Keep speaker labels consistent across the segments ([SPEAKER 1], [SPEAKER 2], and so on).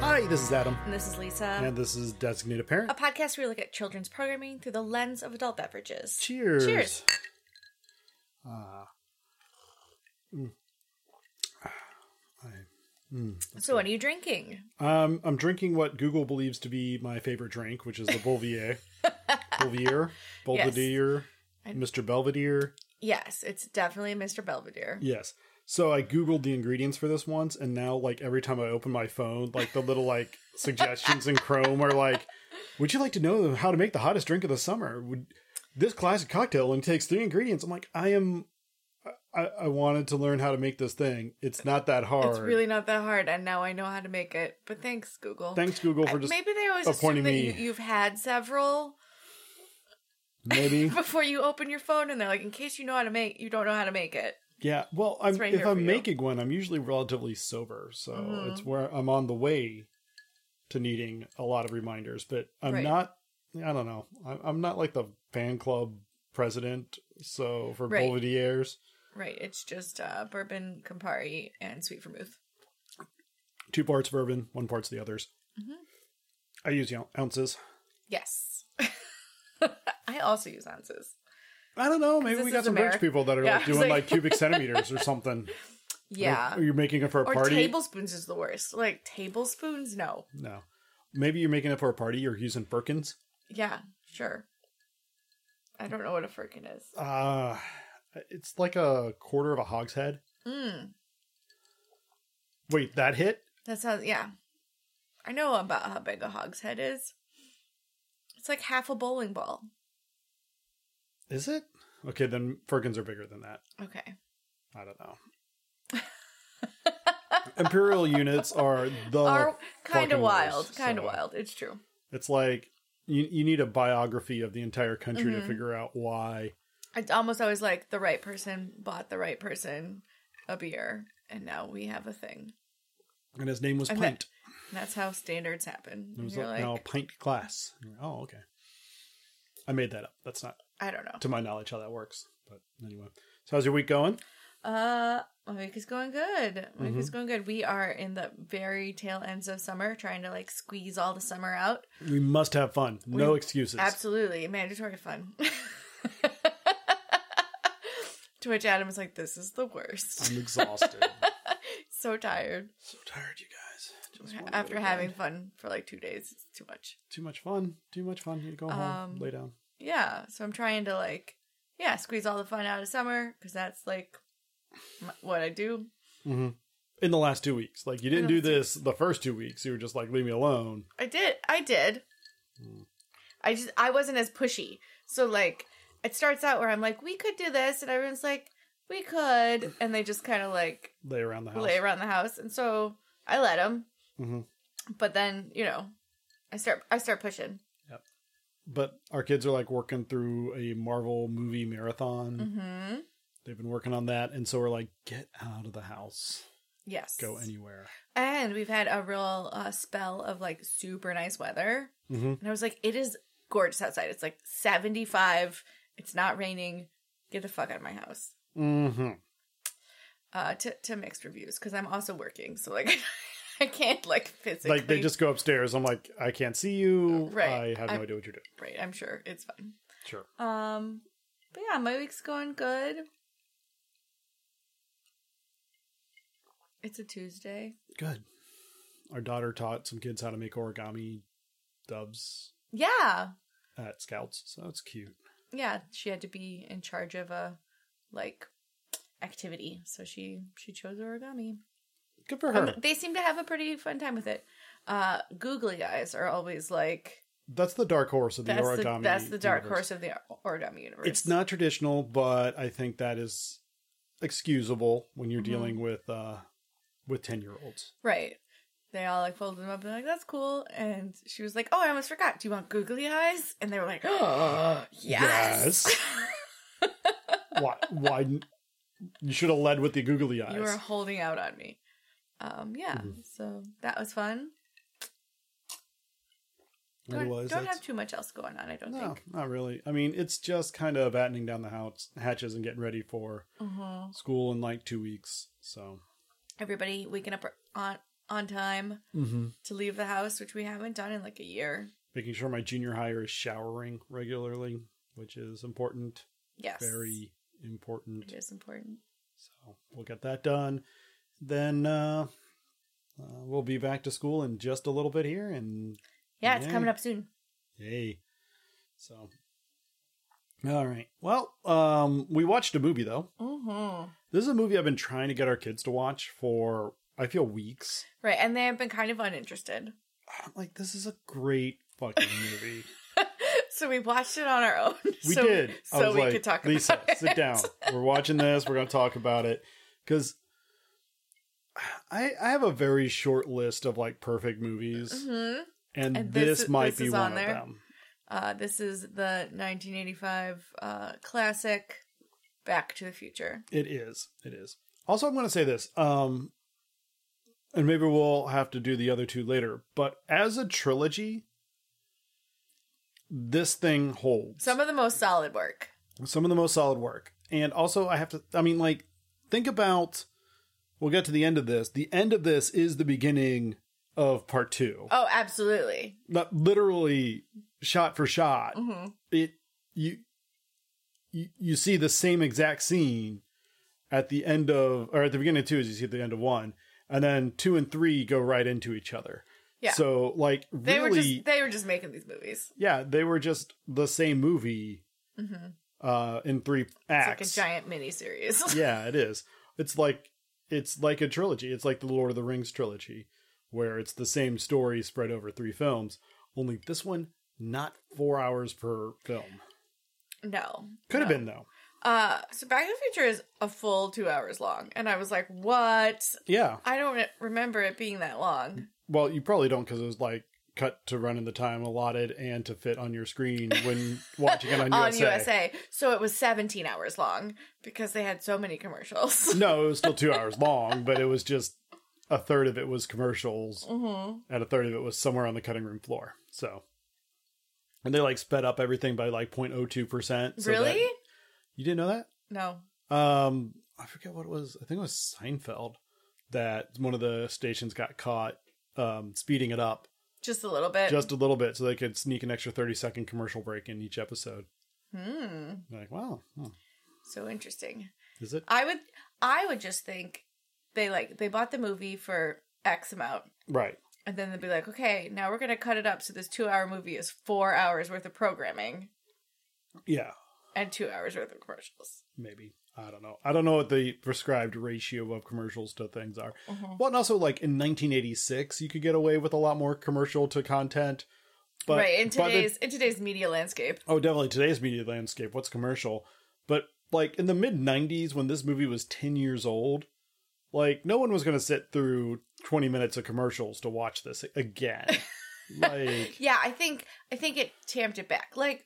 [SPEAKER 1] Hi, this is Adam.
[SPEAKER 2] And this is Lisa,
[SPEAKER 1] And this is Designated Parent.
[SPEAKER 2] a podcast where we look at children's programming through the lens of adult beverages.
[SPEAKER 1] Cheers.
[SPEAKER 2] Cheers.
[SPEAKER 1] Ah. Mm. I- mm.
[SPEAKER 2] so, what are you drinking?
[SPEAKER 1] Um, I'm drinking what Google believes to be my favorite drink, which is the Bolvier. Bolvier? Belvedere?
[SPEAKER 2] I-
[SPEAKER 1] Mr. Belvedere?
[SPEAKER 2] Yes, it's definitely Mr. Belvedere.
[SPEAKER 1] Yes. So I Googled the ingredients for this once, and now, like, every time I open my phone, like, the little, like, suggestions in Chrome are like, would you like to know how to make the hottest drink of the summer? Would This classic cocktail only takes three ingredients. I'm like, I am. I, I wanted to learn how to make this thing. It's not that hard.
[SPEAKER 2] It's really not that hard, and now I know how to make it. But thanks, Google.
[SPEAKER 1] Thanks, Google, for
[SPEAKER 2] I-
[SPEAKER 1] just
[SPEAKER 2] Maybe they always
[SPEAKER 1] appointing
[SPEAKER 2] assume that
[SPEAKER 1] me.
[SPEAKER 2] you, you've had several
[SPEAKER 1] maybe.
[SPEAKER 2] before you open your phone, and they're like, in case you know how to make, you don't know how to make it.
[SPEAKER 1] Yeah, well, I'm,
[SPEAKER 2] It's right
[SPEAKER 1] if
[SPEAKER 2] here for
[SPEAKER 1] I'm
[SPEAKER 2] you.
[SPEAKER 1] making one, I'm usually relatively sober, so
[SPEAKER 2] Mhm.
[SPEAKER 1] it's where I'm on the way to needing a lot of reminders. But I'm
[SPEAKER 2] Right.
[SPEAKER 1] not. I don't know. I- I'm not like the fan club president. So for
[SPEAKER 2] Right.
[SPEAKER 1] Belvedere's,
[SPEAKER 2] Right, it's just uh, bourbon, Campari, and sweet vermouth.
[SPEAKER 1] two parts bourbon, one part's the others.
[SPEAKER 2] Mhm.
[SPEAKER 1] I use you know, ounces.
[SPEAKER 2] Yes. I also use ounces.
[SPEAKER 1] I don't know. Maybe
[SPEAKER 2] this
[SPEAKER 1] we
[SPEAKER 2] is
[SPEAKER 1] got some
[SPEAKER 2] Ameri-
[SPEAKER 1] rich people that are
[SPEAKER 2] Yeah,
[SPEAKER 1] like
[SPEAKER 2] I was
[SPEAKER 1] doing like,
[SPEAKER 2] like-
[SPEAKER 1] cubic centimeters or something.
[SPEAKER 2] Yeah.
[SPEAKER 1] Or, you're making it for a
[SPEAKER 2] Or
[SPEAKER 1] party.
[SPEAKER 2] tablespoons is the worst. Like tablespoons, no.
[SPEAKER 1] no, maybe you're making it for a party. You're using Birkins.
[SPEAKER 2] Yeah, sure. I don't know what a firkin is.
[SPEAKER 1] Uh it's like a quarter of a hogshead.
[SPEAKER 2] Mm,
[SPEAKER 1] Wait, that hit?
[SPEAKER 2] that sounds yeah. I know about how big a hogshead is. It's like half a bowling ball.
[SPEAKER 1] Is it? Okay, then firkins are bigger than that.
[SPEAKER 2] Okay.
[SPEAKER 1] I don't know. Imperial units are the
[SPEAKER 2] Are
[SPEAKER 1] Oh, fucking
[SPEAKER 2] kind of wild.
[SPEAKER 1] worst,
[SPEAKER 2] Kind of
[SPEAKER 1] so.
[SPEAKER 2] wild. It's true.
[SPEAKER 1] it's like you you need a biography of the entire country to
[SPEAKER 2] Mhm.
[SPEAKER 1] figure out why.
[SPEAKER 2] It's almost always like the right person bought the right person a beer, and now we have a thing.
[SPEAKER 1] And his name was
[SPEAKER 2] And
[SPEAKER 1] Pint.
[SPEAKER 2] And that's how standards happen.
[SPEAKER 1] It was
[SPEAKER 2] You're
[SPEAKER 1] like,
[SPEAKER 2] like,
[SPEAKER 1] now pint glass. And you're, Oh, okay. I made that up. That's not
[SPEAKER 2] I don't know.
[SPEAKER 1] to my knowledge how that works. But anyway. So how's your week going?
[SPEAKER 2] Uh, my week is going good. My week is
[SPEAKER 1] Mm-hmm.
[SPEAKER 2] going good. We are in the very tail ends of summer, trying to like squeeze all the summer out.
[SPEAKER 1] We must have fun. No
[SPEAKER 2] We-
[SPEAKER 1] excuses.
[SPEAKER 2] Absolutely mandatory fun. to which Adam is like, "This is the worst.
[SPEAKER 1] I'm exhausted.
[SPEAKER 2] so tired
[SPEAKER 1] So tired, you guys. Just wanna go
[SPEAKER 2] after
[SPEAKER 1] to
[SPEAKER 2] having
[SPEAKER 1] bed.
[SPEAKER 2] fun for like two days. It's too much."
[SPEAKER 1] too much fun, too much fun. You go home,
[SPEAKER 2] Um,
[SPEAKER 1] lay down.
[SPEAKER 2] Yeah, so I'm trying to like, yeah, squeeze all the fun out of summer because that's like m- what I do.
[SPEAKER 1] hmm In the last two weeks, like you didn't
[SPEAKER 2] the
[SPEAKER 1] do
[SPEAKER 2] last two
[SPEAKER 1] this the first two weeks. You were just like, leave me alone.
[SPEAKER 2] I did. I did. I just I wasn't as pushy. So like it starts out where I'm like, we could do this, and everyone's like, we could, and they just kind of like
[SPEAKER 1] Lay around the house.
[SPEAKER 2] lay around the house, and so I let them.
[SPEAKER 1] Mhm.
[SPEAKER 2] But then you know, I start I start pushing.
[SPEAKER 1] But our kids are like working through a Marvel movie marathon.
[SPEAKER 2] Mm-hmm.
[SPEAKER 1] They've been working on that, and so we're like, get out of the house,
[SPEAKER 2] Yes.
[SPEAKER 1] go anywhere.
[SPEAKER 2] And we've had a real uh, spell of like super nice weather,
[SPEAKER 1] Mm-hmm.
[SPEAKER 2] and I was like, it is gorgeous outside. It's like 75. It's not raining. Get the fuck out of my house.
[SPEAKER 1] Mm-hmm.
[SPEAKER 2] uh to, to mixed reviews because i'm also working so like i can't like physically
[SPEAKER 1] Like they just go upstairs. I'm like, I can't see you.
[SPEAKER 2] Right.
[SPEAKER 1] I have
[SPEAKER 2] I'm-
[SPEAKER 1] no idea what you're doing.
[SPEAKER 2] right i'm sure it's fine
[SPEAKER 1] Sure.
[SPEAKER 2] um but yeah my week's going good it's a tuesday
[SPEAKER 1] Good. Our daughter taught some kids how to make origami doves
[SPEAKER 2] yeah
[SPEAKER 1] at Scouts, so it's cute.
[SPEAKER 2] yeah she had to be in charge of a like activity so she she chose origami
[SPEAKER 1] Good for her.
[SPEAKER 2] um, they seem to have a pretty fun time with it uh googly eyes are always like
[SPEAKER 1] That's the dark horse of the
[SPEAKER 2] that's
[SPEAKER 1] origami.
[SPEAKER 2] the that's the dark
[SPEAKER 1] universe.
[SPEAKER 2] horse of the origami universe
[SPEAKER 1] It's not traditional, but I think that is excusable when you're
[SPEAKER 2] Mhm.
[SPEAKER 1] dealing with uh with ten year olds.
[SPEAKER 2] Right. they all like folded them up and like, that's cool. And she was like, oh, I almost forgot. Do you want googly eyes? And they were like, oh, yes.
[SPEAKER 1] why? Why? You should have led with the googly eyes.
[SPEAKER 2] you were holding out on me. Um, yeah,
[SPEAKER 1] Mm-hmm.
[SPEAKER 2] so that was fun.
[SPEAKER 1] I
[SPEAKER 2] Don't,
[SPEAKER 1] realize
[SPEAKER 2] don't
[SPEAKER 1] that's-
[SPEAKER 2] have too much else going on, I don't
[SPEAKER 1] No,
[SPEAKER 2] think.
[SPEAKER 1] not really. I mean, it's just kind of battening down the house, hatches and getting ready for
[SPEAKER 2] hmm
[SPEAKER 1] school in like two weeks. So,
[SPEAKER 2] Everybody waking up on on time
[SPEAKER 1] mm-hmm.
[SPEAKER 2] to leave the house, which we haven't done in like a year.
[SPEAKER 1] making sure my junior hire is showering regularly, which is important,
[SPEAKER 2] Yes,
[SPEAKER 1] very important.
[SPEAKER 2] it is important.
[SPEAKER 1] So we'll get that done. Then uh, uh, we'll be back to school in just a little bit here, and
[SPEAKER 2] Yeah, it's
[SPEAKER 1] Yeah.
[SPEAKER 2] coming up soon.
[SPEAKER 1] yay! So, all right. Well, um, we watched a movie though.
[SPEAKER 2] Mm-hmm.
[SPEAKER 1] This is a movie I've been trying to get our kids to watch for I feel weeks.
[SPEAKER 2] Right, and they have been kind of uninterested.
[SPEAKER 1] I'm like, this is a great fucking movie.
[SPEAKER 2] so we watched it on our own.
[SPEAKER 1] We
[SPEAKER 2] so,
[SPEAKER 1] did. I
[SPEAKER 2] So
[SPEAKER 1] was
[SPEAKER 2] we
[SPEAKER 1] like,
[SPEAKER 2] could talk
[SPEAKER 1] Lisa,
[SPEAKER 2] about it.
[SPEAKER 1] sit down. We're watching this. We're going to talk about it because I I have a very short list of like perfect movies,
[SPEAKER 2] hmm
[SPEAKER 1] and,
[SPEAKER 2] And
[SPEAKER 1] this,
[SPEAKER 2] this-
[SPEAKER 1] might
[SPEAKER 2] this
[SPEAKER 1] be
[SPEAKER 2] is
[SPEAKER 1] one
[SPEAKER 2] on
[SPEAKER 1] of
[SPEAKER 2] there.
[SPEAKER 1] them.
[SPEAKER 2] Uh, this is the 1985 uh, classic Back to the Future.
[SPEAKER 1] It is. It is. Also, I'm going to say this. Um, and maybe we'll have to do the other two later. But as a trilogy, this thing holds.
[SPEAKER 2] Some of the most solid work.
[SPEAKER 1] some of the most solid work. And also, I have to, I mean, like, think about, we'll get to the end of this. The end of this is the beginning of part two.
[SPEAKER 2] Oh, absolutely.
[SPEAKER 1] Not literally shot for shot.
[SPEAKER 2] hmm
[SPEAKER 1] It, you, you, you see the same exact scene at the end of, or at the beginning of two, as you see at the end of one. And then two and three go right into each other.
[SPEAKER 2] Yeah.
[SPEAKER 1] So, like, really,
[SPEAKER 2] They were just they were just making these movies.
[SPEAKER 1] yeah, they were just the same movie
[SPEAKER 2] hmm
[SPEAKER 1] uh in three
[SPEAKER 2] It's
[SPEAKER 1] acts.
[SPEAKER 2] like a giant miniseries.
[SPEAKER 1] yeah, it is. It's like it's like a trilogy. It's like the Lord of the Rings trilogy, where it's the same story spread over three films. Only this one, not four hours per film.
[SPEAKER 2] no,
[SPEAKER 1] Could have
[SPEAKER 2] no.
[SPEAKER 1] been though.
[SPEAKER 2] Uh, so Back to the Future is a full two hours long, and I was like, "What?
[SPEAKER 1] Yeah.
[SPEAKER 2] I don't re- remember it being that long."
[SPEAKER 1] Well, you probably don't because it was like cut to run in the time allotted and to fit on your screen when watching it on,
[SPEAKER 2] on
[SPEAKER 1] USA.
[SPEAKER 2] USA. So it was 17 hours long because they had so many commercials.
[SPEAKER 1] No, it was still two hours long, but it was just a third of it was commercials
[SPEAKER 2] mm-hmm.
[SPEAKER 1] and a third of it was somewhere on the cutting room floor. So, and they like sped up everything by like 0.02 percent.
[SPEAKER 2] really?
[SPEAKER 1] you didn't know
[SPEAKER 2] No.
[SPEAKER 1] that? Um, I forget what it was. I think it was Seinfeld that one of the stations got caught um, speeding it up
[SPEAKER 2] Just a little bit.
[SPEAKER 1] just a little bit so they could sneak an extra 30 second commercial break in each episode.
[SPEAKER 2] Hmm.
[SPEAKER 1] You're like, wow, hmm,
[SPEAKER 2] So interesting.
[SPEAKER 1] is it?
[SPEAKER 2] I would I would just think they like they bought the movie for X amount.
[SPEAKER 1] Right.
[SPEAKER 2] And then they'd be like, okay, now we're gonna cut it up so this two hour movie is four hours worth of programming
[SPEAKER 1] Yeah,
[SPEAKER 2] and two hours worth of commercials.
[SPEAKER 1] maybe. I don't know. I don't know what the prescribed ratio of commercials to things are.
[SPEAKER 2] Mm-hmm.
[SPEAKER 1] Well, and also like in 1986, you could get away with a lot more commercial to content. But
[SPEAKER 2] right. In
[SPEAKER 1] by the-
[SPEAKER 2] today's in today's media landscape.
[SPEAKER 1] oh, definitely today's media landscape. What's commercial? But like in the mid 90s, when this movie was 10 years old, like no one was going to sit through 20 minutes of commercials to watch this again. like,
[SPEAKER 2] Yeah, I think I think it tamped it back. Like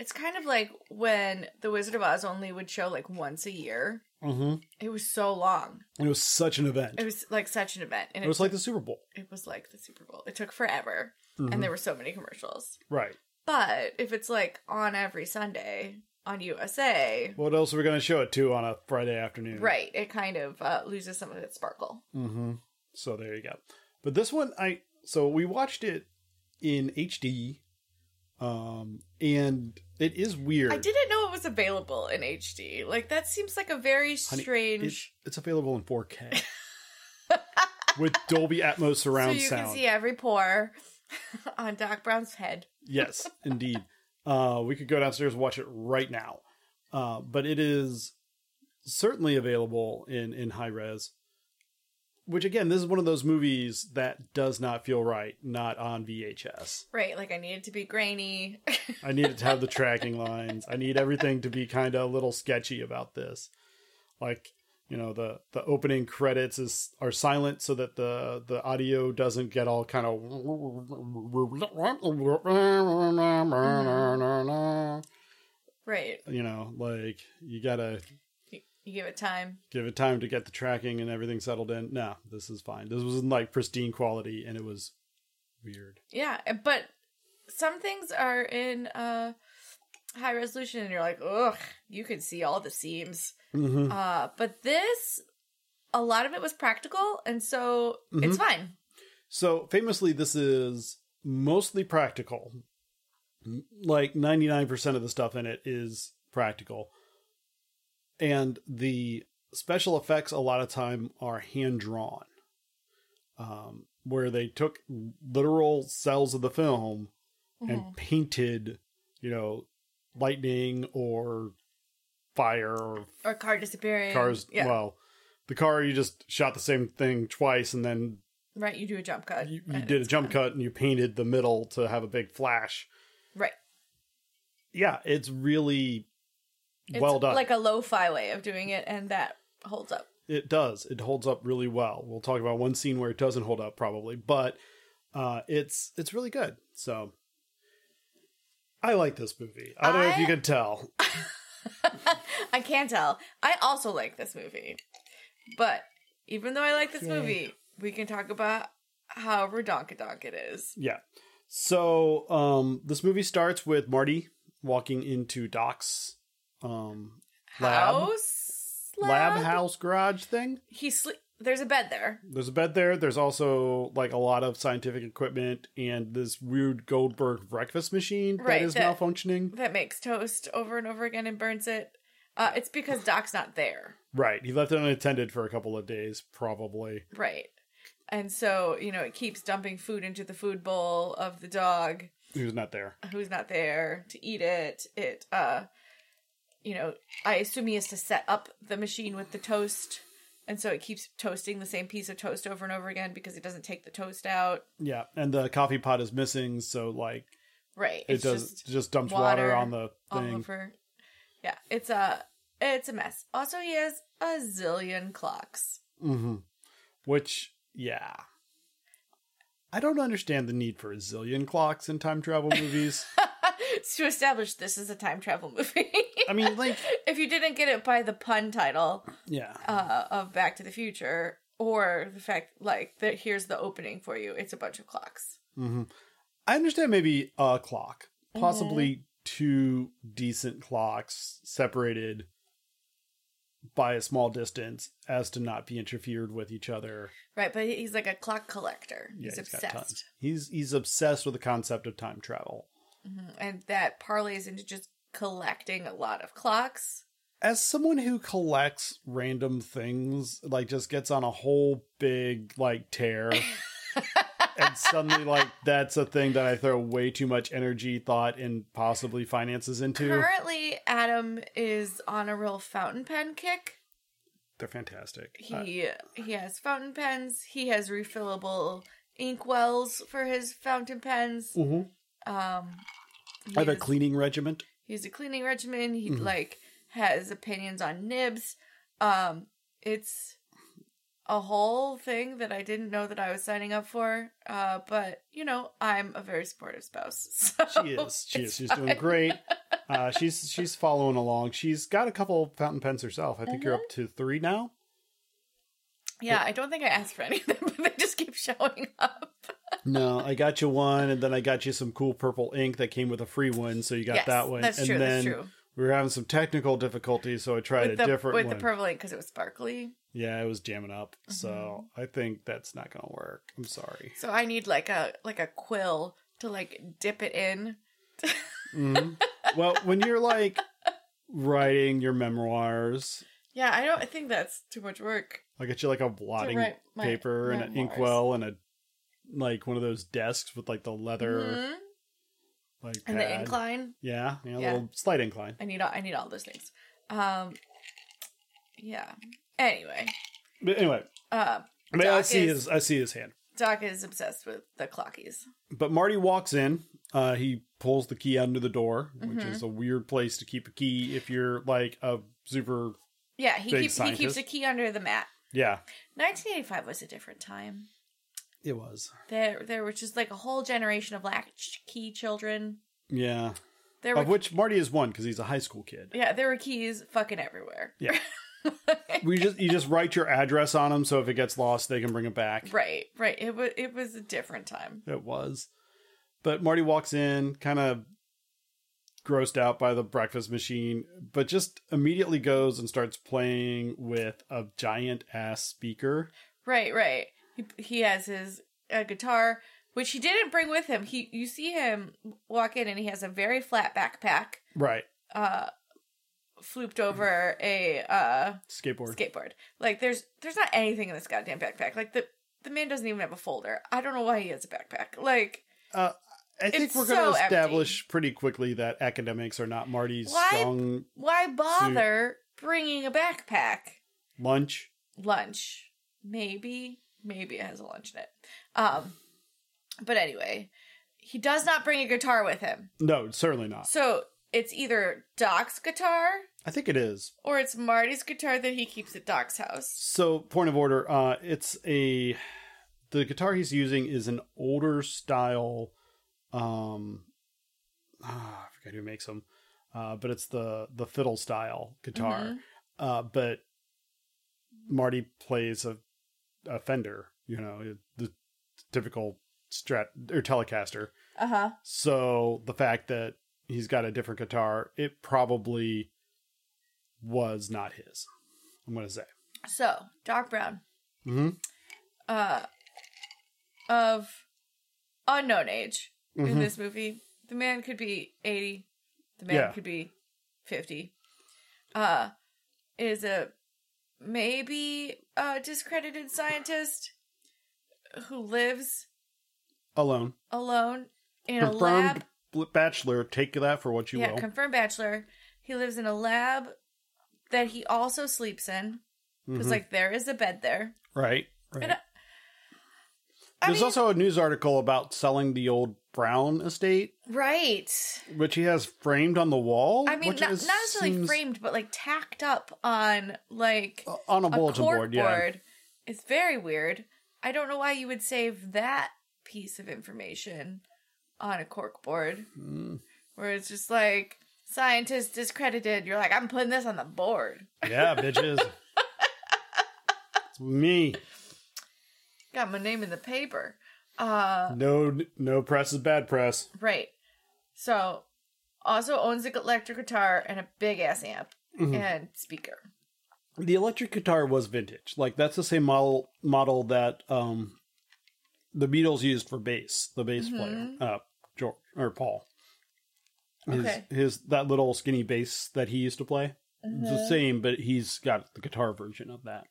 [SPEAKER 2] it's kind of like when The Wizard of Oz only would show like once a year.
[SPEAKER 1] hmm
[SPEAKER 2] It was so long.
[SPEAKER 1] it was such an event.
[SPEAKER 2] It was like such an event,
[SPEAKER 1] It
[SPEAKER 2] and it,
[SPEAKER 1] was like the Super Bowl.
[SPEAKER 2] it was like the Super Bowl. It took forever,
[SPEAKER 1] Mhm.
[SPEAKER 2] and there were so many commercials.
[SPEAKER 1] Right.
[SPEAKER 2] But if it's like on every Sunday on USA,
[SPEAKER 1] What else are we going to show it to on a Friday afternoon?
[SPEAKER 2] right, it kind of uh, loses some of its sparkle.
[SPEAKER 1] Mm-hmm. So there you go. But this one, I so we watched it in HD, um, and it is weird.
[SPEAKER 2] I didn't know it was available in HD. Like that seems like a very
[SPEAKER 1] Honey,
[SPEAKER 2] strange.
[SPEAKER 1] It's, it's available in 4K with Dolby Atmos surround
[SPEAKER 2] so you
[SPEAKER 1] sound.
[SPEAKER 2] can see every pore on Doc Brown's head.
[SPEAKER 1] yes, indeed. Uh, we could go downstairs and watch it right now, uh, but it is certainly available in in high res. Which again, this is one of those movies that does not feel right, not on VHS.
[SPEAKER 2] Right, like I needed to be grainy.
[SPEAKER 1] I need it to have the tracking lines. I need everything to be kind of a little sketchy about this. Like you know the the opening credits is are silent so that the the audio doesn't get all kind of
[SPEAKER 2] Right.
[SPEAKER 1] you know like you gotta
[SPEAKER 2] You you give it time.
[SPEAKER 1] give it time to get the tracking and everything settled in no this is fine this was in like pristine quality and it was weird
[SPEAKER 2] Yeah, eh, but some things are in uh high resolution and you're like, "Ugh, you can see all the seams."
[SPEAKER 1] mm-hmm.
[SPEAKER 2] Uh but this a lot of it was practical and so
[SPEAKER 1] Mm-hmm.
[SPEAKER 2] it's fine.
[SPEAKER 1] So famously, this is mostly practical. Like 99% of the stuff in it is practical. And the special effects, a lot of time, are hand drawn, um, where they took literal cells of the film and painted, you know, lightning or fire or
[SPEAKER 2] Or car disappearing.
[SPEAKER 1] cars.
[SPEAKER 2] Yeah.
[SPEAKER 1] Well, the car, you just shot the same thing twice and then
[SPEAKER 2] right, you do a jump cut.
[SPEAKER 1] you, you
[SPEAKER 2] and
[SPEAKER 1] did a
[SPEAKER 2] it's
[SPEAKER 1] jump
[SPEAKER 2] fine.
[SPEAKER 1] cut and you painted the middle to have a big flash.
[SPEAKER 2] Right.
[SPEAKER 1] Yeah, it's really
[SPEAKER 2] It's
[SPEAKER 1] well done.
[SPEAKER 2] Like a lo-fi way of doing it and that holds up.
[SPEAKER 1] it does. It holds up really well. We'll talk about one scene where it doesn't hold up probably, but uh, it's it's really good. So I like this movie. I don't know if
[SPEAKER 2] I-
[SPEAKER 1] you can tell.
[SPEAKER 2] I can tell. I also like this movie. But even though I like this movie, we can talk about how redonkadonk it is.
[SPEAKER 1] Yeah. So um, this movie starts with Marty walking into Doc's um, Lab?
[SPEAKER 2] House?
[SPEAKER 1] lab house garage thing.
[SPEAKER 2] He sleep. There's a bed there.
[SPEAKER 1] There's a bed there. There's also like a lot of scientific equipment and this weird Goldberg breakfast machine
[SPEAKER 2] Right,
[SPEAKER 1] that is
[SPEAKER 2] that-
[SPEAKER 1] malfunctioning.
[SPEAKER 2] that makes toast over and over again and burns it. Uh, it's because Doc's not there,
[SPEAKER 1] Right. He left it unattended for a couple of days, probably.
[SPEAKER 2] right? And so you know it keeps dumping food into the food bowl of the dog
[SPEAKER 1] He was not there.
[SPEAKER 2] who's not there to eat it. It, uh, you know, I assume he has to set up the machine with the toast, and so it keeps toasting the same piece of toast over and over again because it doesn't take the toast out,
[SPEAKER 1] Yeah. And the coffee pot is missing, so like
[SPEAKER 2] right?
[SPEAKER 1] it
[SPEAKER 2] it's
[SPEAKER 1] does
[SPEAKER 2] just
[SPEAKER 1] just, dumps water,
[SPEAKER 2] water
[SPEAKER 1] on the
[SPEAKER 2] all
[SPEAKER 1] thing.
[SPEAKER 2] over. Yeah, it's a it's a mess. Also, he has a zillion clocks.
[SPEAKER 1] hmm Which yeah. I don't understand the need for a zillion clocks in time travel movies.
[SPEAKER 2] to establish this is a time travel movie.
[SPEAKER 1] I mean, like,
[SPEAKER 2] if you didn't get it by the pun title
[SPEAKER 1] yeah.
[SPEAKER 2] uh, of Back to the Future or the fact, like, that here's the opening for you, it's a bunch of clocks.
[SPEAKER 1] hmm I understand maybe a clock, possibly
[SPEAKER 2] Mm-hmm.
[SPEAKER 1] two decent clocks separated by a small distance as to not be interfered with each other.
[SPEAKER 2] Right, but he's like a clock collector. He's
[SPEAKER 1] Yeah, got
[SPEAKER 2] obsessed.
[SPEAKER 1] tons. He's he's obsessed with the concept of time travel.
[SPEAKER 2] And that parlays into just collecting a lot of clocks.
[SPEAKER 1] As someone who collects random things, like just gets on a whole big like tear and suddenly like that's a thing that I throw way too much energy, thought and possibly finances into.
[SPEAKER 2] Currently, Adam is on a real fountain pen kick.
[SPEAKER 1] They're fantastic. Uh, I-
[SPEAKER 2] He he has fountain pens. He has refillable ink wells for his fountain pens.
[SPEAKER 1] Mm-hmm.
[SPEAKER 2] Um, he
[SPEAKER 1] I have a
[SPEAKER 2] has-
[SPEAKER 1] cleaning regiment.
[SPEAKER 2] He's a cleaning regimen. He
[SPEAKER 1] Mm-hmm.
[SPEAKER 2] like has opinions on nibs. Um, it's a whole thing that I didn't know that I was signing up for. Uh, but you know, I'm a very supportive spouse. So
[SPEAKER 1] She is. She
[SPEAKER 2] it's
[SPEAKER 1] is. She's
[SPEAKER 2] fine.
[SPEAKER 1] doing great. Uh, she's she's following along. She's got a couple fountain pens herself. I think you're up to three now.
[SPEAKER 2] Yeah, I don't think I asked for anything, but they just keep showing up.
[SPEAKER 1] No, I got you one, and then I got you some cool purple ink that came with a free one. So you got
[SPEAKER 2] yes,
[SPEAKER 1] that one,
[SPEAKER 2] That's
[SPEAKER 1] and
[SPEAKER 2] true.
[SPEAKER 1] then
[SPEAKER 2] that's true.
[SPEAKER 1] we were having some technical difficulties, so I tried
[SPEAKER 2] with
[SPEAKER 1] a
[SPEAKER 2] the,
[SPEAKER 1] different
[SPEAKER 2] with
[SPEAKER 1] one.
[SPEAKER 2] the purple ink because it was sparkly.
[SPEAKER 1] yeah, it was jamming up. So I think that's not gonna work. I'm sorry.
[SPEAKER 2] So I need like a like a quill to like dip it in.
[SPEAKER 1] Mhm. well, when you're like writing your memoirs,
[SPEAKER 2] Yeah, I don't I think that's too much work.
[SPEAKER 1] I'll get you like a blotting
[SPEAKER 2] write my
[SPEAKER 1] paper and an
[SPEAKER 2] memoirs.
[SPEAKER 1] inkwell and a like one of those desks with like the leather
[SPEAKER 2] Mhm.
[SPEAKER 1] like
[SPEAKER 2] And
[SPEAKER 1] pad.
[SPEAKER 2] the incline.
[SPEAKER 1] Yeah, yeah, a
[SPEAKER 2] Yeah.
[SPEAKER 1] little slight incline.
[SPEAKER 2] I need all I need all those things. Um yeah. Anyway,
[SPEAKER 1] But anyway,
[SPEAKER 2] uh
[SPEAKER 1] I, mean, I
[SPEAKER 2] Doc
[SPEAKER 1] see
[SPEAKER 2] is-
[SPEAKER 1] his I see his hand.
[SPEAKER 2] Doc is obsessed with the clockies.
[SPEAKER 1] But Marty walks in. Uh, he pulls the
[SPEAKER 2] Mm-hmm.
[SPEAKER 1] key under the door, which is a weird place to keep a key if you're like a super
[SPEAKER 2] Yeah, he
[SPEAKER 1] Big
[SPEAKER 2] keeps he keeps
[SPEAKER 1] scientist.
[SPEAKER 2] a key under the mat.
[SPEAKER 1] Yeah,
[SPEAKER 2] 1985 was a different time.
[SPEAKER 1] it was.
[SPEAKER 2] There there was just like a whole generation of latchkey children.
[SPEAKER 1] Yeah,
[SPEAKER 2] There were
[SPEAKER 1] of which Marty is one because he's a high school kid.
[SPEAKER 2] yeah, there were keys fucking everywhere.
[SPEAKER 1] Yeah. We just you just write your address on them, so if it gets lost, they can bring it back.
[SPEAKER 2] Right, right. It was it was a different time.
[SPEAKER 1] It was. But Marty walks in, kind of grossed out by the breakfast machine, but just immediately goes and starts playing with a giant ass speaker.
[SPEAKER 2] Right, right. He he has his uh, guitar, which he didn't bring with him. He you see him walk in, and he has a very flat backpack,
[SPEAKER 1] Right.
[SPEAKER 2] uh, flooped over a uh
[SPEAKER 1] Skateboard.
[SPEAKER 2] skateboard. Like there's there's not anything in this goddamn backpack. Like the the man doesn't even have a folder. I don't know why he has a backpack. Like
[SPEAKER 1] uh, I think
[SPEAKER 2] It's
[SPEAKER 1] we're going to
[SPEAKER 2] so
[SPEAKER 1] establish pretty quickly that academics are not Marty's
[SPEAKER 2] Why-
[SPEAKER 1] strong
[SPEAKER 2] why bother bringing a backpack?
[SPEAKER 1] lunch.
[SPEAKER 2] Lunch, maybe, maybe it has a lunch in it. Um, but anyway, he does not bring a guitar with him.
[SPEAKER 1] No, certainly not.
[SPEAKER 2] So it's either Doc's guitar
[SPEAKER 1] I think it is.
[SPEAKER 2] or it's Marty's guitar that he keeps at Doc's house.
[SPEAKER 1] So, point of order, uh, it's a the guitar he's using is an older style. Um, ah, I forget who makes them, uh, but it's the the fiddle style guitar.
[SPEAKER 2] Mhm.
[SPEAKER 1] Uh, but Marty plays a, a Fender, you know, the typical Strat or Telecaster.
[SPEAKER 2] Uh huh.
[SPEAKER 1] So the fact that he's got a different guitar, it probably was not his. I'm gonna say.
[SPEAKER 2] So Doc Brown,
[SPEAKER 1] Mm-hmm.
[SPEAKER 2] uh, of unknown age in
[SPEAKER 1] Mhm.
[SPEAKER 2] this movie. The man could be 80, the man
[SPEAKER 1] Yeah.
[SPEAKER 2] could be 50. Uh, is a maybe a discredited scientist who lives
[SPEAKER 1] Alone.
[SPEAKER 2] alone in a
[SPEAKER 1] Confirmed
[SPEAKER 2] lab.
[SPEAKER 1] bl- bachelor. Take that for what you
[SPEAKER 2] Yeah,
[SPEAKER 1] will.
[SPEAKER 2] confirmed bachelor. He lives in a lab that he also sleeps in because,
[SPEAKER 1] Mhm.
[SPEAKER 2] like, there is a bed there.
[SPEAKER 1] right. Right.
[SPEAKER 2] And I- I
[SPEAKER 1] There's
[SPEAKER 2] mean,
[SPEAKER 1] also a news article about selling the old Brown estate,
[SPEAKER 2] right.
[SPEAKER 1] which he has framed on the wall.
[SPEAKER 2] I mean,
[SPEAKER 1] which
[SPEAKER 2] not, not
[SPEAKER 1] is-
[SPEAKER 2] necessarily
[SPEAKER 1] seems-
[SPEAKER 2] framed, but like tacked up on like
[SPEAKER 1] uh, on a
[SPEAKER 2] a
[SPEAKER 1] bulletin
[SPEAKER 2] cork
[SPEAKER 1] board. Yeah.
[SPEAKER 2] board. It's very weird. I don't know why you would save that piece of information on a cork board,
[SPEAKER 1] Mm.
[SPEAKER 2] where it's just like scientist discredited. You're like, I'm putting this on the board.
[SPEAKER 1] Yeah, bitches. it's me.
[SPEAKER 2] Got my name in the paper. Uh,
[SPEAKER 1] No, no press is bad press.
[SPEAKER 2] right. So, also owns an electric guitar and a big ass amp
[SPEAKER 1] Mhm.
[SPEAKER 2] and speaker.
[SPEAKER 1] the electric guitar was vintage. Like that's the same model model that um the Beatles used for bass, the
[SPEAKER 2] Mm-hmm.
[SPEAKER 1] bass player, uh George or Paul. His,
[SPEAKER 2] Okay.
[SPEAKER 1] his that little skinny bass that he used to play. It's
[SPEAKER 2] Mm-hmm.
[SPEAKER 1] the same, but he's got the guitar version of that.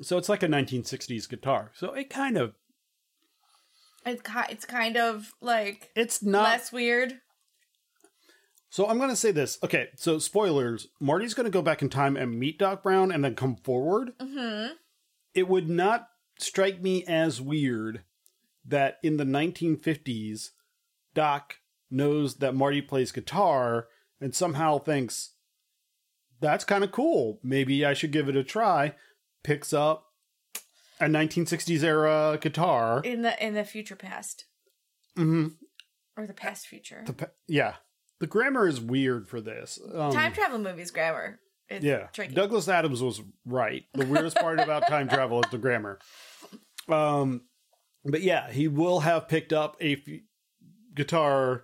[SPEAKER 1] So it's like a 1960s guitar. So it kind of
[SPEAKER 2] It's ki- it's kind of like
[SPEAKER 1] it's not
[SPEAKER 2] less weird.
[SPEAKER 1] So I'm going to say this. Okay, so spoilers. Marty's going to go back in time and meet Doc Brown and then come forward.
[SPEAKER 2] Mhm.
[SPEAKER 1] It would not strike me as weird that in the 1950s, Doc knows that Marty plays guitar and somehow thinks, that's kind of cool. Maybe I should give it a try. Picks up a 1960s era guitar.
[SPEAKER 2] in the in the future past
[SPEAKER 1] hmm
[SPEAKER 2] or the past future.
[SPEAKER 1] The, pa- yeah. The grammar is weird for this. Um,
[SPEAKER 2] Time travel movies grammar. It's
[SPEAKER 1] yeah
[SPEAKER 2] tricky.
[SPEAKER 1] douglas adams was right the weirdest part about time travel is the grammar um but yeah he will have picked up a f- guitar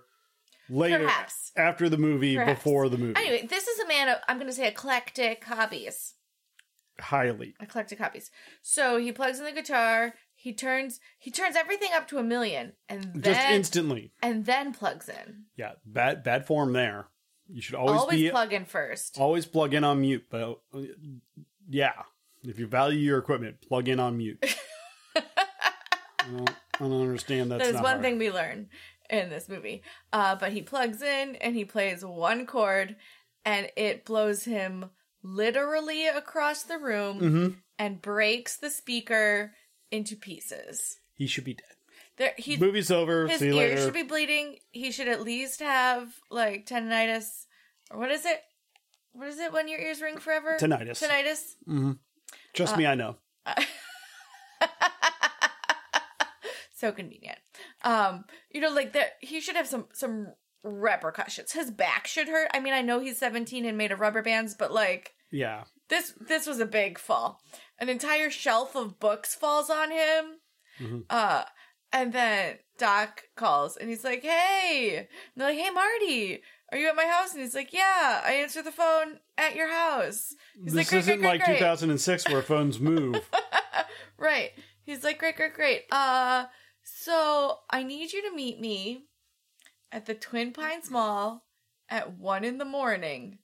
[SPEAKER 1] later
[SPEAKER 2] Perhaps.
[SPEAKER 1] after the movie
[SPEAKER 2] Perhaps.
[SPEAKER 1] before the movie
[SPEAKER 2] Anyway, this is a man of I'm going to say eclectic hobbies.
[SPEAKER 1] highly
[SPEAKER 2] Eclectic hobbies. So he plugs in the guitar. He turns he turns everything up to a million, and then
[SPEAKER 1] just instantly
[SPEAKER 2] and then plugs in.
[SPEAKER 1] yeah bad bad form there you should always,
[SPEAKER 2] Always,
[SPEAKER 1] be
[SPEAKER 2] plug in first.
[SPEAKER 1] always plug in on mute but uh, yeah if you value your equipment plug in on mute I, don't, I don't understand that's
[SPEAKER 2] That is
[SPEAKER 1] not
[SPEAKER 2] one
[SPEAKER 1] hard.
[SPEAKER 2] thing we learn in this movie. Uh, but he plugs in and he plays one chord, and it blows him literally across the room
[SPEAKER 1] Mm-hmm.
[SPEAKER 2] and breaks the speaker into pieces.
[SPEAKER 1] he should be dead
[SPEAKER 2] There, he,
[SPEAKER 1] Movie's over.
[SPEAKER 2] his
[SPEAKER 1] See you
[SPEAKER 2] ear
[SPEAKER 1] later.
[SPEAKER 2] should be bleeding. He should at least have like tendonitis, or what is it? what is it when your ears ring forever?
[SPEAKER 1] Tinnitus.
[SPEAKER 2] Tinnitus.
[SPEAKER 1] hmm
[SPEAKER 2] Uh,
[SPEAKER 1] Trust me, I know.
[SPEAKER 2] so convenient. Um, you know, like that he should have some some repercussions. His back should hurt. I mean, I know he's 17 and made of rubber bands, but like
[SPEAKER 1] Yeah.
[SPEAKER 2] this this was a big fall. An entire shelf of books falls on him.
[SPEAKER 1] Mhm.
[SPEAKER 2] Uh and then Doc calls and he's like, "Hey." And they're like, "Hey Marty, are you at my house?" And he's like, "Yeah, I answered the phone at your house." He's
[SPEAKER 1] this
[SPEAKER 2] like, "Great,
[SPEAKER 1] isn't
[SPEAKER 2] great,
[SPEAKER 1] like
[SPEAKER 2] great, great."
[SPEAKER 1] 2006 where phones move.
[SPEAKER 2] Right. He's like, great, great, great. Uh, so I need you to meet me at the Twin Pines Mall at one in the morning.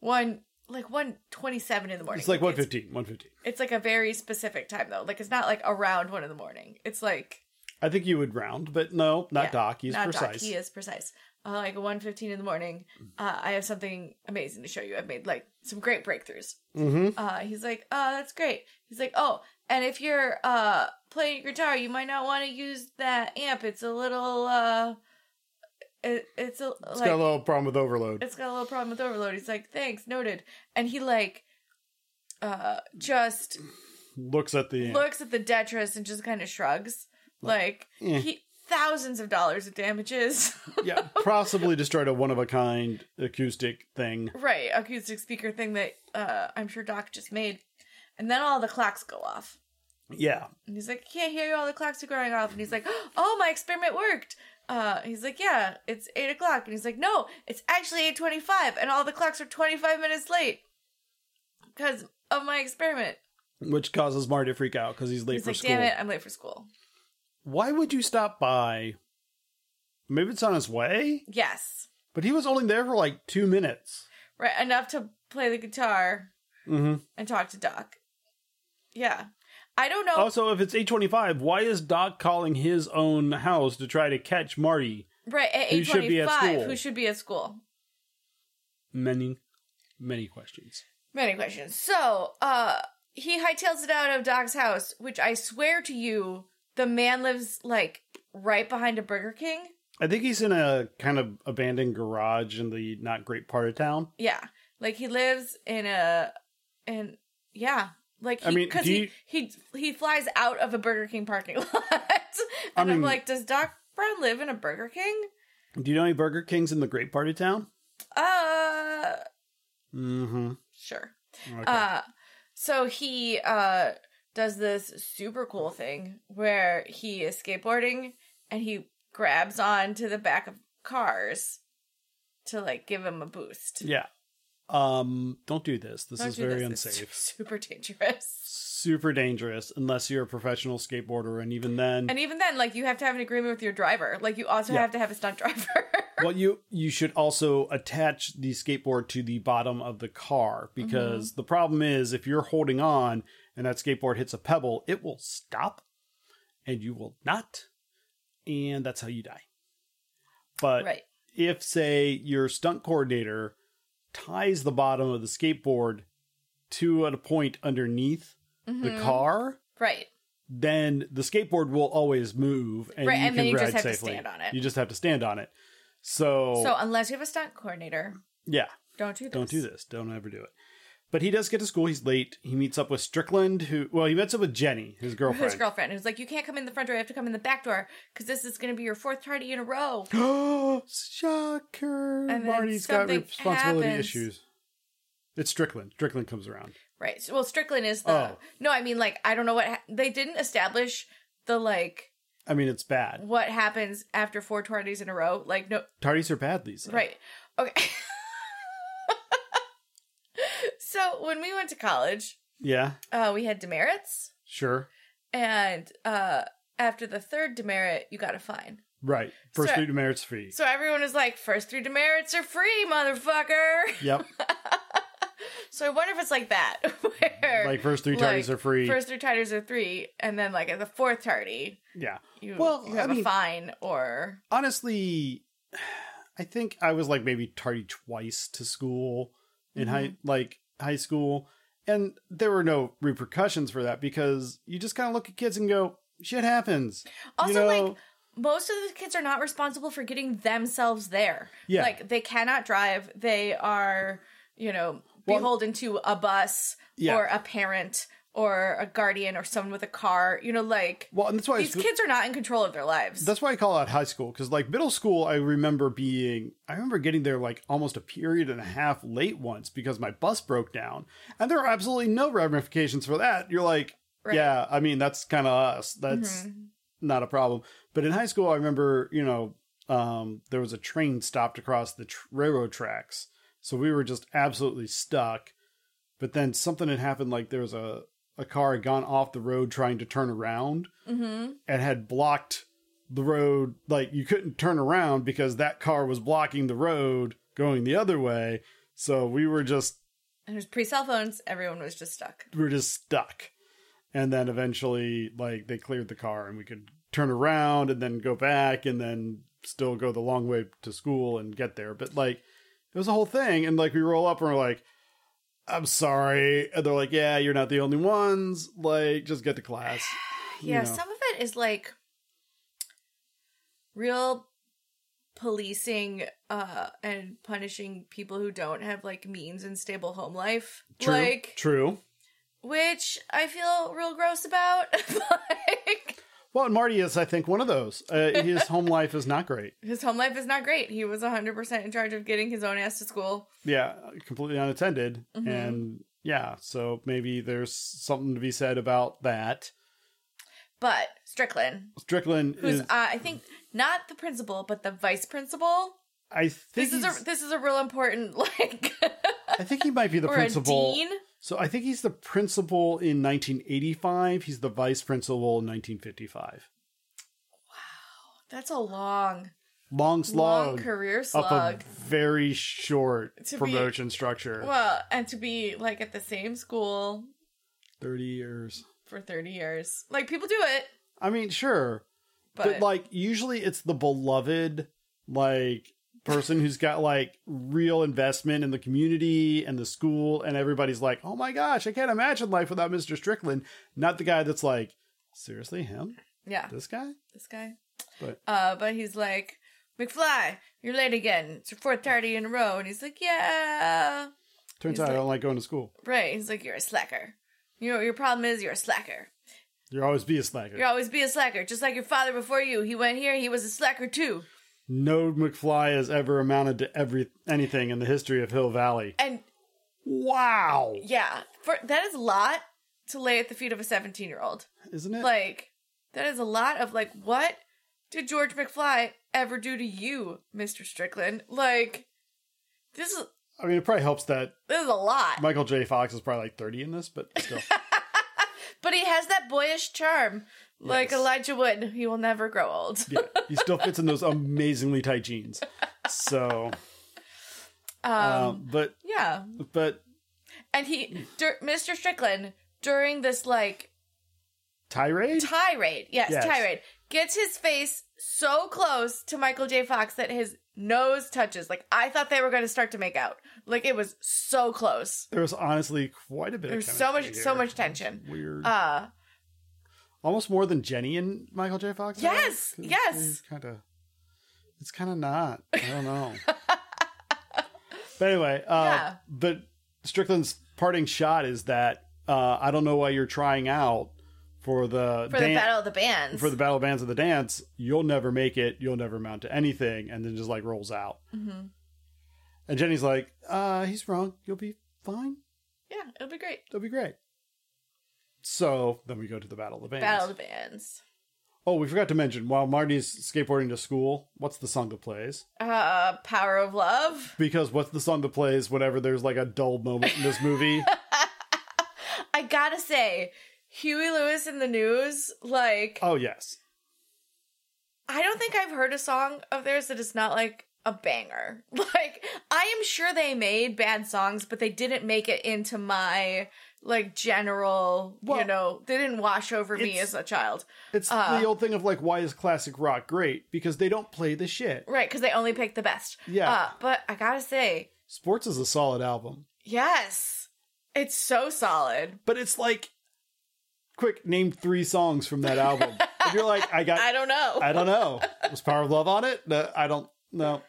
[SPEAKER 2] One like one twenty-seven in the morning.
[SPEAKER 1] it's like 115. 115.
[SPEAKER 2] It's like a very specific time though. Like it's not like around one in the morning. It's like
[SPEAKER 1] I think you would round, but no, not
[SPEAKER 2] Yeah,
[SPEAKER 1] Doc. He's
[SPEAKER 2] not
[SPEAKER 1] precise. Mm-hmm.
[SPEAKER 2] Doc. He is precise. Uh, like one fifteen in the morning. Uh, I have something amazing to show you. I've made like some great breakthroughs.
[SPEAKER 1] hmm
[SPEAKER 2] Uh, he's like, oh, that's great. He's like, oh, and if you're uh playing your guitar, you might not want to use that amp. It's a little uh, it, it's a
[SPEAKER 1] It's
[SPEAKER 2] like
[SPEAKER 1] got a little problem with overload.
[SPEAKER 2] it's got a little problem with overload. He's like, thanks, noted. And he like, uh, just
[SPEAKER 1] Looks at the.
[SPEAKER 2] looks at the detritus and just kind of shrugs, like
[SPEAKER 1] eh.
[SPEAKER 2] he thousands of dollars of damages.
[SPEAKER 1] yeah, possibly destroyed a one of a kind acoustic thing.
[SPEAKER 2] right, acoustic speaker thing that uh I'm sure Doc just made. And then all the clocks go off.
[SPEAKER 1] Yeah.
[SPEAKER 2] And he's like, I can't hear you. All the clocks are going off. And he's like, oh, my experiment worked. Uh, he's like, yeah, it's 8 o'clock. And he's like, no, it's actually 8.25. And all the clocks are 25 minutes late because of my experiment.
[SPEAKER 1] Which causes Marty to freak out because he's late
[SPEAKER 2] He's
[SPEAKER 1] for
[SPEAKER 2] like,
[SPEAKER 1] school.
[SPEAKER 2] damn it, I'm late for school.
[SPEAKER 1] Why would you stop by? Maybe it's on his way?
[SPEAKER 2] Yes.
[SPEAKER 1] But he was only there for like two minutes.
[SPEAKER 2] Right, enough to play the guitar
[SPEAKER 1] Mm-hmm.
[SPEAKER 2] and talk to Doc. Yeah. I don't know.
[SPEAKER 1] Also, if it's 825, why is Doc calling his own house to try to catch Marty?
[SPEAKER 2] right, at
[SPEAKER 1] who should be at
[SPEAKER 2] 8.25,
[SPEAKER 1] school?
[SPEAKER 2] who should be at school?
[SPEAKER 1] Many, many questions.
[SPEAKER 2] Many questions. So, uh, he hightails it out of Doc's house, which I swear to you, the man lives like right behind a Burger King.
[SPEAKER 1] I think he's in a kind of abandoned garage in the not great part of town.
[SPEAKER 2] Yeah, like he lives in a, and yeah, like he,
[SPEAKER 1] I mean,
[SPEAKER 2] because
[SPEAKER 1] do
[SPEAKER 2] he,
[SPEAKER 1] you-
[SPEAKER 2] he he flies out of a Burger King parking lot, and
[SPEAKER 1] I
[SPEAKER 2] I'm
[SPEAKER 1] mean-
[SPEAKER 2] like, does Doc Brown live in a Burger King?
[SPEAKER 1] Do you know any Burger Kings in the great part of town?
[SPEAKER 2] Uh,
[SPEAKER 1] Mm-hmm.
[SPEAKER 2] sure.
[SPEAKER 1] Okay.
[SPEAKER 2] Uh, so he uh does this super cool thing where he is skateboarding and he grabs on to the back of cars to like give him a boost.
[SPEAKER 1] yeah. Um, don't do this. This
[SPEAKER 2] Don't
[SPEAKER 1] is
[SPEAKER 2] do
[SPEAKER 1] very
[SPEAKER 2] this. It's
[SPEAKER 1] unsafe.
[SPEAKER 2] super dangerous.
[SPEAKER 1] Super dangerous unless you're a professional skateboarder, and even then,
[SPEAKER 2] And even then, like you have to have an agreement with your driver. Like you also
[SPEAKER 1] Yeah.
[SPEAKER 2] have to have a stunt driver.
[SPEAKER 1] well, you you should also attach the skateboard to the bottom of the car because
[SPEAKER 2] Mm-hmm.
[SPEAKER 1] the problem is if you're holding on and that skateboard hits a pebble, it will stop, and you will not, and that's how you die. But
[SPEAKER 2] right.
[SPEAKER 1] if say your stunt coordinator ties the bottom of the skateboard to a point underneath
[SPEAKER 2] Mm-hmm.
[SPEAKER 1] the car
[SPEAKER 2] Right.
[SPEAKER 1] then the skateboard will always move and
[SPEAKER 2] Right,
[SPEAKER 1] you
[SPEAKER 2] and
[SPEAKER 1] can
[SPEAKER 2] then you
[SPEAKER 1] ride
[SPEAKER 2] just have to
[SPEAKER 1] safely.
[SPEAKER 2] stand on it.
[SPEAKER 1] You just have to stand on it. So,
[SPEAKER 2] So unless you have a stunt coordinator,
[SPEAKER 1] yeah,
[SPEAKER 2] don't do this.
[SPEAKER 1] Oh. don't do this. Don't ever do it. But he does get to school. He's late. He meets up with Strickland, who well, he meets up with Jenny, his girlfriend.
[SPEAKER 2] His girlfriend who's like, you can't come in the front door. You have to come in the back door because this is going to be your fourth party in a row.
[SPEAKER 1] Oh, shocker!
[SPEAKER 2] And then
[SPEAKER 1] Marty's got
[SPEAKER 2] something
[SPEAKER 1] responsibility
[SPEAKER 2] happens.
[SPEAKER 1] issues. It's Strickland. Strickland comes around.
[SPEAKER 2] Right. So, well, Strickland is the.
[SPEAKER 1] Oh.
[SPEAKER 2] No, I mean, like, I don't know what. Ha- they didn't establish the, like,
[SPEAKER 1] I mean, it's bad.
[SPEAKER 2] what happens after four tardies in a row. Like, no.
[SPEAKER 1] Tardies are bad, Lisa.
[SPEAKER 2] Right. Okay. so, when we went to college,
[SPEAKER 1] Yeah.
[SPEAKER 2] uh, we had demerits.
[SPEAKER 1] Sure.
[SPEAKER 2] And uh, after the third demerit, you got a fine.
[SPEAKER 1] Right. First
[SPEAKER 2] So-
[SPEAKER 1] three demerits free.
[SPEAKER 2] So, everyone is like, first three demerits are free, motherfucker.
[SPEAKER 1] yep.
[SPEAKER 2] So, I wonder if it's like that. Where,
[SPEAKER 1] Like first three tardies
[SPEAKER 2] like,
[SPEAKER 1] are free.
[SPEAKER 2] First three tardies are three. And then, like, at the fourth tardy,
[SPEAKER 1] yeah.
[SPEAKER 2] you,
[SPEAKER 1] Well,
[SPEAKER 2] you have
[SPEAKER 1] I
[SPEAKER 2] a
[SPEAKER 1] mean-
[SPEAKER 2] fine or
[SPEAKER 1] honestly, I think I was like maybe tardy twice to school in high
[SPEAKER 2] Mm-hmm.
[SPEAKER 1] like high school, and there were no repercussions for that because you just kind of look at kids and go, "Shit happens." You
[SPEAKER 2] also
[SPEAKER 1] know?
[SPEAKER 2] like most of the kids are not responsible for getting themselves there
[SPEAKER 1] Yeah.
[SPEAKER 2] like they cannot drive they are you know,
[SPEAKER 1] Well-
[SPEAKER 2] beholden to a bus
[SPEAKER 1] Yeah.
[SPEAKER 2] or a parent or a guardian or someone with a car. You know, like
[SPEAKER 1] Well, and that's why I
[SPEAKER 2] these
[SPEAKER 1] sp-
[SPEAKER 2] kids are not in control of their lives.
[SPEAKER 1] that's why I call out high school because like middle school, I remember being I remember getting there like almost a period and a half late once because my bus broke down, and there are absolutely no ramifications for that. You're like,
[SPEAKER 2] Right.
[SPEAKER 1] yeah, I mean that's kind of us. That's not a problem. But in high school, I remember you know um, there was a train stopped across the tr- railroad tracks, so we were just absolutely stuck. But then something had happened, like there was a a car had gone off the road trying to turn around
[SPEAKER 2] hmm
[SPEAKER 1] and had blocked the road like you couldn't turn around because that car was blocking the road going the other way so we were just
[SPEAKER 2] And there's pre cell phones. Everyone was just stuck.
[SPEAKER 1] we were just stuck and then eventually like they cleared the car and we could turn around and then go back and then still go the long way to school and get there but like it was a whole thing and like we roll up and we're like i'm sorry and they're like yeah you're not the only ones like just get to class you
[SPEAKER 2] yeah,
[SPEAKER 1] know.
[SPEAKER 2] some of it is like real policing uh and punishing people who don't have like means and stable home life.
[SPEAKER 1] true
[SPEAKER 2] Like
[SPEAKER 1] true
[SPEAKER 2] which I feel real gross about. like
[SPEAKER 1] Well, and Marty is, I think, one of those. Uh, his home life is not great.
[SPEAKER 2] his home life is not great. He was 100% in charge of getting his own ass to school.
[SPEAKER 1] Yeah, completely unattended.
[SPEAKER 2] Mhm.
[SPEAKER 1] And yeah, so maybe there's something to be said about that.
[SPEAKER 2] But Strickland,
[SPEAKER 1] Strickland
[SPEAKER 2] who's
[SPEAKER 1] is,
[SPEAKER 2] uh, I think not the principal but the vice principal.
[SPEAKER 1] I think,
[SPEAKER 2] This is
[SPEAKER 1] he's-
[SPEAKER 2] a this is a real important like
[SPEAKER 1] I think he might be the
[SPEAKER 2] or a
[SPEAKER 1] principal.
[SPEAKER 2] dean.
[SPEAKER 1] So I think he's the principal in 1985. He's the vice principal in 1955.
[SPEAKER 2] That's a long
[SPEAKER 1] Long
[SPEAKER 2] long
[SPEAKER 1] slog
[SPEAKER 2] career
[SPEAKER 1] up a
[SPEAKER 2] slog.
[SPEAKER 1] very short
[SPEAKER 2] To be-
[SPEAKER 1] promotion structure.
[SPEAKER 2] Well, and to be like at the same school
[SPEAKER 1] 30 years.
[SPEAKER 2] for 30 years. Like people do it,
[SPEAKER 1] I mean, sure.
[SPEAKER 2] but,
[SPEAKER 1] but like usually it's the beloved like person who's got like real investment in the community and the school and everybody's like oh my gosh i can't imagine life without mr strickland not the guy that's like seriously him
[SPEAKER 2] yeah,
[SPEAKER 1] this guy
[SPEAKER 2] this guy.
[SPEAKER 1] But-
[SPEAKER 2] uh but he's like, "McFly, you're late again. It's your fourth party in a row." And he's like, "Yeah."
[SPEAKER 1] turns
[SPEAKER 2] He's
[SPEAKER 1] out i
[SPEAKER 2] like-
[SPEAKER 1] don't like going to school
[SPEAKER 2] Right. He's like, "You're a slacker. You know, your problem is you're a slacker.
[SPEAKER 1] you'll always be a slacker
[SPEAKER 2] You'll always be a slacker, just like your father before you. He went here, he was a slacker too."
[SPEAKER 1] no mcfly has ever amounted to every anything in the history of hill valley
[SPEAKER 2] And
[SPEAKER 1] wow
[SPEAKER 2] yeah, for that is a lot to lay at the feet of a 17-year-old.
[SPEAKER 1] isn't it
[SPEAKER 2] Like, that is a lot of like, what did George McFly ever do to you, Mr. Strickland? Like, this is
[SPEAKER 1] i mean it probably helps that
[SPEAKER 2] this is a lot.
[SPEAKER 1] michael j fox is probably like 30 in this but still
[SPEAKER 2] but he has that boyish charm. Like
[SPEAKER 1] Yes.
[SPEAKER 2] Elijah Wood, he will never grow old.
[SPEAKER 1] yeah he still fits in those amazingly tight jeans so
[SPEAKER 2] Um,
[SPEAKER 1] um, but
[SPEAKER 2] yeah.
[SPEAKER 1] but
[SPEAKER 2] And he dur- Mr. Strickland during this like
[SPEAKER 1] tirade
[SPEAKER 2] tirade, yes,
[SPEAKER 1] Yes.
[SPEAKER 2] tirade, gets his face so close to Michael J. Fox that his nose touches. Like I thought they were going to start to make out. Like it was so close.
[SPEAKER 1] there was honestly quite a bit.
[SPEAKER 2] There's
[SPEAKER 1] of
[SPEAKER 2] so much,
[SPEAKER 1] chemistry
[SPEAKER 2] so
[SPEAKER 1] here.
[SPEAKER 2] much tension.
[SPEAKER 1] Weird,
[SPEAKER 2] Uh,
[SPEAKER 1] almost more than Jenny and Michael J. Fox.
[SPEAKER 2] Yes, yes.
[SPEAKER 1] Kind of. It's kind of not. I don't know. but anyway, uh,
[SPEAKER 2] Yeah.
[SPEAKER 1] but Strickland's parting shot is that uh, I don't know why you're trying out for the
[SPEAKER 2] for the
[SPEAKER 1] dan-
[SPEAKER 2] battle of the bands.
[SPEAKER 1] for the battle bands of the dance. You'll never make it. You'll never amount to anything, and then just like rolls out.
[SPEAKER 2] Mhm.
[SPEAKER 1] And Jenny's like, uh, "He's wrong. You'll be fine."
[SPEAKER 2] yeah, it'll be great.
[SPEAKER 1] That'd be great. So then we go to the Battle of the Bands.
[SPEAKER 2] Battle of the bands.
[SPEAKER 1] oh, we forgot to mention while Marty's skateboarding to school, what's the song that plays?
[SPEAKER 2] Uh, power of love.
[SPEAKER 1] Because what's the song that plays whenever there's like a dull moment in this movie?
[SPEAKER 2] I gotta say, Huey Lewis in the news. Like
[SPEAKER 1] oh yes,
[SPEAKER 2] I don't think I've heard a song of theirs that is not like a banger. Like I am sure they made bad songs, but they didn't make it into my like general.
[SPEAKER 1] Well,
[SPEAKER 2] you know, they didn't wash over me
[SPEAKER 1] it's-
[SPEAKER 2] as a child,
[SPEAKER 1] it's
[SPEAKER 2] Uh.
[SPEAKER 1] the old thing of like why is classic rock great? Because they don't play the shit.
[SPEAKER 2] right? Because they only picked the best.
[SPEAKER 1] Yeah.
[SPEAKER 2] Uh, but I gotta say,
[SPEAKER 1] Sports is a solid album,
[SPEAKER 2] yes, it's so solid.
[SPEAKER 1] but it's like, quick, name three songs from that album. and you're like, I got,
[SPEAKER 2] I don't know.
[SPEAKER 1] I don't know. Was Power of Love on it? No, I don't know.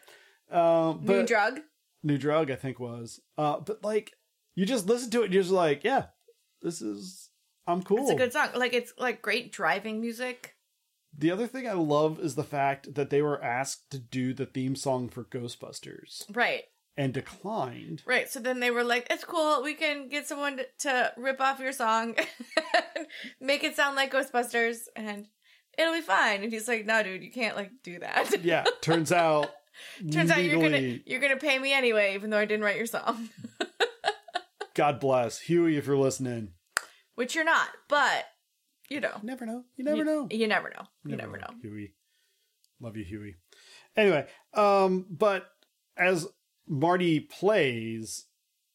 [SPEAKER 1] Uh, but
[SPEAKER 2] New drug.
[SPEAKER 1] New Drug, I think was. Uh, but like, you just listen to it, and you're just like, yeah, this is I'm cool.
[SPEAKER 2] It's a good song. Like it's like great driving music.
[SPEAKER 1] the other thing I love is the fact that they were asked to do the theme song for Ghostbusters
[SPEAKER 2] Right.
[SPEAKER 1] and declined.
[SPEAKER 2] Right. So then they were like, "It's cool. We can get someone to, to rip off your song, and make it sound like Ghostbusters, and it'll be fine." And he's like, "No, dude, you can't like do that.
[SPEAKER 1] Yeah, turns out.
[SPEAKER 2] Turns out you're gonna
[SPEAKER 1] legally-
[SPEAKER 2] you're gonna pay me anyway, even though I didn't write your song,
[SPEAKER 1] God bless Huey if you're listening.
[SPEAKER 2] which you're not. But you know,
[SPEAKER 1] You never know. You never know.
[SPEAKER 2] You never know. You never know.
[SPEAKER 1] Huey. Love you, Huey. Anyway, um, but as Marty plays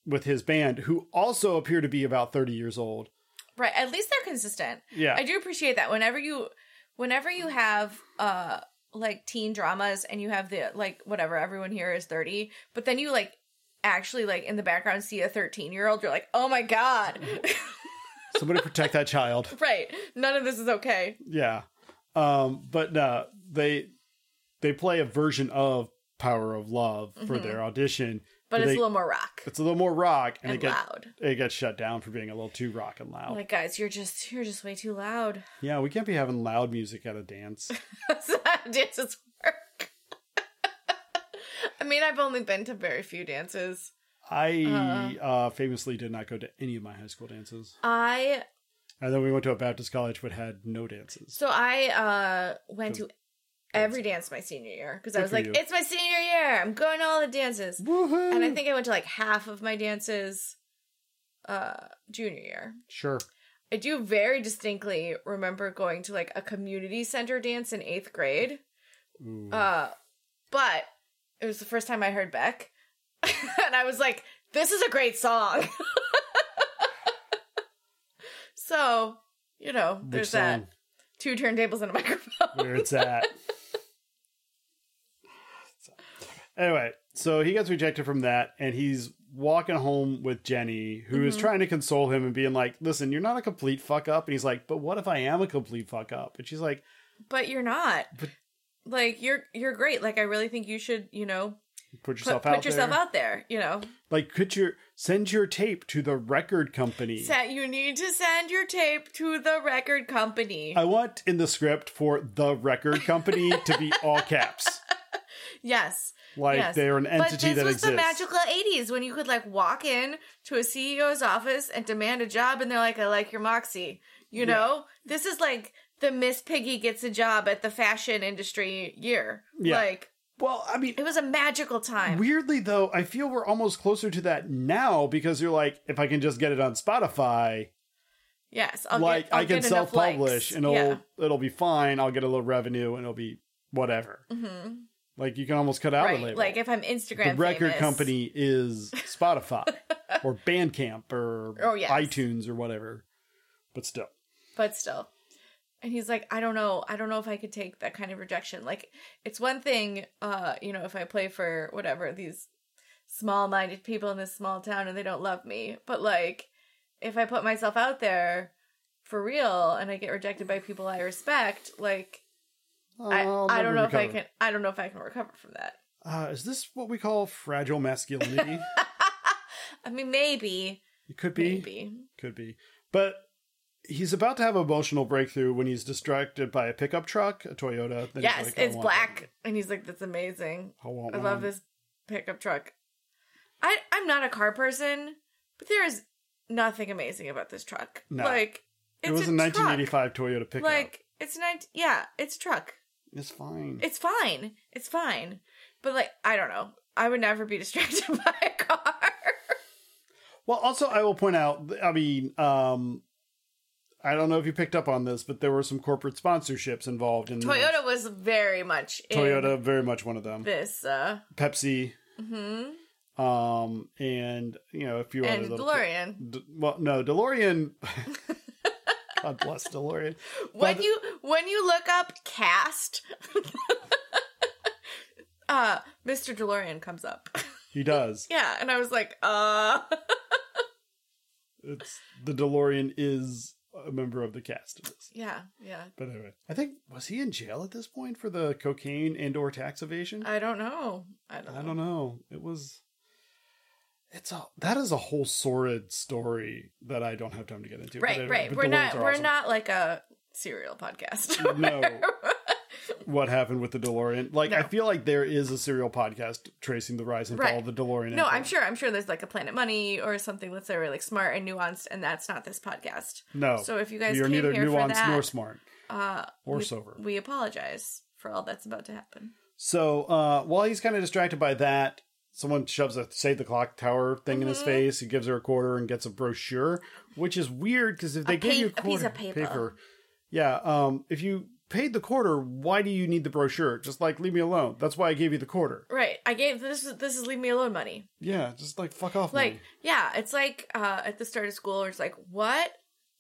[SPEAKER 1] with his band, who also appear to be about 30 years old.
[SPEAKER 2] Right. At least they're consistent.
[SPEAKER 1] Yeah.
[SPEAKER 2] I do appreciate that. Whenever you whenever you have uh like teen dramas and you have the like whatever, everyone here is 30, but then you like actually like in the background see a 13 year old, you're like, oh my god.
[SPEAKER 1] Somebody protect that child.
[SPEAKER 2] right. None of this is okay.
[SPEAKER 1] Yeah. Um, but uh, they they play a version of Power of Love for
[SPEAKER 2] Mm-hmm.
[SPEAKER 1] their audition.
[SPEAKER 2] But
[SPEAKER 1] Do
[SPEAKER 2] it's
[SPEAKER 1] they-
[SPEAKER 2] a little more rock
[SPEAKER 1] it's a little more rock and, it
[SPEAKER 2] and
[SPEAKER 1] got
[SPEAKER 2] loud.
[SPEAKER 1] it got shut down for being a little too rock and loud.
[SPEAKER 2] Like guys, you're just you're just way too loud.
[SPEAKER 1] yeah, we can't be having loud music at a dance.
[SPEAKER 2] That's not how dances work. I mean, I've only been to very few dances.
[SPEAKER 1] I
[SPEAKER 2] Uh-huh.
[SPEAKER 1] uh, famously did not go to any of my high school dances.
[SPEAKER 2] I
[SPEAKER 1] And then we went to a Baptist college but had no dances.
[SPEAKER 2] So I uh went to
[SPEAKER 1] Good.
[SPEAKER 2] every dance my senior year because I
[SPEAKER 1] Good
[SPEAKER 2] was
[SPEAKER 1] for
[SPEAKER 2] like,
[SPEAKER 1] you.
[SPEAKER 2] it's my senior year. I'm going to all the dances.
[SPEAKER 1] Woohoo!
[SPEAKER 2] And I think I went to like half of my dances uh junior year.
[SPEAKER 1] sure.
[SPEAKER 2] I do very distinctly remember going to like a community center dance in 8th grade.
[SPEAKER 1] Ooh.
[SPEAKER 2] Uh but it was the first time I heard Beck. and I was like, this is a great song. so, you know,
[SPEAKER 1] Which
[SPEAKER 2] there's that
[SPEAKER 1] song?
[SPEAKER 2] two turntables and a microphone.
[SPEAKER 1] Where it's at. So, Anyway, so he gets rejected from that, and he's walking home with Jenny, who is
[SPEAKER 2] Mm-hmm.
[SPEAKER 1] trying to console him and being like, "Listen, you're not a complete fuck up." And he's like, "But what if I am a complete fuck up?" And she's like,
[SPEAKER 2] but you're not.
[SPEAKER 1] But-
[SPEAKER 2] like you're you're great. Like I really think you should, you know,
[SPEAKER 1] "Put
[SPEAKER 2] put,
[SPEAKER 1] yourself
[SPEAKER 2] put
[SPEAKER 1] out
[SPEAKER 2] yourself
[SPEAKER 1] there.
[SPEAKER 2] out there. You know,
[SPEAKER 1] Like, could you send your tape to the record company?"
[SPEAKER 2] Sa- you need to send your tape to the record company.
[SPEAKER 1] I want in the script for the record company to be all caps.
[SPEAKER 2] yes,
[SPEAKER 1] Like
[SPEAKER 2] yes.
[SPEAKER 1] they're an
[SPEAKER 2] But
[SPEAKER 1] entity
[SPEAKER 2] this
[SPEAKER 1] that
[SPEAKER 2] was
[SPEAKER 1] exists.
[SPEAKER 2] the magical '80s when you could like walk in to a CEO's office and demand a job, and they're like, "I like your moxie." You know, this is like the Miss Piggy gets a job at the fashion industry year.
[SPEAKER 1] Yeah.
[SPEAKER 2] Like
[SPEAKER 1] well, I mean,
[SPEAKER 2] it was a magical time.
[SPEAKER 1] Weirdly, though, I feel we're almost closer to that now because you're like, if I can just get it on Spotify,
[SPEAKER 2] yes, I'll
[SPEAKER 1] like
[SPEAKER 2] get, I'll
[SPEAKER 1] I can
[SPEAKER 2] get enough likes.
[SPEAKER 1] self-publish and it'll
[SPEAKER 2] Yeah.
[SPEAKER 1] it'll be fine. I'll get a little revenue and it'll be whatever.
[SPEAKER 2] Mhm.
[SPEAKER 1] Like you can almost cut out a
[SPEAKER 2] right.
[SPEAKER 1] label.
[SPEAKER 2] Like if I'm Instagram,
[SPEAKER 1] the record
[SPEAKER 2] famous.
[SPEAKER 1] company is Spotify or Bandcamp or
[SPEAKER 2] Oh, yes.
[SPEAKER 1] iTunes or whatever. But still,
[SPEAKER 2] but still. And he's like, I don't know, I don't know if I could take that kind of rejection. Like, it's one thing, uh, you know, if I play for whatever these small-minded people in this small town and they don't love me, but like, if I put myself out there for real and I get rejected by people I respect, like, I,
[SPEAKER 1] Oh, I'll
[SPEAKER 2] I
[SPEAKER 1] never
[SPEAKER 2] don't know if I
[SPEAKER 1] recover.
[SPEAKER 2] can, I don't know if I can recover from that.
[SPEAKER 1] Uh, is this what we call fragile masculinity?
[SPEAKER 2] I mean, maybe,
[SPEAKER 1] it could be.
[SPEAKER 2] maybe,
[SPEAKER 1] Could be. But he's about to have an emotional breakthrough when he's distracted by a pickup truck, a Toyota. Then he's
[SPEAKER 2] yes,
[SPEAKER 1] like, I
[SPEAKER 2] it's
[SPEAKER 1] want
[SPEAKER 2] black, and he's like, that's amazing.
[SPEAKER 1] one. I, want
[SPEAKER 2] I love
[SPEAKER 1] one.
[SPEAKER 2] this pickup truck. I I'm not a car person, but there is nothing amazing about this truck.
[SPEAKER 1] No.
[SPEAKER 2] Like it's
[SPEAKER 1] It was a
[SPEAKER 2] a
[SPEAKER 1] 1985 Toyota
[SPEAKER 2] Truck.
[SPEAKER 1] pickup.
[SPEAKER 2] Like it's not yeah, it's truck.
[SPEAKER 1] it's fine.
[SPEAKER 2] It's fine. It's fine. But like I don't know. I would never be distracted by a car.
[SPEAKER 1] well, also I will point out. I mean, um, I don't know if you picked up on this, but there were some corporate sponsorships involved in this.
[SPEAKER 2] Toyota was very much in
[SPEAKER 1] Mm. Toyota, very much one of them.
[SPEAKER 2] this uh
[SPEAKER 1] Pepsi,
[SPEAKER 2] mhm,
[SPEAKER 1] um, and you know a few other
[SPEAKER 2] and
[SPEAKER 1] little.
[SPEAKER 2] DeLorean.
[SPEAKER 1] D- well, no, DeLorean. God bless DeLorean.
[SPEAKER 2] When
[SPEAKER 1] But-
[SPEAKER 2] you when you look up cast uh Mr. DeLorean comes up.
[SPEAKER 1] He does.
[SPEAKER 2] Yeah, and I was like, uh
[SPEAKER 1] It's the DeLorean is a member of the cast of this.
[SPEAKER 2] Yeah, yeah.
[SPEAKER 1] But anyway, I think was he in jail at this point for the cocaine and or tax evasion?
[SPEAKER 2] I don't know. I don't,
[SPEAKER 1] I don't know. It was It's a that is a whole sordid story that I don't have time to get into. but
[SPEAKER 2] right,
[SPEAKER 1] it-
[SPEAKER 2] right.
[SPEAKER 1] but
[SPEAKER 2] We're
[SPEAKER 1] the
[SPEAKER 2] not
[SPEAKER 1] Lords are
[SPEAKER 2] we're
[SPEAKER 1] awesome.
[SPEAKER 2] not like a serial podcast.
[SPEAKER 1] No. What happened with the DeLorean? Like I
[SPEAKER 2] No.
[SPEAKER 1] feel like there is a serial podcast tracing the rise and fall
[SPEAKER 2] Right.
[SPEAKER 1] of the DeLorean.
[SPEAKER 2] no,
[SPEAKER 1] empire.
[SPEAKER 2] I'm sure I'm sure there's like a Planet Money or something that's very like smart and nuanced, and that's not this podcast.
[SPEAKER 1] No,
[SPEAKER 2] So if you guys
[SPEAKER 1] you're
[SPEAKER 2] came
[SPEAKER 1] neither
[SPEAKER 2] here for
[SPEAKER 1] nuanced
[SPEAKER 2] that,
[SPEAKER 1] nor smart
[SPEAKER 2] Uh,
[SPEAKER 1] or
[SPEAKER 2] we,
[SPEAKER 1] sober.
[SPEAKER 2] we apologize for all that's about to happen.
[SPEAKER 1] So uh, while he's kind of distracted by that, someone shoves a save the clock tower thing in
[SPEAKER 2] Mm-hmm.
[SPEAKER 1] his face. He gives her a quarter and gets a brochure, which is weird because if they give
[SPEAKER 2] pa-
[SPEAKER 1] you a
[SPEAKER 2] a piece
[SPEAKER 1] quarter
[SPEAKER 2] of paper.
[SPEAKER 1] yeah, um, if you paid the quarter, why do you need the brochure? Just like leave me alone. That's why I gave you the quarter.
[SPEAKER 2] Right. I gave this is this is leave me alone money.
[SPEAKER 1] Yeah, just like fuck off.
[SPEAKER 2] Like,
[SPEAKER 1] man.
[SPEAKER 2] yeah, it's like uh at the start of school it's like, what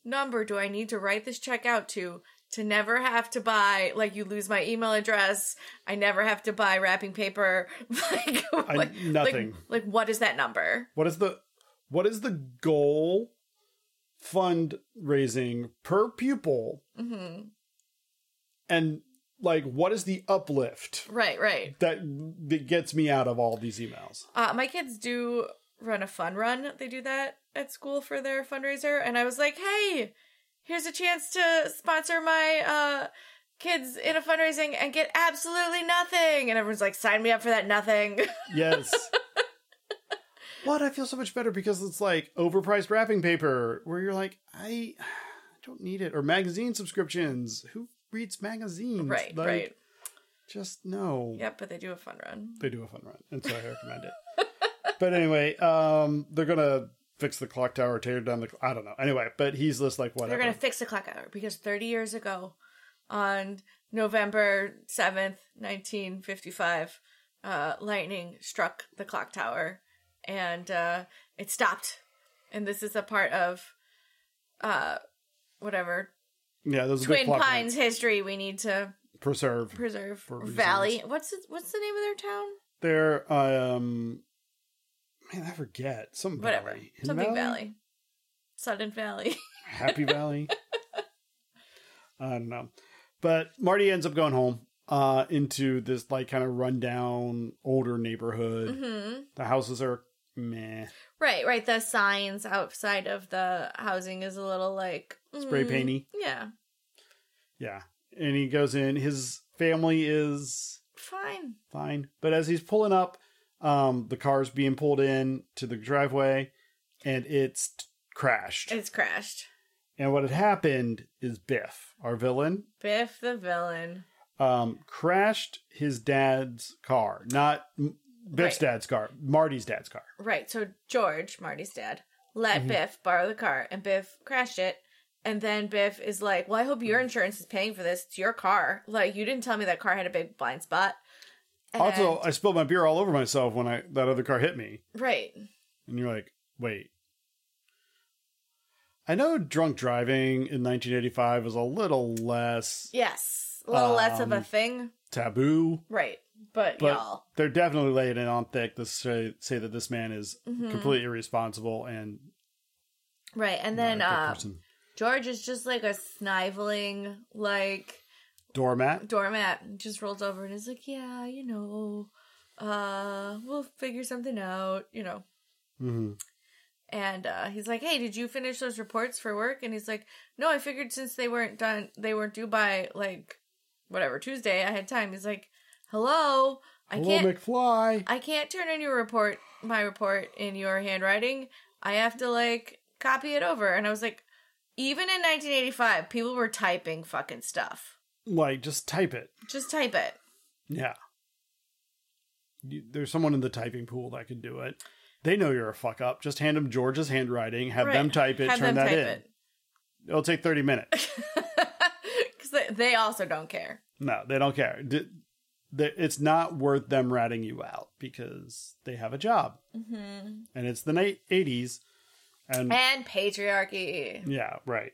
[SPEAKER 2] number do I need to write this check out to to never have to buy like you lose my email address, I never have to buy wrapping paper, like, like
[SPEAKER 1] nothing.
[SPEAKER 2] Like, like what is that number?
[SPEAKER 1] what is the what is the goal fundraising per pupil?
[SPEAKER 2] hmm
[SPEAKER 1] And like, what is the uplift?
[SPEAKER 2] Right, right.
[SPEAKER 1] that that gets me out of all these emails.
[SPEAKER 2] Uh, my kids do run a fun run. They do that at school for their fundraiser, and I was like, "Hey, here's a chance to sponsor my uh, kids in a fundraising and get absolutely nothing." And everyone's like, "Sign me up for that nothing."
[SPEAKER 1] Yes. what I feel so much better because it's like overpriced wrapping paper where you're like I, I don't need it or magazine subscriptions. Who reads magazines?
[SPEAKER 2] right,
[SPEAKER 1] Like,
[SPEAKER 2] right.
[SPEAKER 1] Just no.
[SPEAKER 2] Yep, but they do a fun run.
[SPEAKER 1] They do a fun run, and so I recommend it. but anyway, um, they're gonna fix the clock tower, tear down the. I don't know. Anyway, but he's just like whatever.
[SPEAKER 2] They're gonna fix the clock hour because 30 years ago, on November 7th, 1955, uh, lightning struck the clock tower, and uh, it stopped. And this is a part of, uh, whatever
[SPEAKER 1] yeah, those are
[SPEAKER 2] Twin
[SPEAKER 1] good plot
[SPEAKER 2] Pines
[SPEAKER 1] points.
[SPEAKER 2] history we need to
[SPEAKER 1] Preserve.
[SPEAKER 2] preserve.
[SPEAKER 1] For reasons.
[SPEAKER 2] Valley. What's it, what's the name of their town?
[SPEAKER 1] They're um, man, I forget some
[SPEAKER 2] Whatever.
[SPEAKER 1] valley. Hidden
[SPEAKER 2] Something Valley. Sudden Valley.
[SPEAKER 1] Happy Valley. I don't know. But Marty ends up going home uh, into this like kind of rundown older neighborhood.
[SPEAKER 2] hmm
[SPEAKER 1] The houses are meh,
[SPEAKER 2] Right, right. The signs outside of the housing is a little like
[SPEAKER 1] spray
[SPEAKER 2] mm,
[SPEAKER 1] painty.
[SPEAKER 2] Yeah,
[SPEAKER 1] Yeah. And he goes in. His family is
[SPEAKER 2] fine.
[SPEAKER 1] fine. But as he's pulling up, um, the car's being pulled in to the driveway and it's t- crashed.
[SPEAKER 2] It's crashed.
[SPEAKER 1] and what had happened is Biff, our villain,
[SPEAKER 2] Biff the villain.
[SPEAKER 1] um, crashed his dad's car, not M- Biff's
[SPEAKER 2] Right.
[SPEAKER 1] dad's car, Marty's dad's car.
[SPEAKER 2] Right. So George, Marty's dad, let
[SPEAKER 1] Mm-hmm.
[SPEAKER 2] Biff borrow the car, and Biff crashed it. And then Biff is like, "Well, I hope
[SPEAKER 1] Mm.
[SPEAKER 2] your insurance is paying for this. It's your car. Like you didn't tell me that car had a big blind spot." And-
[SPEAKER 1] Also, I spilled my beer all over myself when I that other car hit me,
[SPEAKER 2] right.
[SPEAKER 1] and you're like, wait. I know drunk driving in 1985 was a little less
[SPEAKER 2] Yes, a little less of a
[SPEAKER 1] Um,
[SPEAKER 2] thing.
[SPEAKER 1] taboo,
[SPEAKER 2] Right. But,
[SPEAKER 1] but
[SPEAKER 2] y'all,
[SPEAKER 1] they're definitely laying it on thick to say, say that this man is
[SPEAKER 2] Mhm.
[SPEAKER 1] completely irresponsible and
[SPEAKER 2] right. And then
[SPEAKER 1] not a good
[SPEAKER 2] uh,
[SPEAKER 1] person.
[SPEAKER 2] George is just like a sniveling, like
[SPEAKER 1] doormat.
[SPEAKER 2] doormat just rolls over and is like, "Yeah, you know, uh, we'll figure something out, you know."
[SPEAKER 1] hmm
[SPEAKER 2] And uh, he's like, "Hey, did you finish those reports for work?" And he's like, "No, I figured since they weren't done, they weren't due by like whatever Tuesday. I had time." He's like, "Hello, I
[SPEAKER 1] Hello,
[SPEAKER 2] can't,
[SPEAKER 1] McFly.
[SPEAKER 2] I can't turn in your report, my report in your handwriting. I have to like copy it over." And I was like, "Even in 1985, people were typing fucking stuff.
[SPEAKER 1] Like, just type it.
[SPEAKER 2] Just type it." Mm-hmm.
[SPEAKER 1] Yeah. You, there's someone in the typing pool that can do it. They know you're a fuck up. Just hand them George's handwriting, have them
[SPEAKER 2] Right.
[SPEAKER 1] type it,
[SPEAKER 2] Have
[SPEAKER 1] turn
[SPEAKER 2] them
[SPEAKER 1] that
[SPEAKER 2] type
[SPEAKER 1] in.
[SPEAKER 2] it.
[SPEAKER 1] It. will take 30 minutes.
[SPEAKER 2] Because they, they also don't care.
[SPEAKER 1] no, they don't care. D- th- It's not worth them ratting you out because they have a job.
[SPEAKER 2] Mm-hmm.
[SPEAKER 1] And it's the ni- 80s. And
[SPEAKER 2] And patriarchy.
[SPEAKER 1] yeah, right.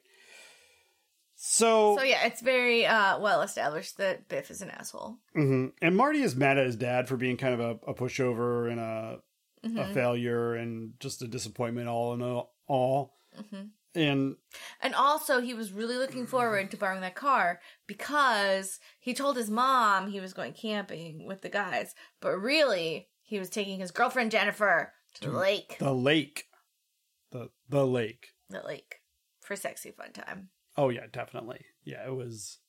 [SPEAKER 1] So,
[SPEAKER 2] So yeah, it's very uh, well established that Biff is an asshole.
[SPEAKER 1] mhm. and Marty is mad at his dad for being kind of a, a pushover and a,
[SPEAKER 2] Mm-hmm.
[SPEAKER 1] a failure and just a disappointment all in all. all.
[SPEAKER 2] Mm-hmm.
[SPEAKER 1] And
[SPEAKER 2] And also, he was really looking
[SPEAKER 1] Mm.
[SPEAKER 2] forward to borrowing that car because he told his mom he was going camping with the guys, but really he was taking his girlfriend Jennifer To the lake.
[SPEAKER 1] The lake. The the lake.
[SPEAKER 2] The lake. For sexy fun time.
[SPEAKER 1] Oh yeah, definitely. Yeah, it was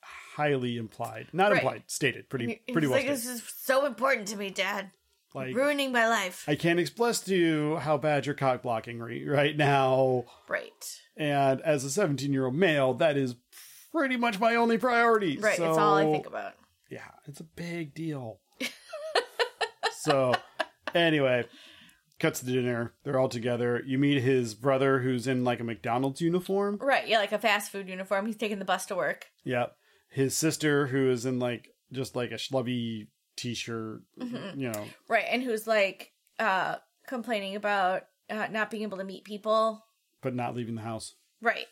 [SPEAKER 1] highly implied. Not
[SPEAKER 2] Right.
[SPEAKER 1] implied, stated. Pretty
[SPEAKER 2] He's
[SPEAKER 1] pretty well
[SPEAKER 2] like, this
[SPEAKER 1] stated.
[SPEAKER 2] is so important to me, Dad.
[SPEAKER 1] Like
[SPEAKER 2] Ruining my life.
[SPEAKER 1] I can't express to you how bad you're cock blocking re- right now.
[SPEAKER 2] right.
[SPEAKER 1] And as a 17 year old male, that is pretty much my only priority.
[SPEAKER 2] Right. it's all I
[SPEAKER 1] So,
[SPEAKER 2] think about.
[SPEAKER 1] Yeah, it's a big deal. so, anyway, cuts to dinner. They're all together. You meet his brother who's in like a McDonald's uniform.
[SPEAKER 2] Right. Yeah, like a fast food uniform. He's taking the bus to work.
[SPEAKER 1] Yep. His sister who is in like just like a schlubby t shirt,
[SPEAKER 2] Mhm.
[SPEAKER 1] you know.
[SPEAKER 2] Right. And who's like uh complaining about uh, not being able to meet people.
[SPEAKER 1] But not leaving the house.
[SPEAKER 2] Right.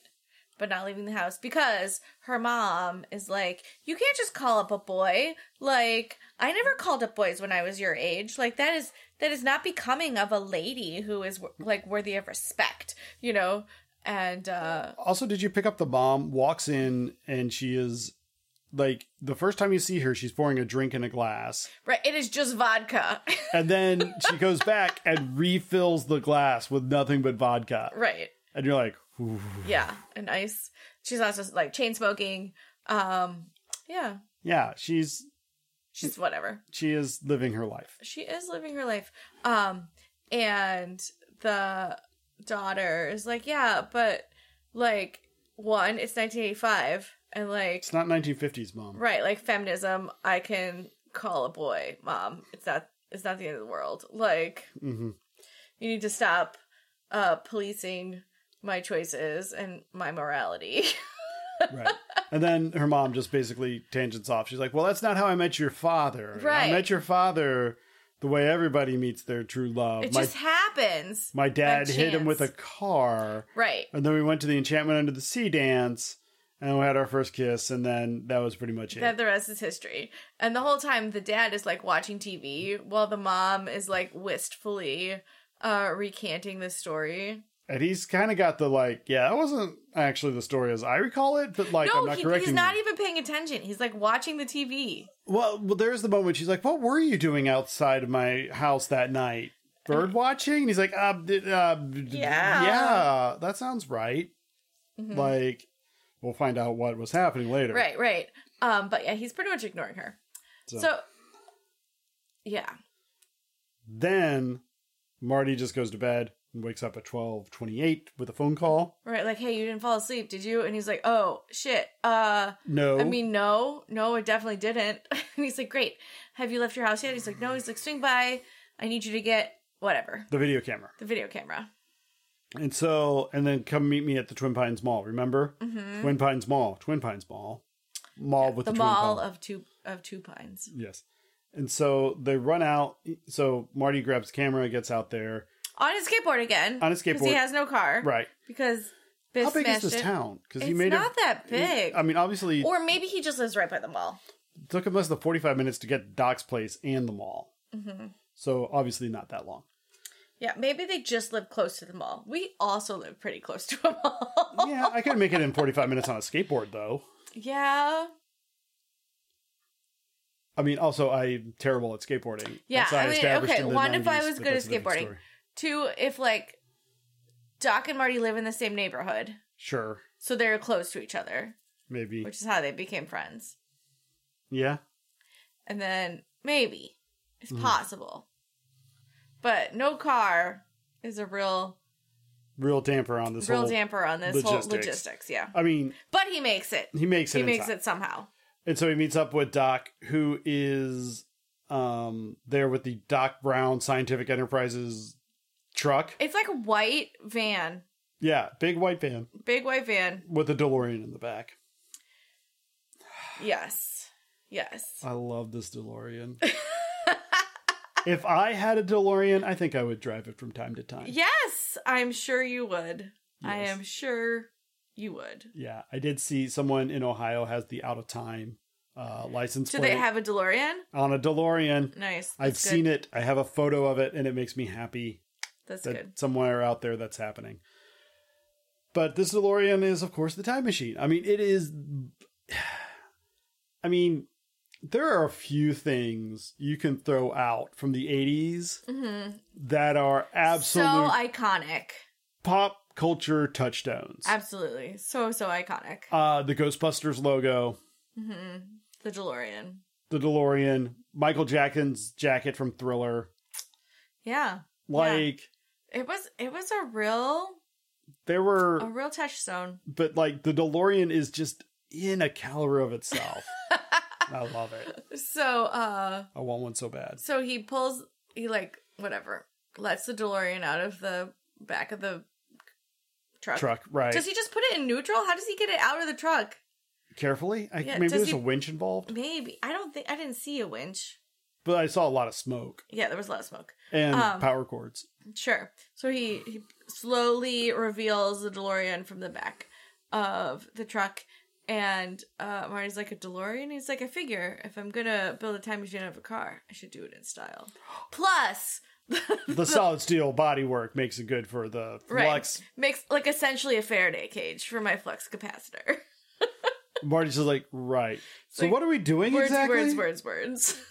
[SPEAKER 2] But not leaving the house because her mom is like, you can't just call up a boy. Like, I never called up boys when I was your age. Like that is that is not becoming of a lady who is like worthy of respect, you know? And uh
[SPEAKER 1] Also, did you pick up the mom walks in and she is like the first time you see her, she's pouring a drink in a glass.
[SPEAKER 2] right, it is just vodka.
[SPEAKER 1] And then she goes back and refills the glass with nothing but vodka.
[SPEAKER 2] right.
[SPEAKER 1] And you're like, "Ooh."
[SPEAKER 2] Yeah. And ice. She's also like chain smoking. Um yeah.
[SPEAKER 1] yeah, she's
[SPEAKER 2] She's whatever.
[SPEAKER 1] she is living her life.
[SPEAKER 2] she is living her life. Um, and the daughter is like, yeah, but like one, it's 1985, and like
[SPEAKER 1] It's not 1950s, mom.
[SPEAKER 2] right, like feminism, I can call a boy, mom. It's not, it's not the end of the world. Like
[SPEAKER 1] hmm
[SPEAKER 2] you need to stop, uh, policing my choices and my morality.
[SPEAKER 1] Right. and then her mom just basically tangents off. She's like, "Well, that's not how I met your father.
[SPEAKER 2] Right.
[SPEAKER 1] I met your father the way everybody meets their true love.
[SPEAKER 2] it
[SPEAKER 1] my
[SPEAKER 2] just happens,
[SPEAKER 1] my dad hit him
[SPEAKER 2] chance.
[SPEAKER 1] with a car."
[SPEAKER 2] right?
[SPEAKER 1] And then we went to the Enchantment Under the Sea dance, and we had our first kiss, and then that was pretty much it.
[SPEAKER 2] Then the rest is history. And the whole time, the dad is like watching TV while the mom is like wistfully uh, recanting this story.
[SPEAKER 1] and he's kind of got the like, yeah, that wasn't actually the story as I recall it, but like, I'm
[SPEAKER 2] no,
[SPEAKER 1] not
[SPEAKER 2] he,
[SPEAKER 1] correcting
[SPEAKER 2] he's not
[SPEAKER 1] you.
[SPEAKER 2] even paying attention. He's like watching the TV.
[SPEAKER 1] well, well, there's the moment she's like, "What were you doing outside of my house that night? Bird watching?" And he's like, uh, d- uh, d- d-
[SPEAKER 2] Mm-hmm. Yeah. Mm-hmm.
[SPEAKER 1] yeah, that sounds right." Like, we'll find out what was happening later.
[SPEAKER 2] Right, right. Um, but yeah, he's pretty much ignoring her.
[SPEAKER 1] So-
[SPEAKER 2] so yeah,
[SPEAKER 1] Then Marty just goes to bed and wakes up at twelve twenty-eight with a phone call.
[SPEAKER 2] right. Like, hey, you didn't fall asleep, did you? And he's like, oh shit. Uh,
[SPEAKER 1] No,
[SPEAKER 2] I mean, no, no, it definitely didn't. and he's like, great. Have you left your house yet? He's like, no. He's like, swing by. I need you to get whatever
[SPEAKER 1] the video camera.
[SPEAKER 2] the video camera.
[SPEAKER 1] And so, and then come meet me at the Twin Pines Mall. Remember, Twin Pines Mall, Twin Pines Mall, mall with the,
[SPEAKER 2] Mm-hmm. the mall
[SPEAKER 1] Twin Pines.
[SPEAKER 2] of two of two pines.
[SPEAKER 1] yes. And so they run out. e, So Marty grabs camera, gets out there.
[SPEAKER 2] On his skateboard again.
[SPEAKER 1] On his
[SPEAKER 2] Because he
[SPEAKER 1] skateboard.
[SPEAKER 2] has no car.
[SPEAKER 1] Right.
[SPEAKER 2] Because Biff
[SPEAKER 1] How big is
[SPEAKER 2] smashed
[SPEAKER 1] this
[SPEAKER 2] it.
[SPEAKER 1] town? Because he
[SPEAKER 2] It's
[SPEAKER 1] made
[SPEAKER 2] not
[SPEAKER 1] it.
[SPEAKER 2] that big.
[SPEAKER 1] I mean, obviously,
[SPEAKER 2] Or maybe he just lives right by the mall.
[SPEAKER 1] it took him less than forty-five minutes to get to Doc's place and the mall.
[SPEAKER 2] Mm-hmm.
[SPEAKER 1] So obviously, not that long.
[SPEAKER 2] Yeah, maybe they just live close to the mall. We also live pretty close to a mall.
[SPEAKER 1] Yeah, I could make it in forty-five minutes on a skateboard, though.
[SPEAKER 2] yeah.
[SPEAKER 1] I mean, also, I'm terrible at skateboarding.
[SPEAKER 2] Yeah,
[SPEAKER 1] That's how
[SPEAKER 2] I mean,
[SPEAKER 1] established
[SPEAKER 2] okay,
[SPEAKER 1] in the
[SPEAKER 2] one, if I
[SPEAKER 1] 90s,
[SPEAKER 2] was
[SPEAKER 1] but
[SPEAKER 2] good at
[SPEAKER 1] that's a different
[SPEAKER 2] skateboarding.
[SPEAKER 1] story.
[SPEAKER 2] Two, if like Doc and Marty live in the same neighborhood,
[SPEAKER 1] Sure,
[SPEAKER 2] so they're close to each other,
[SPEAKER 1] maybe.
[SPEAKER 2] which is how they became friends.
[SPEAKER 1] Yeah.
[SPEAKER 2] and then maybe it's
[SPEAKER 1] Mm-hmm.
[SPEAKER 2] possible. But no car is a real
[SPEAKER 1] real damper on this
[SPEAKER 2] real
[SPEAKER 1] whole
[SPEAKER 2] damper on this whole
[SPEAKER 1] logistics.
[SPEAKER 2] logistics, yeah.
[SPEAKER 1] I mean,
[SPEAKER 2] But he makes it.
[SPEAKER 1] he makes it.
[SPEAKER 2] He makes
[SPEAKER 1] inside.
[SPEAKER 2] it somehow.
[SPEAKER 1] And so he meets up with Doc, who is um there with the Doc Brown Scientific Enterprises truck.
[SPEAKER 2] It's like a white van,
[SPEAKER 1] Yeah, big white van
[SPEAKER 2] big white van.
[SPEAKER 1] with a DeLorean in the back.
[SPEAKER 2] Yes. Yes.
[SPEAKER 1] I love this DeLorean. if I had a DeLorean, I think I would drive it from time to time.
[SPEAKER 2] Yes, I'm sure you would. I
[SPEAKER 1] Yes.
[SPEAKER 2] am sure you would.
[SPEAKER 1] Yeah, I did see someone in Ohio has the out of time uh license
[SPEAKER 2] Do
[SPEAKER 1] plate
[SPEAKER 2] they have a DeLorean?
[SPEAKER 1] on a DeLorean.
[SPEAKER 2] Nice.
[SPEAKER 1] I've
[SPEAKER 2] That's good.
[SPEAKER 1] seen it. I have a photo of it and it makes me happy.
[SPEAKER 2] That's
[SPEAKER 1] that
[SPEAKER 2] good.
[SPEAKER 1] somewhere out there that's happening. But this DeLorean is, of course, the time machine. I mean, it is. I mean, there are a few things you can throw out from the 80s that are absolute
[SPEAKER 2] Mm-hmm. So iconic.
[SPEAKER 1] pop culture touchstones.
[SPEAKER 2] Absolutely. So, so iconic. Mm-hmm.
[SPEAKER 1] uh, the Ghostbusters logo,
[SPEAKER 2] The DeLorean.
[SPEAKER 1] the DeLorean, Michael Jackson's jacket from Thriller.
[SPEAKER 2] Yeah.
[SPEAKER 1] Like,
[SPEAKER 2] It was it was a real
[SPEAKER 1] there were,
[SPEAKER 2] a real touchstone.
[SPEAKER 1] but like, the DeLorean is just in a calorie of itself. I love it.
[SPEAKER 2] So uh
[SPEAKER 1] I want one so bad.
[SPEAKER 2] so he pulls he like whatever lets the DeLorean out of the back of the truck.
[SPEAKER 1] Truck, right.
[SPEAKER 2] Does he just put it in neutral? How does he get it out of the truck?
[SPEAKER 1] Carefully? I,
[SPEAKER 2] Yeah,
[SPEAKER 1] maybe
[SPEAKER 2] does
[SPEAKER 1] there's
[SPEAKER 2] he-
[SPEAKER 1] a winch involved,
[SPEAKER 2] Maybe I don't think I didn't see a winch.
[SPEAKER 1] but I saw a lot of smoke
[SPEAKER 2] Yeah, there was a lot of smoke.
[SPEAKER 1] and
[SPEAKER 2] Um,
[SPEAKER 1] power cords.
[SPEAKER 2] Sure. So he, he slowly reveals the DeLorean from the back of the truck. And uh, Marty's like, a DeLorean? He's like, I figure if I'm going to build a time machine out of a car, I should do it in style. Plus,
[SPEAKER 1] The solid steel bodywork makes it good for the
[SPEAKER 2] right,
[SPEAKER 1] flux.
[SPEAKER 2] makes like essentially a Faraday cage for my flux capacitor.
[SPEAKER 1] Marty's just like, right. So
[SPEAKER 2] like,
[SPEAKER 1] what are we doing
[SPEAKER 2] words,
[SPEAKER 1] exactly?
[SPEAKER 2] words, words, words.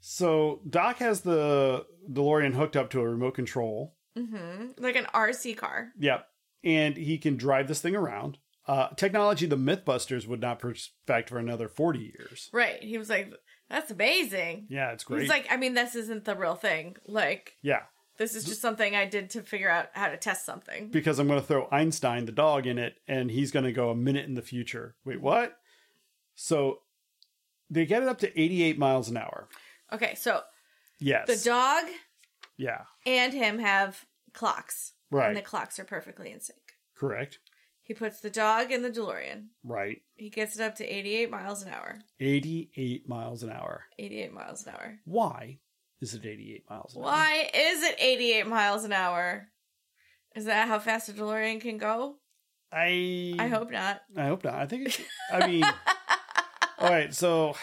[SPEAKER 1] So Doc has the DeLorean hooked up to a remote control.
[SPEAKER 2] hmm Like an RC car.
[SPEAKER 1] Yep. And he can drive this thing around. Uh, technology the Mythbusters would not perfect for another 40 years.
[SPEAKER 2] Right. He was like, that's amazing.
[SPEAKER 1] Yeah, it's
[SPEAKER 2] He's
[SPEAKER 1] great.
[SPEAKER 2] like, I mean, this isn't the real thing. Like,
[SPEAKER 1] yeah,
[SPEAKER 2] This is just something I did to figure out how to test something.
[SPEAKER 1] because I'm going to throw Einstein the dog in it and he's going to go a minute in the future. Wait, what? So they get it up to 88 miles an hour.
[SPEAKER 2] Okay, so
[SPEAKER 1] Yes.
[SPEAKER 2] the dog
[SPEAKER 1] yeah,
[SPEAKER 2] and him have clocks.
[SPEAKER 1] Right.
[SPEAKER 2] And the clocks are perfectly in sync.
[SPEAKER 1] correct.
[SPEAKER 2] He puts the dog in the DeLorean.
[SPEAKER 1] Right.
[SPEAKER 2] He gets it up to 88 miles an hour.
[SPEAKER 1] 88 miles an hour.
[SPEAKER 2] 88 miles an hour.
[SPEAKER 1] Why is it 88 miles an hour?
[SPEAKER 2] Why is it 88 miles an hour? Is that how fast a DeLorean can go?
[SPEAKER 1] I
[SPEAKER 2] I hope not.
[SPEAKER 1] I hope not. I think. it- I mean, all right. So,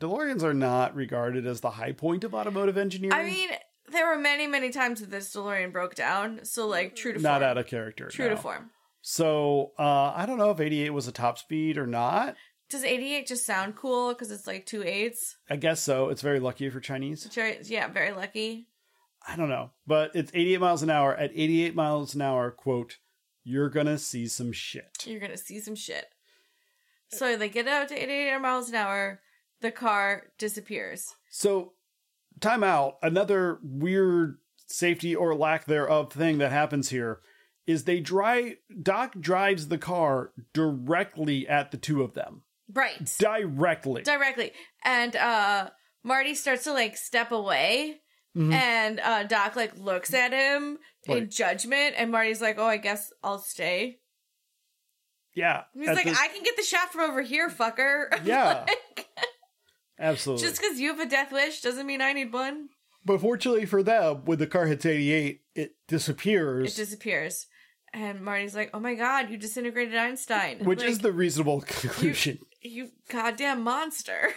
[SPEAKER 1] DeLoreans are not regarded as the high point of automotive engineering.
[SPEAKER 2] I mean, there were many, many times that this DeLorean broke down. So, like, true to
[SPEAKER 1] not
[SPEAKER 2] form.
[SPEAKER 1] out of character.
[SPEAKER 2] true to
[SPEAKER 1] no.
[SPEAKER 2] form.
[SPEAKER 1] So, uh, I don't know if 88 was a top speed or not.
[SPEAKER 2] Does 88 just sound cool because it's like two eights?
[SPEAKER 1] I guess so. It's very lucky for Chinese.
[SPEAKER 2] Jerry, yeah, very lucky.
[SPEAKER 1] I don't know, but it's 88 miles an hour. At 88 miles an hour, quote, you're gonna see some shit.
[SPEAKER 2] You're gonna see some shit. So they get out to 88 miles an hour. The car disappears.
[SPEAKER 1] So, time out. Another weird safety or lack thereof thing that happens here is they drive Doc drives the car directly at the two of them.
[SPEAKER 2] Right.
[SPEAKER 1] Directly.
[SPEAKER 2] Directly. And uh Marty starts to like step away. And uh Doc like looks at him in
[SPEAKER 1] Mm-hmm. Like-
[SPEAKER 2] judgment. And Marty's like, oh, I guess I'll stay.
[SPEAKER 1] yeah.
[SPEAKER 2] And he's
[SPEAKER 1] at
[SPEAKER 2] like,
[SPEAKER 1] the-
[SPEAKER 2] I can get the shot from over here, fucker.
[SPEAKER 1] Yeah. Absolutely.
[SPEAKER 2] Just because you have a death wish doesn't mean I need one.
[SPEAKER 1] but fortunately for them, when the car hits 88, it disappears,
[SPEAKER 2] It disappears. And Marty's like, oh my god, you disintegrated Einstein.
[SPEAKER 1] which
[SPEAKER 2] Like,
[SPEAKER 1] is the reasonable conclusion.
[SPEAKER 2] you goddamn monster.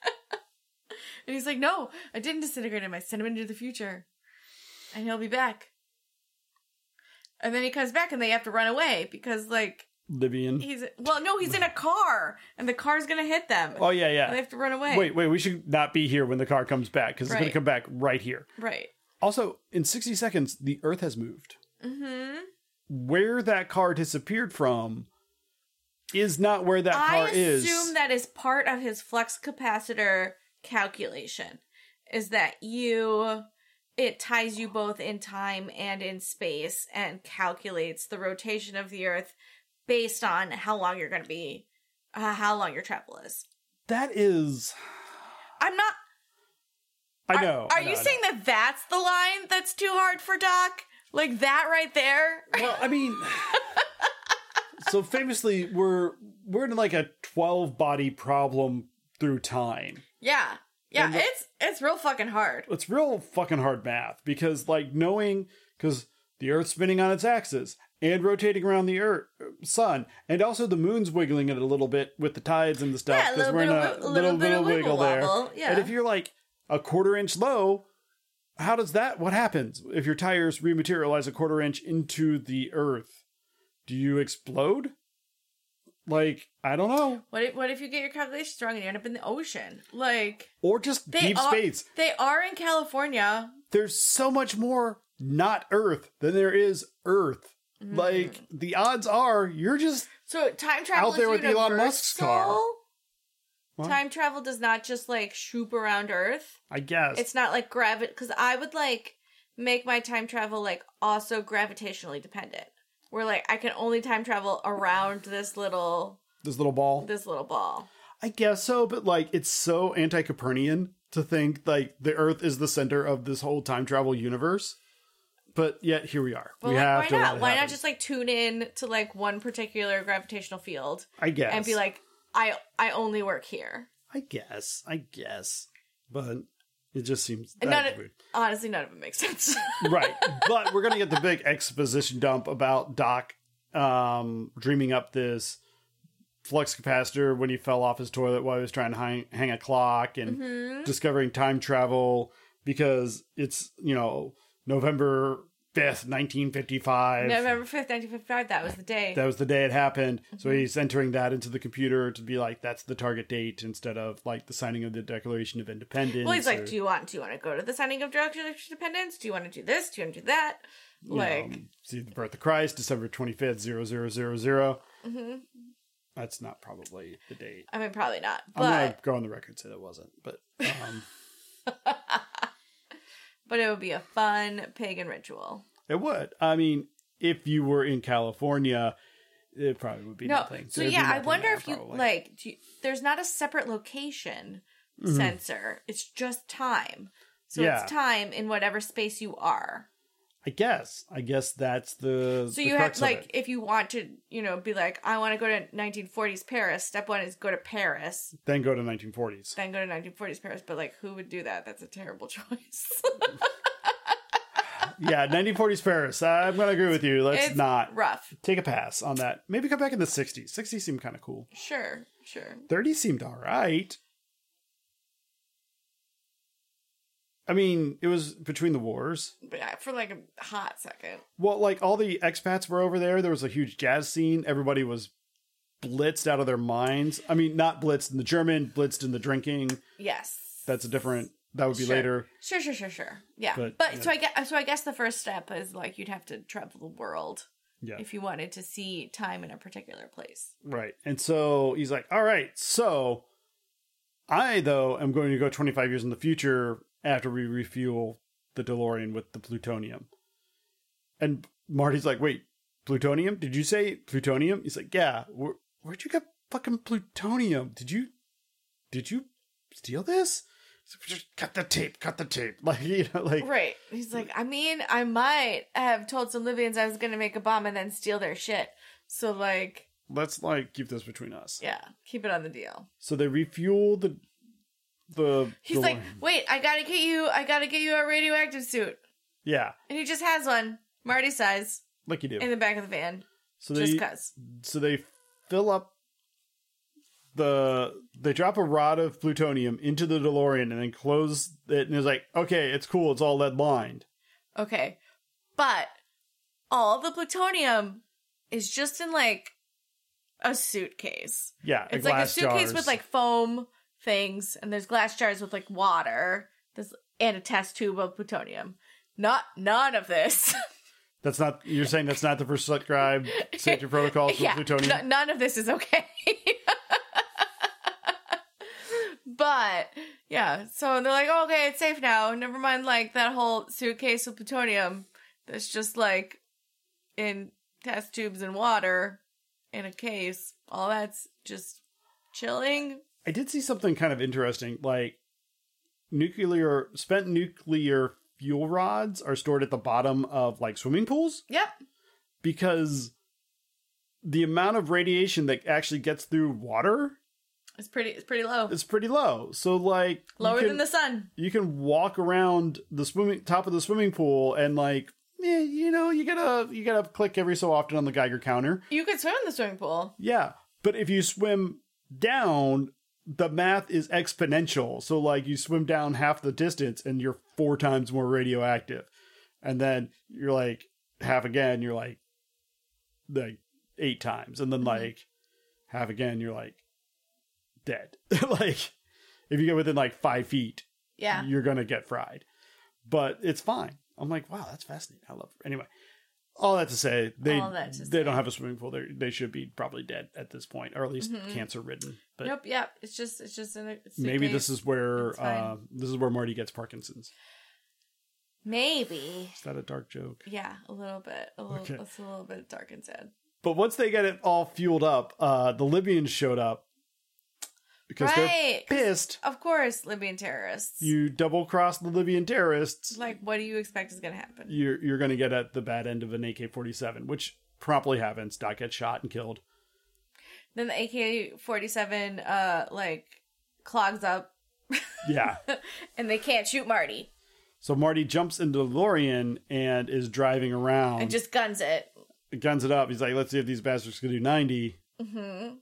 [SPEAKER 2] and he's like, no, I didn't disintegrate him. I sent him into the future. And he'll be back. And then he comes back and they have to run away because, like,
[SPEAKER 1] Livian.
[SPEAKER 2] he's, well, no, he's in a car and the car's going to hit them.
[SPEAKER 1] Oh, yeah,
[SPEAKER 2] And they
[SPEAKER 1] yeah.
[SPEAKER 2] have to run away.
[SPEAKER 1] Wait, wait, we should not be here when the car comes back because it's going
[SPEAKER 2] Right.
[SPEAKER 1] to come back right here.
[SPEAKER 2] Right.
[SPEAKER 1] Also, in 60 seconds, the Earth has moved.
[SPEAKER 2] Mm-hmm.
[SPEAKER 1] Where that car disappeared from is not where that
[SPEAKER 2] I
[SPEAKER 1] car
[SPEAKER 2] assume
[SPEAKER 1] is.
[SPEAKER 2] that is part of his flux capacitor calculation. Is that you? It ties you both in time and in space, and calculates the rotation of the Earth based on how long you're going to be, uh, how long your travel is.
[SPEAKER 1] that is.
[SPEAKER 2] I'm not.
[SPEAKER 1] I
[SPEAKER 2] are-
[SPEAKER 1] know.
[SPEAKER 2] Are,
[SPEAKER 1] I know,
[SPEAKER 2] you
[SPEAKER 1] I know.
[SPEAKER 2] saying that that's the line that's too hard for Doc? Like that right there?
[SPEAKER 1] Well, I mean. so famously, we're we're in like a 12 body problem through time.
[SPEAKER 2] Yeah, yeah.
[SPEAKER 1] And the-
[SPEAKER 2] it's it's real fucking hard.
[SPEAKER 1] It's real fucking hard math because, like, knowing. Because the Earth's spinning on its axis and rotating around the Earth, sun, and also the moon's wiggling it a little bit with the tides and the stuff.
[SPEAKER 2] Yeah, a
[SPEAKER 1] 'cause
[SPEAKER 2] little
[SPEAKER 1] we're in
[SPEAKER 2] bit
[SPEAKER 1] a
[SPEAKER 2] of wi- little bit of wiggle wobble, yeah.
[SPEAKER 1] And if you're like a quarter inch low, how does that? What happens if your tires rematerialize a quarter inch into the earth? Do you explode? Like, I don't know.
[SPEAKER 2] What if, what if you get your calculations wrong and you end up in the ocean? Like
[SPEAKER 1] Or just
[SPEAKER 2] they
[SPEAKER 1] deep
[SPEAKER 2] are
[SPEAKER 1] space.
[SPEAKER 2] they are in California.
[SPEAKER 1] There's so much more not Earth than there is Earth.
[SPEAKER 2] Mm.
[SPEAKER 1] Like, the odds are you're just.
[SPEAKER 2] So time travel
[SPEAKER 1] Out there
[SPEAKER 2] is
[SPEAKER 1] with Elon Musk's car.
[SPEAKER 2] universal?
[SPEAKER 1] What?
[SPEAKER 2] Time travel does not just like shoop around Earth.
[SPEAKER 1] I guess.
[SPEAKER 2] It's not like gravit because I would like make my time travel like also gravitationally dependent. Where like I can only time travel around this little
[SPEAKER 1] this little ball.
[SPEAKER 2] this little ball.
[SPEAKER 1] I guess so, but like it's so anti Copernican to think like the Earth is the center of this whole time travel universe. But yet here we are.
[SPEAKER 2] Well,
[SPEAKER 1] we
[SPEAKER 2] like,
[SPEAKER 1] have
[SPEAKER 2] why
[SPEAKER 1] to
[SPEAKER 2] not? Why not just like tune in to like one particular gravitational field
[SPEAKER 1] I guess
[SPEAKER 2] and be like, I I only work here.
[SPEAKER 1] I guess, I guess, but it just seems
[SPEAKER 2] And
[SPEAKER 1] that's
[SPEAKER 2] none of-
[SPEAKER 1] weird.
[SPEAKER 2] Honestly, none of it makes sense.
[SPEAKER 1] right. But we're gonna get the big exposition dump about Doc um, dreaming up this flux capacitor when he fell off his toilet while he was trying to hang, hang a clock and
[SPEAKER 2] Mm-hmm.
[SPEAKER 1] discovering time travel because it's you know November fifth, nineteen fifty five.
[SPEAKER 2] November fifth, nineteen fifty five. That was the day.
[SPEAKER 1] That was the day it happened. So
[SPEAKER 2] Mm-hmm.
[SPEAKER 1] he's entering that into the computer to be like, that's the target date instead of like the signing of the Declaration of Independence.
[SPEAKER 2] well, he's
[SPEAKER 1] or-
[SPEAKER 2] like, do you want do you want to go to the signing of direction of dependence? Do you want to do this? Do you want to do that?
[SPEAKER 1] you know,
[SPEAKER 2] Like,
[SPEAKER 1] Um, see the birth of Christ, December 25th, 0000.
[SPEAKER 2] mhm.
[SPEAKER 1] That's not probably the date.
[SPEAKER 2] I mean, probably not.
[SPEAKER 1] I'm going
[SPEAKER 2] But
[SPEAKER 1] to go on the record and say that wasn't, but um,
[SPEAKER 2] but it would be a fun pagan ritual.
[SPEAKER 1] it would. I mean, if you were in California, it probably would be
[SPEAKER 2] no,
[SPEAKER 1] nothing.
[SPEAKER 2] so
[SPEAKER 1] There'd be
[SPEAKER 2] yeah, I
[SPEAKER 1] nothing
[SPEAKER 2] wonder
[SPEAKER 1] there,
[SPEAKER 2] if you
[SPEAKER 1] probably.
[SPEAKER 2] like. Do you, there's not a separate location sensor. It's just time. So
[SPEAKER 1] Mm-hmm. Yeah.
[SPEAKER 2] it's time in whatever space you are.
[SPEAKER 1] I guess. I guess that's the.
[SPEAKER 2] So
[SPEAKER 1] the
[SPEAKER 2] you
[SPEAKER 1] crux
[SPEAKER 2] have
[SPEAKER 1] of
[SPEAKER 2] like
[SPEAKER 1] it.
[SPEAKER 2] if you want to, you know, be like, I want to go to 1940s Paris. Step one is go to Paris,
[SPEAKER 1] Then go to 1940s.
[SPEAKER 2] then go to 1940s Paris. But like, who would do that? That's a terrible choice.
[SPEAKER 1] yeah, 1940s Paris. I'm going to agree with you. Let's
[SPEAKER 2] it's
[SPEAKER 1] not.
[SPEAKER 2] rough.
[SPEAKER 1] Take a pass on that. Maybe come back in the 60s. 60s seemed kind of cool.
[SPEAKER 2] Sure, sure.
[SPEAKER 1] 30 seemed all right. I mean, it was between the wars.
[SPEAKER 2] But yeah, for like a hot second,
[SPEAKER 1] Well, like all the expats were over there. There was a huge jazz scene. Everybody was blitzed out of their minds. I mean, not blitzed in the German, blitzed in the drinking.
[SPEAKER 2] yes.
[SPEAKER 1] That's a different. That would be
[SPEAKER 2] Sure.
[SPEAKER 1] later.
[SPEAKER 2] Sure, sure, sure, sure. Yeah,
[SPEAKER 1] But,
[SPEAKER 2] but, so I guess so. I guess the first step is like you'd have to travel the world
[SPEAKER 1] Yeah.
[SPEAKER 2] if you wanted to see time in a particular place.
[SPEAKER 1] Right. And so he's like, all right, so I, though, am going to go 25 years in the future after we refuel the DeLorean with the plutonium. And Marty's like, wait, plutonium? Did you say plutonium? He's like, yeah. Where, where'd you get fucking plutonium? Did you, did you steal this? He's like, Just cut the tape, cut the tape. Like, you know, like,
[SPEAKER 2] Right. He's like, I mean, I might have told some Libyans I was going to make a bomb and then steal their shit. So like,
[SPEAKER 1] let's like keep this between us.
[SPEAKER 2] yeah, keep it on the deal.
[SPEAKER 1] So they refuel the, the,
[SPEAKER 2] He's like,
[SPEAKER 1] DeLorean.
[SPEAKER 2] wait, I gotta get you, I gotta get you a radioactive suit,
[SPEAKER 1] yeah,
[SPEAKER 2] and he just has one, Marty size,
[SPEAKER 1] like you do.
[SPEAKER 2] in the back of the van,
[SPEAKER 1] so
[SPEAKER 2] just
[SPEAKER 1] they,
[SPEAKER 2] cause.
[SPEAKER 1] so they fill up the they drop a rod of plutonium into the DeLorean and then close it and it's like, okay, it's cool, it's all lead lined.
[SPEAKER 2] Okay, but all the plutonium is just in like a suitcase.
[SPEAKER 1] Yeah,
[SPEAKER 2] It's
[SPEAKER 1] a
[SPEAKER 2] like a
[SPEAKER 1] glass
[SPEAKER 2] suitcase
[SPEAKER 1] jars.
[SPEAKER 2] with like foam things, and there's glass jars with like water, this and a test tube of plutonium. Not none of this.
[SPEAKER 1] that's not you're saying that's not the prescribed safety protocols for
[SPEAKER 2] yeah,
[SPEAKER 1] plutonium.
[SPEAKER 2] n- none of this is okay. but yeah, so they're like, "Oh, okay, it's safe now. Never mind, like that whole suitcase of plutonium that's just like in test tubes and water in a case. All that's just chilling.
[SPEAKER 1] I did see something kind of interesting, like nuclear spent nuclear fuel rods are stored at the bottom of like swimming pools.
[SPEAKER 2] Yep,
[SPEAKER 1] because the amount of radiation that actually gets through water
[SPEAKER 2] it's pretty. It's pretty low,
[SPEAKER 1] is pretty low. So like you
[SPEAKER 2] lower
[SPEAKER 1] can,
[SPEAKER 2] than the sun.
[SPEAKER 1] you can walk around the swimming top of the swimming pool and like eh, you know you gotta you gotta click every so often on the Geiger counter.
[SPEAKER 2] You could swim in the swimming pool.
[SPEAKER 1] Yeah, but if you swim down, the math is exponential. So like you swim down half the distance and you're four times more radioactive, and then you're like half again. You're like like eight times, and then like have again, you're like dead. like if you get within like five feet,
[SPEAKER 2] Yeah.
[SPEAKER 1] you're gonna get fried. But it's fine. I'm like, wow, that's fascinating. I love anyway. All that to say, they
[SPEAKER 2] All that to
[SPEAKER 1] they
[SPEAKER 2] say.
[SPEAKER 1] don't have a swimming pool. They they should be probably dead at this point, or at least
[SPEAKER 2] Mhm.
[SPEAKER 1] cancer ridden. But
[SPEAKER 2] nope. Yeah. It's just it's just in a suitcase.
[SPEAKER 1] maybe this is where
[SPEAKER 2] It's fine.
[SPEAKER 1] uh, this is where Marty gets Parkinson's.
[SPEAKER 2] maybe.
[SPEAKER 1] Is that a dark joke?
[SPEAKER 2] Yeah, a little bit. A little.
[SPEAKER 1] Okay.
[SPEAKER 2] It's a little bit dark and sad.
[SPEAKER 1] But once they get it all fueled up, uh, the Libyans showed up because
[SPEAKER 2] Right.
[SPEAKER 1] they're pissed.
[SPEAKER 2] Of course, Libyan terrorists.
[SPEAKER 1] You double cross the Libyan terrorists,
[SPEAKER 2] like, what do you expect is going to happen?
[SPEAKER 1] you're you're going to get at the bad end of an AK-47, which promptly happens. Doc gets shot and killed.
[SPEAKER 2] Then the AK forty seven, uh, like clogs up,
[SPEAKER 1] Yeah.
[SPEAKER 2] and they can't shoot Marty,
[SPEAKER 1] so Marty jumps into the DeLorean and is driving around
[SPEAKER 2] and just guns it.
[SPEAKER 1] guns it up. He's like, "Let's see if these bastards can do 90."
[SPEAKER 2] Mm-hmm.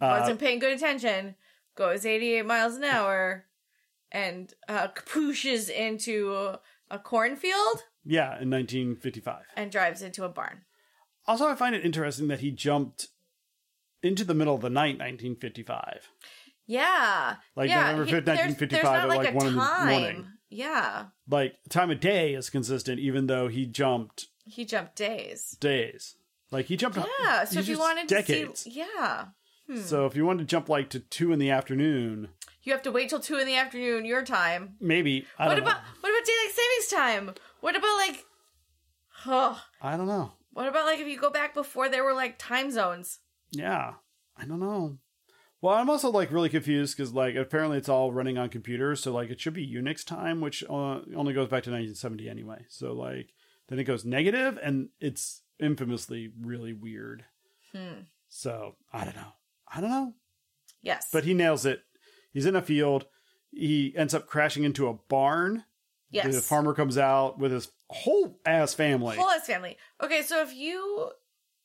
[SPEAKER 1] Uh,
[SPEAKER 2] Wasn't paying good attention. Goes eighty eight miles an hour, and uh, pushes into a cornfield
[SPEAKER 1] yeah, in 1955.
[SPEAKER 2] and drives into a barn.
[SPEAKER 1] Also, I find it interesting that he jumped into the middle of the night, 1955.
[SPEAKER 2] Yeah,
[SPEAKER 1] Like
[SPEAKER 2] yeah,
[SPEAKER 1] November
[SPEAKER 2] he-
[SPEAKER 1] 5th,
[SPEAKER 2] there's-
[SPEAKER 1] 1955 at,
[SPEAKER 2] there's not,
[SPEAKER 1] like,
[SPEAKER 2] a
[SPEAKER 1] one in the morning.
[SPEAKER 2] time. Yeah,
[SPEAKER 1] Like time of day is consistent, even though he jumped
[SPEAKER 2] he jumped days.
[SPEAKER 1] days. Like he jumped.
[SPEAKER 2] Yeah, so
[SPEAKER 1] he
[SPEAKER 2] if you
[SPEAKER 1] just-
[SPEAKER 2] wanted
[SPEAKER 1] decades.
[SPEAKER 2] to see, hmm. yeah,
[SPEAKER 1] So if you wanted to jump like to two in the afternoon,
[SPEAKER 2] you have to wait till two in the afternoon your time.
[SPEAKER 1] maybe I
[SPEAKER 2] What
[SPEAKER 1] don't
[SPEAKER 2] about
[SPEAKER 1] know.
[SPEAKER 2] what about daylight savings time? What about like, oh,
[SPEAKER 1] I don't know.
[SPEAKER 2] what about like if you go back before there were like time zones?
[SPEAKER 1] Yeah, I don't know. Well, I'm also like really confused because like apparently it's all running on computers, so like it should be Unix time, which uh, only goes back to 1970 anyway. So like then it goes negative, and it's infamously really weird.
[SPEAKER 2] Hmm.
[SPEAKER 1] So I don't know. I don't know.
[SPEAKER 2] Yes,
[SPEAKER 1] But he nails it. He's in a field. He ends up crashing into a barn.
[SPEAKER 2] yes,
[SPEAKER 1] The farmer comes out with his whole ass family
[SPEAKER 2] whole ass family. Okay, so if you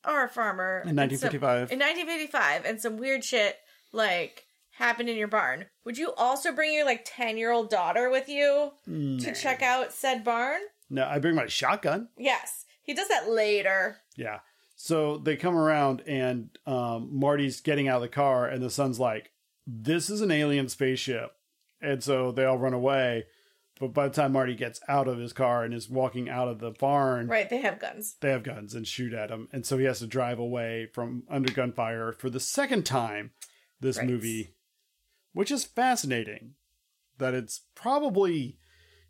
[SPEAKER 2] are a farmer
[SPEAKER 1] in
[SPEAKER 2] and some-
[SPEAKER 1] 1955.
[SPEAKER 2] in 1955 and some weird shit like happened in your barn, would you also bring your like 10 year old daughter with you
[SPEAKER 1] Nah.
[SPEAKER 2] to check out said barn?
[SPEAKER 1] No, Hmm. I bring my shotgun.
[SPEAKER 2] Yes, he does that later.
[SPEAKER 1] Yeah. So they come around and um, Marty's getting out of the car, and the son's like, "This is an alien spaceship," and so they all run away. But by the time Marty gets out of his car and is walking out of the barn,
[SPEAKER 2] Right, they have guns.
[SPEAKER 1] they have guns and shoot at him, and so he has to drive away from under gunfire for the second time this
[SPEAKER 2] Right.
[SPEAKER 1] movie, which is fascinating. That it's probably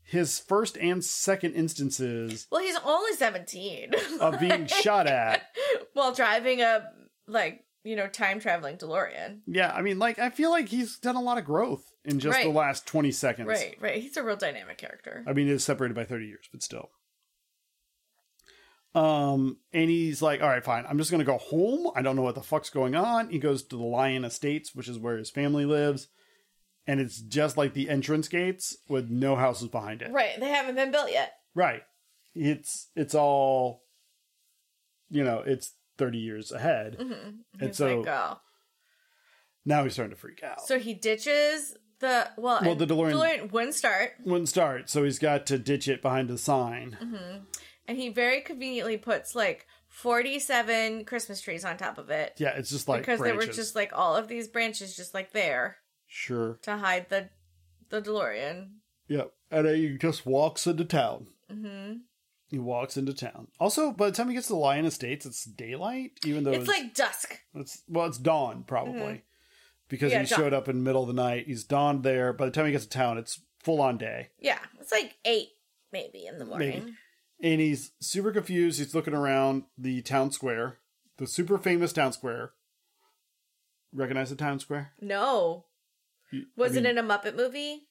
[SPEAKER 1] his first and second instances
[SPEAKER 2] Well, he's only 17
[SPEAKER 1] of being shot at.
[SPEAKER 2] while driving a like, you know, time traveling DeLorean.
[SPEAKER 1] Yeah, I mean, like I feel like he's done a lot of growth in just the
[SPEAKER 2] Right.
[SPEAKER 1] last twenty seconds.
[SPEAKER 2] Right, right. He's a real dynamic character.
[SPEAKER 1] I mean, it's separated by 30 years, but still. Um, and he's like, all right, fine. I'm just going to go home. I don't know what the fuck's going on. He goes to the Lion Estates, which is where his family lives. And it's just like the entrance gates with no houses behind it.
[SPEAKER 2] Right, they haven't been built yet.
[SPEAKER 1] Right. It's, it's all, you know, it's 30 years ahead. And
[SPEAKER 2] Mm-hmm. He's
[SPEAKER 1] so-
[SPEAKER 2] like, oh.
[SPEAKER 1] Now he's starting to freak out.
[SPEAKER 2] So he ditches the well,
[SPEAKER 1] Well,
[SPEAKER 2] and
[SPEAKER 1] the DeLorean-
[SPEAKER 2] DeLorean wouldn't start.
[SPEAKER 1] Wouldn't start. So he's got to ditch it behind the sign.
[SPEAKER 2] Mm-hmm. and he very conveniently puts like 47 christmas trees on top of it
[SPEAKER 1] Yeah. It's just like,
[SPEAKER 2] because
[SPEAKER 1] branches.
[SPEAKER 2] there were just like all of these branches just like there
[SPEAKER 1] sure.
[SPEAKER 2] to hide the the delorean
[SPEAKER 1] Yep. And uh, he just walks into town.
[SPEAKER 2] hmm
[SPEAKER 1] He walks into town. Also, by the time he gets to the Lion Estates, it's daylight, even though
[SPEAKER 2] it's like dusk
[SPEAKER 1] it's well, it's dawn probably because
[SPEAKER 2] Yeah,
[SPEAKER 1] he
[SPEAKER 2] dawn.
[SPEAKER 1] showed up in the middle of the night. He's dawned there. By the time he gets to town, it's full on day,
[SPEAKER 2] yeah it's like eight maybe in the morning
[SPEAKER 1] and he's super confused. He's looking around the town square, the super famous town square. Recognize the town square?
[SPEAKER 2] no
[SPEAKER 1] You- I
[SPEAKER 2] was
[SPEAKER 1] mean,
[SPEAKER 2] it in a muppet movie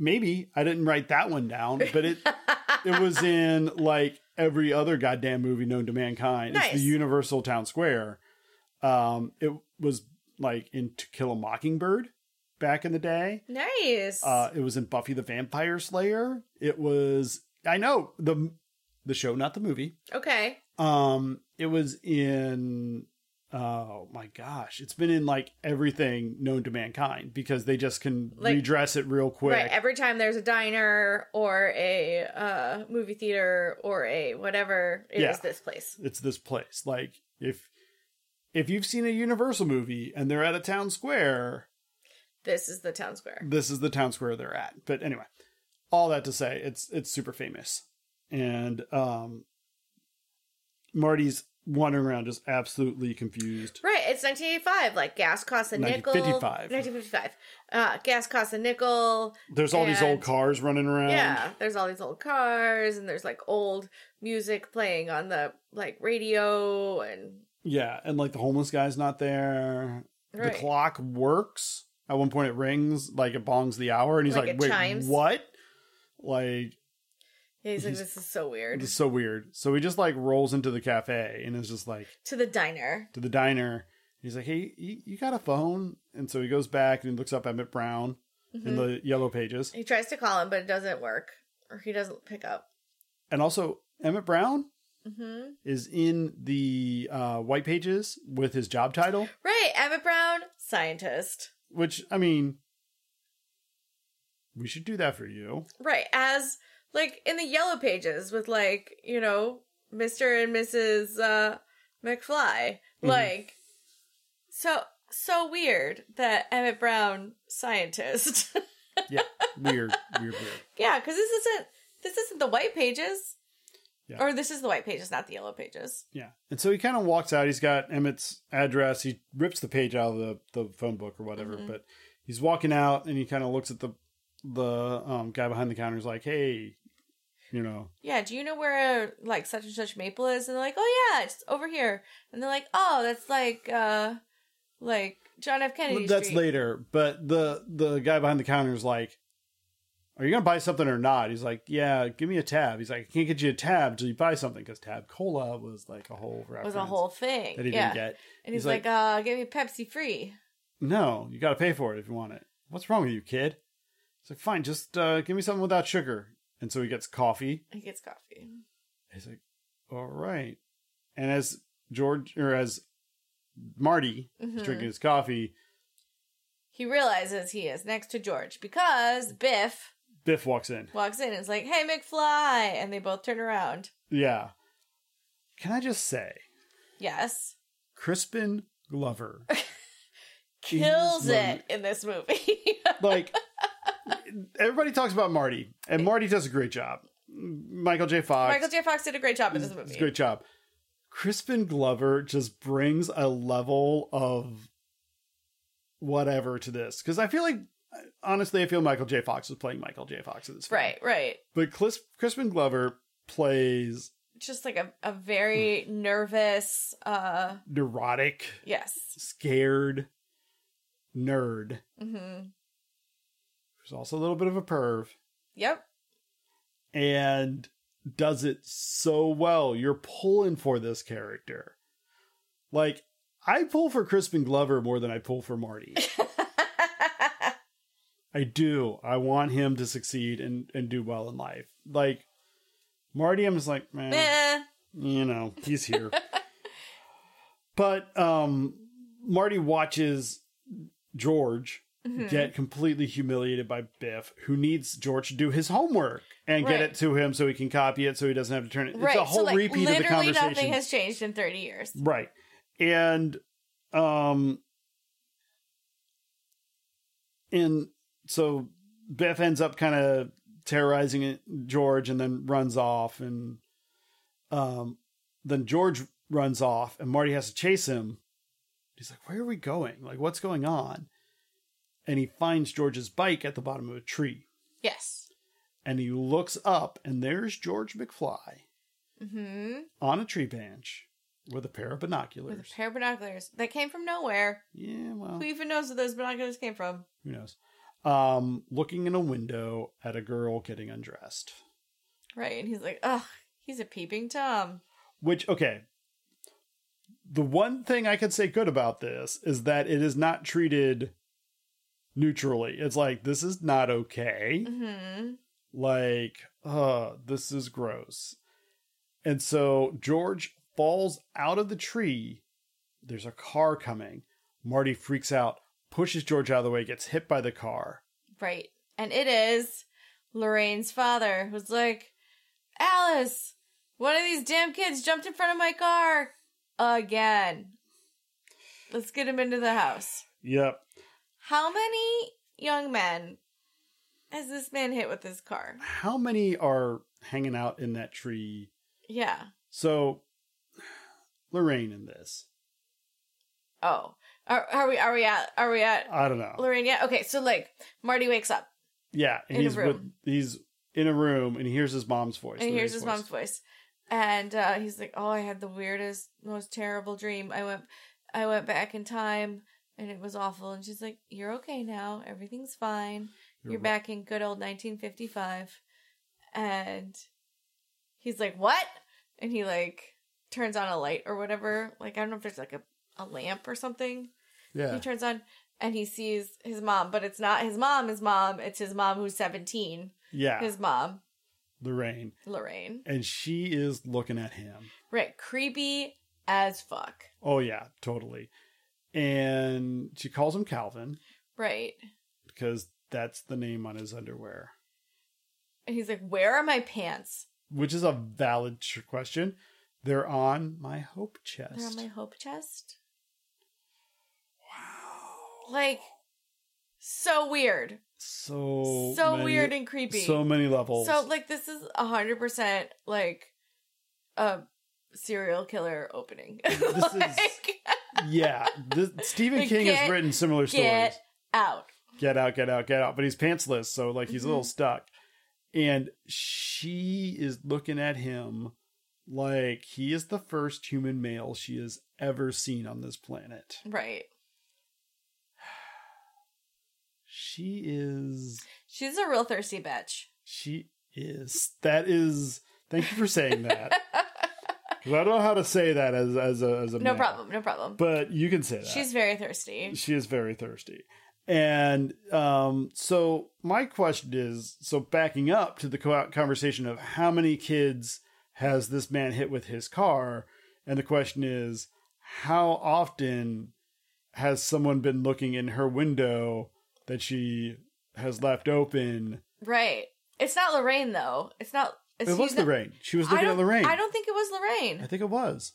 [SPEAKER 1] Maybe I didn't write that one down, but it it was in like every other goddamn movie known to mankind. It's
[SPEAKER 2] Nice.
[SPEAKER 1] the Universal Town Square. Um, it was like in To Kill a Mockingbird back in the day.
[SPEAKER 2] nice
[SPEAKER 1] Uh, it was in Buffy the Vampire Slayer. It was I know the the show, not the movie.
[SPEAKER 2] okay
[SPEAKER 1] Um, it was in oh my gosh, it's been in like everything known to mankind because they just can
[SPEAKER 2] Like-
[SPEAKER 1] redress it real quick.
[SPEAKER 2] right every time there's a diner or a uh movie theater or a whatever it is
[SPEAKER 1] Yeah.
[SPEAKER 2] this place
[SPEAKER 1] it's this place. Like if if you've seen a Universal movie and they're at a town square,
[SPEAKER 2] This is the town square.
[SPEAKER 1] this is the town square they're at. But anyway, all that to say, it's it's super famous, and um, Marty's wandering around just absolutely confused.
[SPEAKER 2] Right, it's 1985. Like gas costs a nickel.
[SPEAKER 1] 1955.
[SPEAKER 2] 1955. Uh, gas costs a nickel.
[SPEAKER 1] There's all these old
[SPEAKER 2] And-
[SPEAKER 1] cars running around.
[SPEAKER 2] Yeah, there's all these old cars and there's like old music playing on the like radio and
[SPEAKER 1] Yeah, and like the homeless guy's not there.
[SPEAKER 2] right.
[SPEAKER 1] The clock works. At one point, it rings like it bongs the hour, and he's
[SPEAKER 2] Like,
[SPEAKER 1] like,
[SPEAKER 2] it
[SPEAKER 1] "Wait,
[SPEAKER 2] chimes."
[SPEAKER 1] what?" Like
[SPEAKER 2] Yeah, he's like, this is so weird.
[SPEAKER 1] it's so weird. So he just like rolls into the cafe and is just like
[SPEAKER 2] To the diner.
[SPEAKER 1] to the diner. He's like, "Hey, you, you got a phone?" And so he goes back and he looks up Emmett Brown in
[SPEAKER 2] Mhm.
[SPEAKER 1] the yellow pages,
[SPEAKER 2] He tries to call him, but it doesn't work, or he doesn't pick up.
[SPEAKER 1] and also Emmett Brown
[SPEAKER 2] hmm
[SPEAKER 1] is in the uh, white pages with his job title,
[SPEAKER 2] Right, Emmett Brown, scientist.
[SPEAKER 1] which I mean, we should do that for you.
[SPEAKER 2] Right, as like in the yellow pages with like, you know, Mr. and Mrs. uh McFly.
[SPEAKER 1] Mhm.
[SPEAKER 2] Like so so weird that Emmett Brown scientist.
[SPEAKER 1] Weird, weird, weird.
[SPEAKER 2] yeah, cuz this isn't this isn't the white pages.
[SPEAKER 1] Yeah.
[SPEAKER 2] Or this is the white pages, not the yellow pages.
[SPEAKER 1] Yeah. And so he kind of walks out. He's got Emmett's address. He rips the page out of the, the phone book or whatever.
[SPEAKER 2] Mhm.
[SPEAKER 1] But he's walking out and he kind of looks at the the um, guy behind the counter. He's like, hey, you know,
[SPEAKER 2] Yeah, do you know where uh, like such and such maple is? And they're like, "Oh yeah, it's over here." And they're like, "Oh, that's like uh like John F. Kennedy
[SPEAKER 1] that's
[SPEAKER 2] Street."
[SPEAKER 1] later. But the, the guy behind the counter is like, are you going to buy something or not? He's like, yeah, give me a tab. He's like, I can't get you a tab till you buy something because Tab Cola was like a whole
[SPEAKER 2] It
[SPEAKER 1] reference
[SPEAKER 2] was a whole thing.
[SPEAKER 1] that he
[SPEAKER 2] yeah.
[SPEAKER 1] didn't get.
[SPEAKER 2] And
[SPEAKER 1] He's
[SPEAKER 2] he's,
[SPEAKER 1] like-
[SPEAKER 2] like, uh, give me Pepsi free.
[SPEAKER 1] No, you got to pay for it if you want it. What's wrong with you, kid? He's like, fine, just uh, give me something without sugar. And so he gets coffee.
[SPEAKER 2] He gets coffee.
[SPEAKER 1] He's like, all right. And as George or as Marty is
[SPEAKER 2] Mhm.
[SPEAKER 1] drinking his coffee,
[SPEAKER 2] He realizes he is next to George because Biff
[SPEAKER 1] Biff walks in.
[SPEAKER 2] walks in and is like, hey, McFly. And they both turn around.
[SPEAKER 1] Yeah. Can I just say,
[SPEAKER 2] Yes.
[SPEAKER 1] Crispin Glover
[SPEAKER 2] Kills
[SPEAKER 1] Jesus,
[SPEAKER 2] it in this movie.
[SPEAKER 1] like everybody talks about Marty, and Marty does a great job. Michael J. Fox,
[SPEAKER 2] Michael J. Fox did a great job in this movie.
[SPEAKER 1] It's a great job. Crispin Glover just brings a level of whatever to this because I feel like honestly I feel Michael J. Fox was playing Michael J. Fox in this film.
[SPEAKER 2] Right, right.
[SPEAKER 1] But Clis- Crispin Glover plays
[SPEAKER 2] Just like a, a very
[SPEAKER 1] Hmm.
[SPEAKER 2] nervous, uh,
[SPEAKER 1] neurotic,
[SPEAKER 2] yes.
[SPEAKER 1] scared nerd
[SPEAKER 2] hmm
[SPEAKER 1] who's also a little bit of a perv
[SPEAKER 2] Yep.
[SPEAKER 1] and does it so well. You're pulling for this character. Like I pull for Crispin Glover more than I pull for Marty. I do. I want him to succeed and, and do well in life. Like Marty, I'm just like, man,
[SPEAKER 2] Meh.
[SPEAKER 1] you know, he's here. but um Marty watches George
[SPEAKER 2] Mhm.
[SPEAKER 1] get completely humiliated by Biff, who needs George to do his homework and get
[SPEAKER 2] Right.
[SPEAKER 1] it to him so he can copy it so he doesn't have to turn it.
[SPEAKER 2] right.
[SPEAKER 1] It's a whole
[SPEAKER 2] so, like,
[SPEAKER 1] repeat of
[SPEAKER 2] literally
[SPEAKER 1] the conversation.
[SPEAKER 2] nothing has changed in 30 years.
[SPEAKER 1] Right. And um and so Beth ends up kind of terrorizing it- George and then runs off and um then George runs off and Marty has to chase him. He's like, "Where are we going? Like what's going on?" And he finds George's bike at the bottom of a tree
[SPEAKER 2] Yes.
[SPEAKER 1] and he looks up and there's George McFly
[SPEAKER 2] hmm
[SPEAKER 1] on a tree branch with a pair of binoculars.
[SPEAKER 2] With a pair of binoculars that came from nowhere.
[SPEAKER 1] Yeah, well,
[SPEAKER 2] Who even knows where those binoculars came from?
[SPEAKER 1] who knows? Um, looking in a window at a girl getting undressed.
[SPEAKER 2] Right. And he's like, ugh, he's a peeping Tom.
[SPEAKER 1] Which, okay, the one thing I could say good about this is that it is not treated neutrally. It's like this is not okay.
[SPEAKER 2] hmm
[SPEAKER 1] Like, uh, this is gross. And so George falls out of the tree. There's a car coming. Marty freaks out, pushes George out of the way, gets hit by the car.
[SPEAKER 2] Right. And it is Lorraine's father who's like, Alice, one of these damn kids jumped in front of my car again. Let's get him into the house.
[SPEAKER 1] Yep.
[SPEAKER 2] How many young men has this man hit with his car?
[SPEAKER 1] How many are hanging out in that tree?
[SPEAKER 2] Yeah.
[SPEAKER 1] So, Lorraine in this.
[SPEAKER 2] Oh, are, are we? Are we at? Are we at?
[SPEAKER 1] I don't know.
[SPEAKER 2] Lorraine, yeah. Okay, so like Marty wakes up
[SPEAKER 1] yeah, and
[SPEAKER 2] in a
[SPEAKER 1] he's with
[SPEAKER 2] room. he's
[SPEAKER 1] he's in a room and he hears his mom's voice.
[SPEAKER 2] and
[SPEAKER 1] Lorraine's
[SPEAKER 2] hears his
[SPEAKER 1] voice.
[SPEAKER 2] mom's voice, and uh, he's like, "Oh, I had the weirdest, most terrible dream. I went, I went back in time, and it was awful." And she's like, "You're okay now. Everything's fine. You're,
[SPEAKER 1] right.
[SPEAKER 2] back in good old 1955." And he's like, "What?" And he like turns on a light or whatever. Like I don't know if there's like a, a lamp or something.
[SPEAKER 1] Yeah.
[SPEAKER 2] He turns on and he sees his mom, but it's not his mom, his mom, it's his mom who's 17.
[SPEAKER 1] Yeah.
[SPEAKER 2] His mom,
[SPEAKER 1] Lorraine.
[SPEAKER 2] Lorraine.
[SPEAKER 1] And she is looking at him.
[SPEAKER 2] Right, creepy as fuck.
[SPEAKER 1] Oh yeah, totally. And she calls him Calvin
[SPEAKER 2] Right.
[SPEAKER 1] because that's the name on his underwear.
[SPEAKER 2] And he's like, "Where are my pants?"
[SPEAKER 1] Which is a valid tr- question. They're on my hope
[SPEAKER 2] They're on
[SPEAKER 1] chest.
[SPEAKER 2] my hope chest. Wow. Like so weird.
[SPEAKER 1] so
[SPEAKER 2] so
[SPEAKER 1] many-
[SPEAKER 2] weird and creepy.
[SPEAKER 1] So many levels.
[SPEAKER 2] so like this is 100% like a serial killer opening.
[SPEAKER 1] This is-
[SPEAKER 2] Like,
[SPEAKER 1] yeah, this, Stephen
[SPEAKER 2] Like,
[SPEAKER 1] King
[SPEAKER 2] get-
[SPEAKER 1] has written similar
[SPEAKER 2] get
[SPEAKER 1] stories.
[SPEAKER 2] out.
[SPEAKER 1] Get out, get out, get out. But he's pantsless, so like he's a
[SPEAKER 2] Mm-hmm.
[SPEAKER 1] little stuck. And she is looking at him like he is the first human male she has ever seen on this planet.
[SPEAKER 2] Right.
[SPEAKER 1] She is.
[SPEAKER 2] She's a real thirsty bitch.
[SPEAKER 1] She is. That is. Thank you for saying that. 'Cause I don't know how to say that as as a as a
[SPEAKER 2] No
[SPEAKER 1] man.
[SPEAKER 2] problem. No problem.
[SPEAKER 1] But you can say that.
[SPEAKER 2] She's very thirsty.
[SPEAKER 1] she is very thirsty. And um, so my question is: so backing up to the co- conversation of how many kids has this man hit with his car, and the question is how often has someone been looking in her window that she has left open?
[SPEAKER 2] Right. It's not Lorraine though. It's not. It's,
[SPEAKER 1] It was
[SPEAKER 2] he's not-
[SPEAKER 1] Lorraine. She was
[SPEAKER 2] I
[SPEAKER 1] looking
[SPEAKER 2] don't,
[SPEAKER 1] at Lorraine.
[SPEAKER 2] I don't think it was Lorraine.
[SPEAKER 1] I think it was.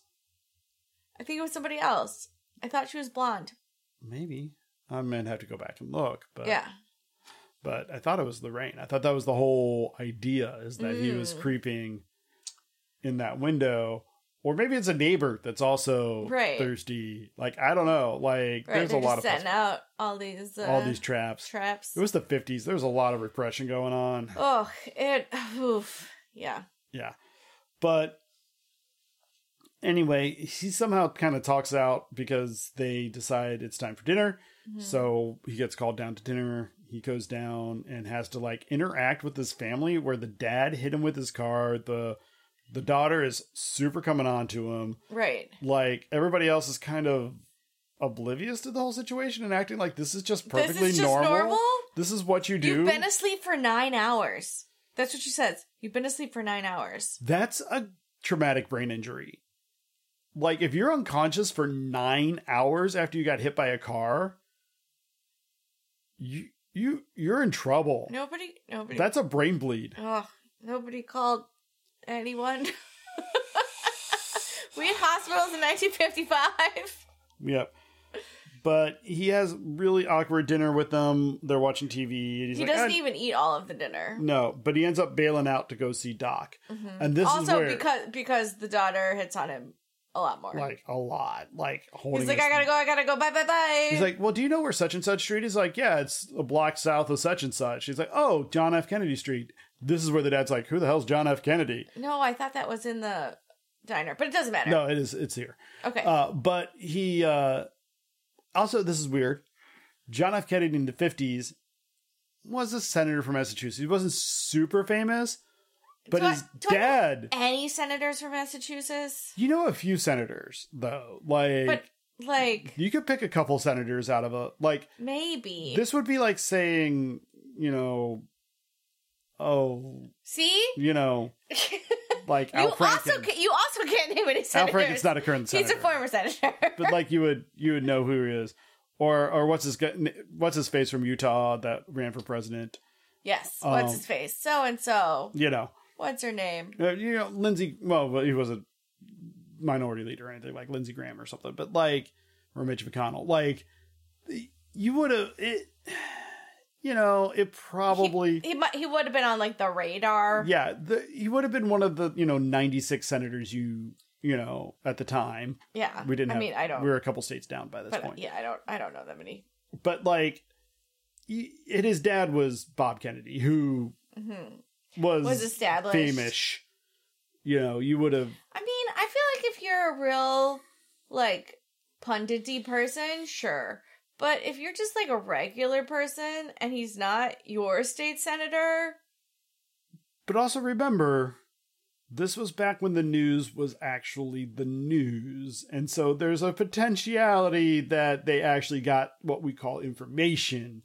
[SPEAKER 2] I think it was somebody else. I thought she was blonde.
[SPEAKER 1] Maybe. I might have to go back and look, but
[SPEAKER 2] yeah.
[SPEAKER 1] but I thought it was Lorraine. I thought that was the whole idea is that he was
[SPEAKER 2] Mm.
[SPEAKER 1] creeping in that window. Or maybe it's a neighbor that's also
[SPEAKER 2] Right.
[SPEAKER 1] thirsty. Like I don't know. Like
[SPEAKER 2] Right.
[SPEAKER 1] there's
[SPEAKER 2] They're
[SPEAKER 1] a lot
[SPEAKER 2] just
[SPEAKER 1] of
[SPEAKER 2] setting
[SPEAKER 1] possibilities.
[SPEAKER 2] out all these uh,
[SPEAKER 1] all these traps.
[SPEAKER 2] traps.
[SPEAKER 1] it was the 50s. There was a lot of repression going on.
[SPEAKER 2] oh, it. Oof. Yeah.
[SPEAKER 1] Yeah. But anyway, he somehow kind of talks out because they decide it's time for dinner.
[SPEAKER 2] Mm-hmm.
[SPEAKER 1] So he gets called down to dinner. He goes down and has to like interact with his family where the dad hit him with his car. The the daughter is super coming on to him.
[SPEAKER 2] Right.
[SPEAKER 1] Like everybody else is kind of oblivious to the whole situation and acting like this is just perfectly
[SPEAKER 2] this is just normal.
[SPEAKER 1] This is what you do.
[SPEAKER 2] You've been asleep for nine hours. That's what she says. You've been asleep for nine hours.
[SPEAKER 1] That's a traumatic brain injury. Like if you're unconscious for nine hours after you got hit by a car, you you you're in trouble.
[SPEAKER 2] Nobody. Nobody.
[SPEAKER 1] That's a brain bleed.
[SPEAKER 2] Oh, nobody called anyone. we had hospitals in 1955.
[SPEAKER 1] Yep. But he has really awkward dinner with them. They're watching TV. And he's
[SPEAKER 2] he
[SPEAKER 1] like,
[SPEAKER 2] doesn't
[SPEAKER 1] "I-
[SPEAKER 2] even eat all of the dinner.
[SPEAKER 1] no, but he ends up bailing out to go see Doc. And this is
[SPEAKER 2] Mm-hmm. also,
[SPEAKER 1] where,
[SPEAKER 2] because because the daughter hits on him a lot more.
[SPEAKER 1] like a lot, like holding.
[SPEAKER 2] He's like,
[SPEAKER 1] his-
[SPEAKER 2] I gotta go, I gotta go, bye, bye, bye.
[SPEAKER 1] He's like, well, do you know where such and such street is? Like, yeah, it's a block south of such and such. He's like, oh, John F. Kennedy Street. This is where the dad's like, who the hell's John F. Kennedy?
[SPEAKER 2] no, I thought that was in the diner, but it doesn't matter.
[SPEAKER 1] No, it is. It's here.
[SPEAKER 2] Okay,
[SPEAKER 1] Uh, but he uh, also this is weird. John F. Kennedy in the fifties was a senator from Massachusetts. He wasn't super famous, but
[SPEAKER 2] Do I-
[SPEAKER 1] his
[SPEAKER 2] do I know-
[SPEAKER 1] dad.
[SPEAKER 2] any senators from Massachusetts,
[SPEAKER 1] you know a few senators though. Like
[SPEAKER 2] but like
[SPEAKER 1] you could pick a couple senators out of a like.
[SPEAKER 2] maybe.
[SPEAKER 1] This would be like saying, you know, oh,
[SPEAKER 2] See,
[SPEAKER 1] you know, like
[SPEAKER 2] you
[SPEAKER 1] Al
[SPEAKER 2] also
[SPEAKER 1] Franken.
[SPEAKER 2] ca- you also can't name any
[SPEAKER 1] Al
[SPEAKER 2] senators.
[SPEAKER 1] Franken's not a current
[SPEAKER 2] He's
[SPEAKER 1] senator,
[SPEAKER 2] a former senator.
[SPEAKER 1] but like you would you would know who he is, or or what's his gu- what's his face from Utah that ran for president.
[SPEAKER 2] yes, what's
[SPEAKER 1] Um,
[SPEAKER 2] his face? So and so.
[SPEAKER 1] You know,
[SPEAKER 2] What's her name?
[SPEAKER 1] Uh, you know Lindsey. Well, he was a minority leader or anything like Lindsey Graham or something, but like or Mitch McConnell. Like you would have it. You know, it probably
[SPEAKER 2] He might, he would have been on like the radar.
[SPEAKER 1] yeah. The, he would have been one of the you know ninety six senators you you know at the time.
[SPEAKER 2] Yeah.
[SPEAKER 1] We didn't.
[SPEAKER 2] I
[SPEAKER 1] have-
[SPEAKER 2] mean, I don't.
[SPEAKER 1] We were a couple states down by this
[SPEAKER 2] but, uh,
[SPEAKER 1] point.
[SPEAKER 2] Yeah, I don't. I don't know that many.
[SPEAKER 1] But like, y- and his dad was Bob Kennedy, who
[SPEAKER 2] Mhm.
[SPEAKER 1] was
[SPEAKER 2] Was established.
[SPEAKER 1] famish. You know, you would have
[SPEAKER 2] I mean, I feel like if you're a real like pundity person, sure. But if you're just like a regular person and he's not your state senator,
[SPEAKER 1] But also remember, this was back when the news was actually the news. And so there's a potentiality that they actually got what we call information.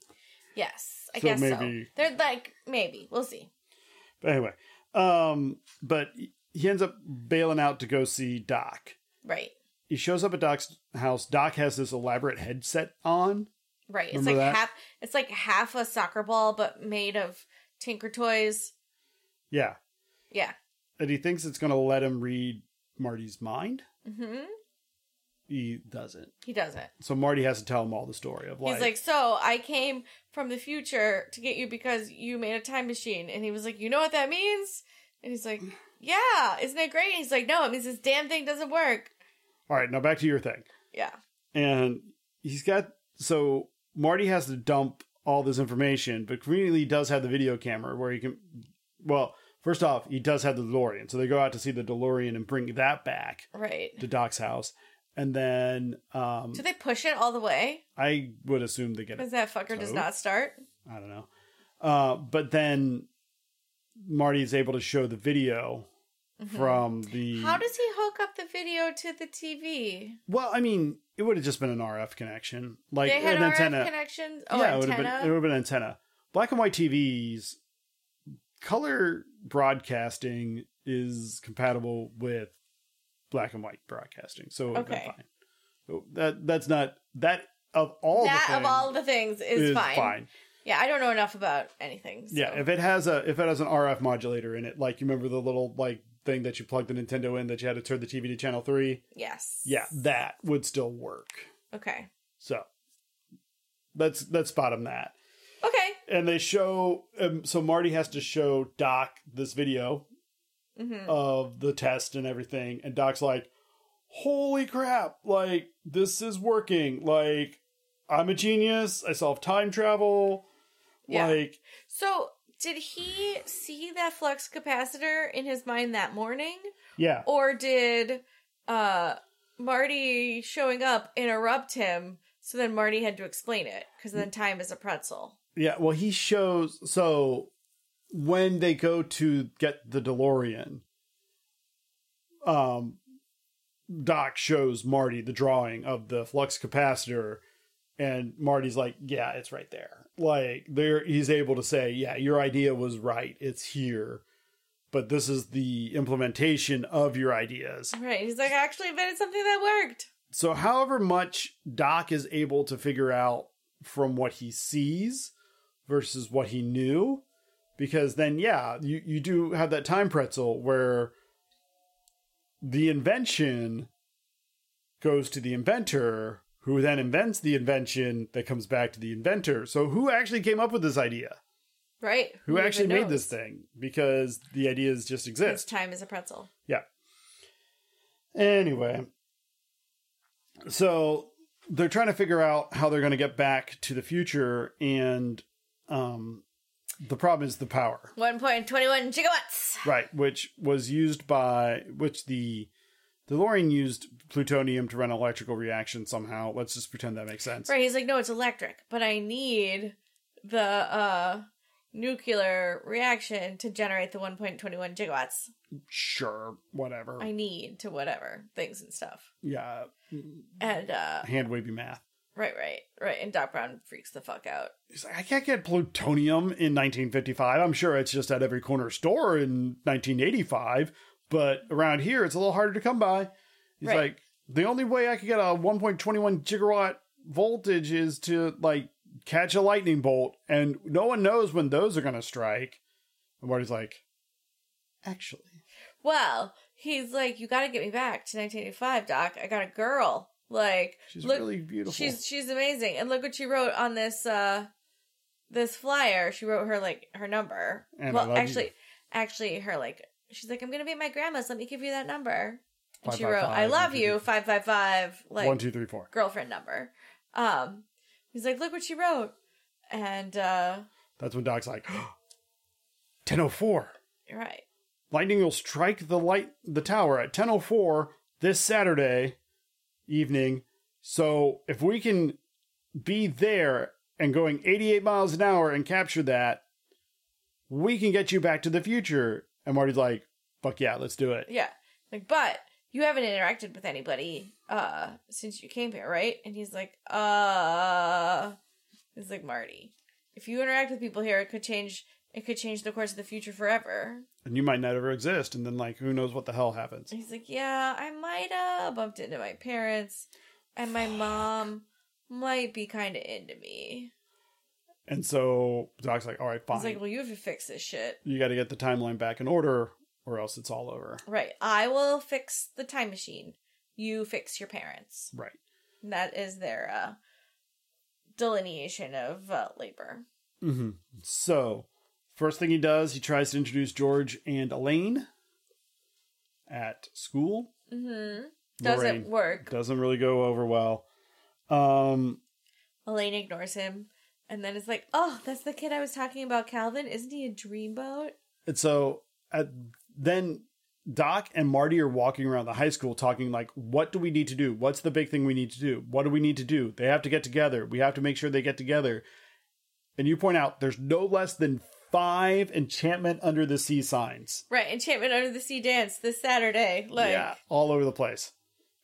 [SPEAKER 2] yes, I
[SPEAKER 1] So
[SPEAKER 2] guess so.
[SPEAKER 1] maybe-
[SPEAKER 2] They're like maybe we'll see.
[SPEAKER 1] But anyway, um, but he ends up bailing out to go see Doc.
[SPEAKER 2] Right,
[SPEAKER 1] He shows up at Doc's house. Doc has this elaborate headset on.
[SPEAKER 2] right. It's
[SPEAKER 1] Remember
[SPEAKER 2] like
[SPEAKER 1] that?
[SPEAKER 2] half. It's like half a soccer ball, but made of Tinker Toys.
[SPEAKER 1] Yeah.
[SPEAKER 2] Yeah.
[SPEAKER 1] And he thinks it's going to let him read Marty's mind.
[SPEAKER 2] hmm
[SPEAKER 1] He doesn't.
[SPEAKER 2] He doesn't.
[SPEAKER 1] So Marty has to tell him all the story of like,
[SPEAKER 2] He's like, so I came from the future to get you because you made a time machine. And he was like, you know what that means? And he's like, yeah, isn't it great? And he's like, no, it means this damn thing doesn't work.
[SPEAKER 1] all right, now back to your thing.
[SPEAKER 2] Yeah,
[SPEAKER 1] and he's got so Marty has to dump all this information, but conveniently he does have the video camera where he can. Well, first off, he does have the DeLorean, so they go out to see the DeLorean and bring that back
[SPEAKER 2] right.
[SPEAKER 1] to Doc's house, and then um,
[SPEAKER 2] Do they push it all the way?
[SPEAKER 1] I would assume they get it.
[SPEAKER 2] Because that fucker does
[SPEAKER 1] Toad?
[SPEAKER 2] not start.
[SPEAKER 1] I don't know, uh, but then Marty is able to show the video from the.
[SPEAKER 2] Mm-hmm. How does he hook up the video to the TV?
[SPEAKER 1] well, I mean, it would have just been an RF connection, like
[SPEAKER 2] they had
[SPEAKER 1] an
[SPEAKER 2] RF
[SPEAKER 1] antenna.
[SPEAKER 2] connections. Oh,
[SPEAKER 1] it would have been
[SPEAKER 2] antenna.
[SPEAKER 1] it would have been antenna. Black and white TVs color broadcasting is compatible with black and white broadcasting, so it would have
[SPEAKER 2] Okay.
[SPEAKER 1] been fine. So that that's not that of all
[SPEAKER 2] that
[SPEAKER 1] the things
[SPEAKER 2] of all the things is,
[SPEAKER 1] is
[SPEAKER 2] fine. Yeah, I don't know enough about anything. So.
[SPEAKER 1] Yeah, if it has a if it has an RF modulator in it, like you remember the little like thing that you plugged the Nintendo in that you had to turn the TV to channel three.
[SPEAKER 2] yes.
[SPEAKER 1] Yeah, that would still work.
[SPEAKER 2] Okay.
[SPEAKER 1] So let's let's bottom that.
[SPEAKER 2] Okay.
[SPEAKER 1] and they show um, so marty has to show doc this video Oh.
[SPEAKER 2] Mm-hmm.
[SPEAKER 1] of the test and everything and doc's like holy crap like this is working like i'm a genius i solve time travel
[SPEAKER 2] Yeah.
[SPEAKER 1] like
[SPEAKER 2] So, did he see that flux capacitor in his mind that morning,
[SPEAKER 1] yeah
[SPEAKER 2] or did uh Marty showing up interrupt him? So then Marty had to explain it because then time is a pretzel.
[SPEAKER 1] yeah well he shows so when they go to get the delorean um doc shows marty the drawing of the flux capacitor and Marty's like, "Yeah, it's right there." Like there, he's able to say, "Yeah, your idea was right. It's here." But this is the implementation of your ideas.
[SPEAKER 2] Right? He's like, I actually invented something that worked.
[SPEAKER 1] So, however much Doc is able to figure out from what he sees versus what he knew, because then, yeah, you, you do have that time pretzel where the invention goes to the inventor, who then invents the invention that comes back to the inventor. So, who actually came up with this idea?
[SPEAKER 2] Right?
[SPEAKER 1] Who,
[SPEAKER 2] even
[SPEAKER 1] actually made
[SPEAKER 2] knows?
[SPEAKER 1] this thing? Because the ideas just
[SPEAKER 2] 'Cause
[SPEAKER 1] exist.
[SPEAKER 2] time is a pretzel.
[SPEAKER 1] Yeah. Anyway, so they're trying to figure out how they're going to get back to the future, and um, the problem is the power,
[SPEAKER 2] One point twenty-one gigawatts.
[SPEAKER 1] right? Which was used by which the DeLorean used plutonium to run electrical reaction somehow. Let's just pretend that makes sense.
[SPEAKER 2] Right? He's like, no, it's electric, but I need the uh nuclear reaction to generate the one point twenty-one gigawatts.
[SPEAKER 1] Sure, whatever.
[SPEAKER 2] I need to whatever things and stuff.
[SPEAKER 1] yeah,
[SPEAKER 2] And uh
[SPEAKER 1] hand wavy math.
[SPEAKER 2] right, right, right. And Doc Brown freaks the fuck out.
[SPEAKER 1] He's like, I can't get plutonium in 1955. I'm sure it's just at every corner store in 1985, but around here it's a little harder to come by. He's
[SPEAKER 2] Right.
[SPEAKER 1] like, the only way I could get a 1.21 gigawatt voltage is to like catch a lightning bolt, and no one knows when those are going to strike. And Marty's like, actually,
[SPEAKER 2] Well, he's like, You gotta get me back to nineteen eighty five, Doc. I got a girl. Like
[SPEAKER 1] She's
[SPEAKER 2] look,
[SPEAKER 1] really beautiful.
[SPEAKER 2] she's she's amazing. And look what she wrote on this uh this flyer. She wrote her like her number.
[SPEAKER 1] And I
[SPEAKER 2] well,
[SPEAKER 1] love you.
[SPEAKER 2] actually, actually, her like she's like I'm gonna be at my grandma's. Let me give you that number. And she
[SPEAKER 1] Five, five,
[SPEAKER 2] wrote I
[SPEAKER 1] five,
[SPEAKER 2] love
[SPEAKER 1] one, two,
[SPEAKER 2] you
[SPEAKER 1] three.
[SPEAKER 2] five five five like
[SPEAKER 1] one, two, three, four.
[SPEAKER 2] girlfriend number. Um, he's like look what she wrote, and uh,
[SPEAKER 1] That's when Doc's like, 1004.
[SPEAKER 2] you're right.
[SPEAKER 1] Lightning will strike the light the tower at 10:04 this Saturday evening. So if we can be there and going 88 miles an hour and capture that, we can get you back to the future. And Marty's like, "Fuck yeah, let's do it."
[SPEAKER 2] Yeah. Like, but you haven't interacted with anybody uh since you came here, right? And he's like, uh he's like Marty. If you interact with people here, it could change it could change the course of the future forever.
[SPEAKER 1] And you might not ever exist. And then like, who knows what the hell happens?
[SPEAKER 2] And he's like, Yeah, I might uh bumped into my parents and my mom might be kinda into me.
[SPEAKER 1] And so Doc's like, "All right, fine.
[SPEAKER 2] He's like, Well you have to fix this shit.
[SPEAKER 1] you got to get the timeline back in order, or else it's all over."
[SPEAKER 2] Right. I will fix the time machine. You fix your parents.
[SPEAKER 1] Right.
[SPEAKER 2] And that is their uh delineation of uh, labor.
[SPEAKER 1] hmm So, first thing he does, he tries to introduce George and Elaine at school.
[SPEAKER 2] Mm-hmm. Doesn't
[SPEAKER 1] Lorraine.
[SPEAKER 2] work.
[SPEAKER 1] Doesn't really go over well. Um,
[SPEAKER 2] Elaine ignores him and then is like, oh, that's the kid I was talking about, Calvin. Isn't he a dreamboat?
[SPEAKER 1] and so at, then Doc and Marty are walking around the high school talking like, what do we need to do? What's the big thing we need to do? What do we need to do? They have to get together. We have to make sure they get together. And you point out there's no less than five enchantment under the sea signs.
[SPEAKER 2] Right, Enchantment Under the Sea dance this Saturday. Like,
[SPEAKER 1] all over the place.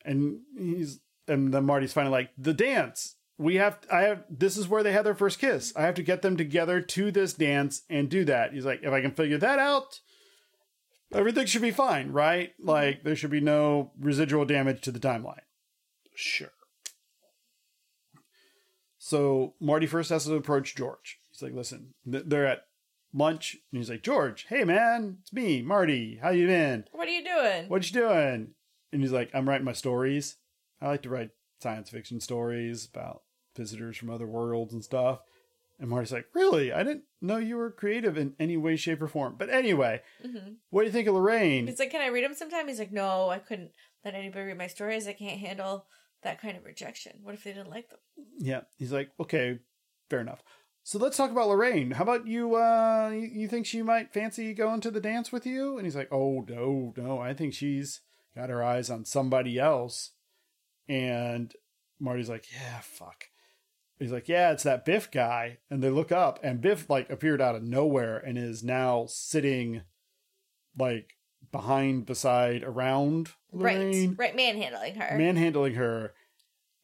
[SPEAKER 1] And he's and then Marty's finally like, the dance. We have I have this is where they had their first kiss. I have to get them together to this dance and do that. He's like, if I can figure that out, everything should be fine, right? Like there should be no residual damage to the timeline. Sure. So Marty first has to approach George. He's like, listen, th- they're at lunch, and he's like, George, hey man, it's me, Marty. How you been?
[SPEAKER 2] what are you doing?
[SPEAKER 1] what you doing? And he's like, I'm writing my stories. I like to write science fiction stories about visitors from other worlds and stuff. And Marty's like, really? I didn't know you were creative in any way, shape, or form. But anyway,
[SPEAKER 2] hmm
[SPEAKER 1] what do you think of Lorraine?
[SPEAKER 2] He's like, can I read him sometime? He's like, no, I couldn't let anybody read my stories. I can't handle that kind of rejection. What if they didn't like them?
[SPEAKER 1] Yeah. He's like, okay, fair enough. So let's talk about Lorraine. How about you? Uh, you, you think she might fancy going to the dance with you? And he's like, oh, no, no. I think she's got her eyes on somebody else. And Marty's like, yeah, fuck. He's like, yeah, it's that Biff guy. And they look up, and Biff like appeared out of nowhere and is now sitting like behind, beside, around Lorraine,
[SPEAKER 2] Right, right, manhandling her.
[SPEAKER 1] manhandling her.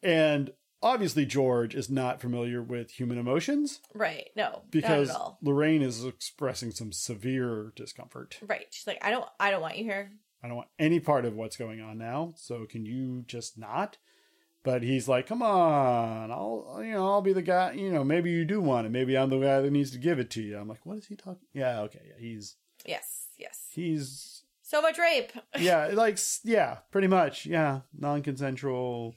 [SPEAKER 1] And obviously, George is not familiar with human emotions
[SPEAKER 2] right, no,
[SPEAKER 1] because
[SPEAKER 2] not at all.
[SPEAKER 1] Lorraine is expressing some severe discomfort.
[SPEAKER 2] Right, she's like, I don't, I don't want you here.
[SPEAKER 1] I don't want any part of what's going on now. So can you just not? But he's like, come on, I'll you know I'll be the guy. You know maybe you do want it. Maybe I'm the guy that needs to give it to you. I'm like, what is he talking? Yeah, okay, yeah, he's
[SPEAKER 2] Yes, yes.
[SPEAKER 1] he's
[SPEAKER 2] So much rape.
[SPEAKER 1] yeah, like s- yeah, pretty much yeah, non-consensual,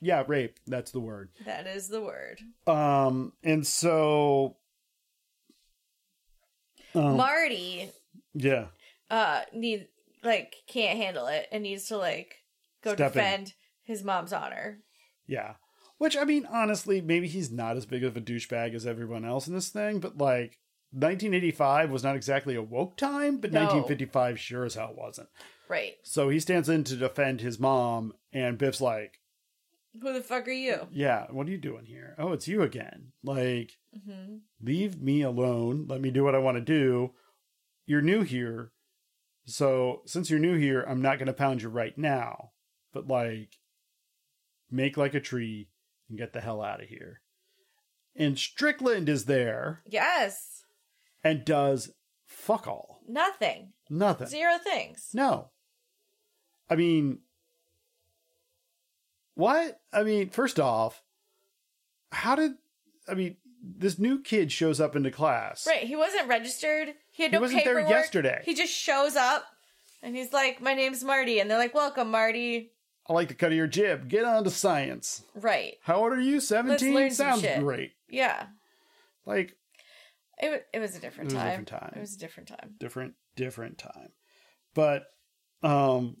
[SPEAKER 1] yeah, rape. That's the word.
[SPEAKER 2] That is the word.
[SPEAKER 1] Um, and so, um,
[SPEAKER 2] Marty
[SPEAKER 1] yeah,
[SPEAKER 2] uh need like can't handle it and needs to like go
[SPEAKER 1] Step in.
[SPEAKER 2] defend his mom's honor.
[SPEAKER 1] Yeah. Which I mean, honestly, maybe he's not as big of a douchebag as everyone else in this thing, but like 1985 was not exactly a woke time, but
[SPEAKER 2] No.
[SPEAKER 1] 1955 sure as hell wasn't.
[SPEAKER 2] Right.
[SPEAKER 1] So he stands in to defend his mom, and Biff's like,
[SPEAKER 2] Who the fuck are you?
[SPEAKER 1] "Yeah, what are you doing here? Oh, it's you again. Like,
[SPEAKER 2] hmm
[SPEAKER 1] leave me alone. Let me do what I want to do. You're new here, so since you're new here, I'm not going to pound you right now. But like, make like a tree and get the hell out of here." And Strickland is there
[SPEAKER 2] Yes.
[SPEAKER 1] and does fuck all,
[SPEAKER 2] Nothing.
[SPEAKER 1] nothing.
[SPEAKER 2] Zero things.
[SPEAKER 1] No. I mean, what? I mean, first off, how did I mean this new kid shows up into class?
[SPEAKER 2] Right. He wasn't registered. He had
[SPEAKER 1] He
[SPEAKER 2] no
[SPEAKER 1] wasn't there
[SPEAKER 2] paperwork.
[SPEAKER 1] yesterday.
[SPEAKER 2] He just shows up and he's like, My name's Marty and they're like, Welcome, Marty.
[SPEAKER 1] I like the cut of your jib. Get on to science.
[SPEAKER 2] Right.
[SPEAKER 1] How old are you? 17?
[SPEAKER 2] learn some
[SPEAKER 1] Sounds
[SPEAKER 2] shit.
[SPEAKER 1] great.
[SPEAKER 2] Yeah.
[SPEAKER 1] Like,
[SPEAKER 2] It, wa- it was a different
[SPEAKER 1] It was a
[SPEAKER 2] time.
[SPEAKER 1] different time.
[SPEAKER 2] It was a different time.
[SPEAKER 1] different, different time. But um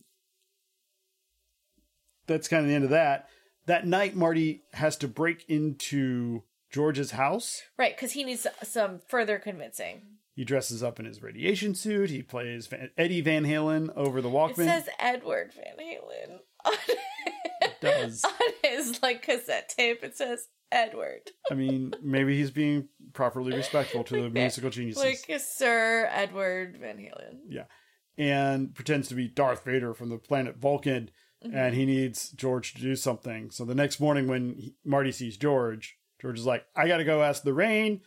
[SPEAKER 1] that's kind of the end of that. That night, Marty has to break into George's house.
[SPEAKER 2] Right, because he needs some further convincing.
[SPEAKER 1] He dresses up in his radiation suit. He plays Van- Eddie Van Halen over the
[SPEAKER 2] It
[SPEAKER 1] Walkman.
[SPEAKER 2] says Edward Van Halen on,
[SPEAKER 1] does.
[SPEAKER 2] on his like cassette tape. It says Edward,
[SPEAKER 1] I mean, maybe he's being properly respectful to the musical geniuses.
[SPEAKER 2] like Sir Edward Van Halen.
[SPEAKER 1] and pretends to be Darth Vader from the planet Vulcan,
[SPEAKER 2] Mm-hmm.
[SPEAKER 1] and he needs George to do something. So the next morning, when he- Marty sees George, George is like, "I got to go ask the rain."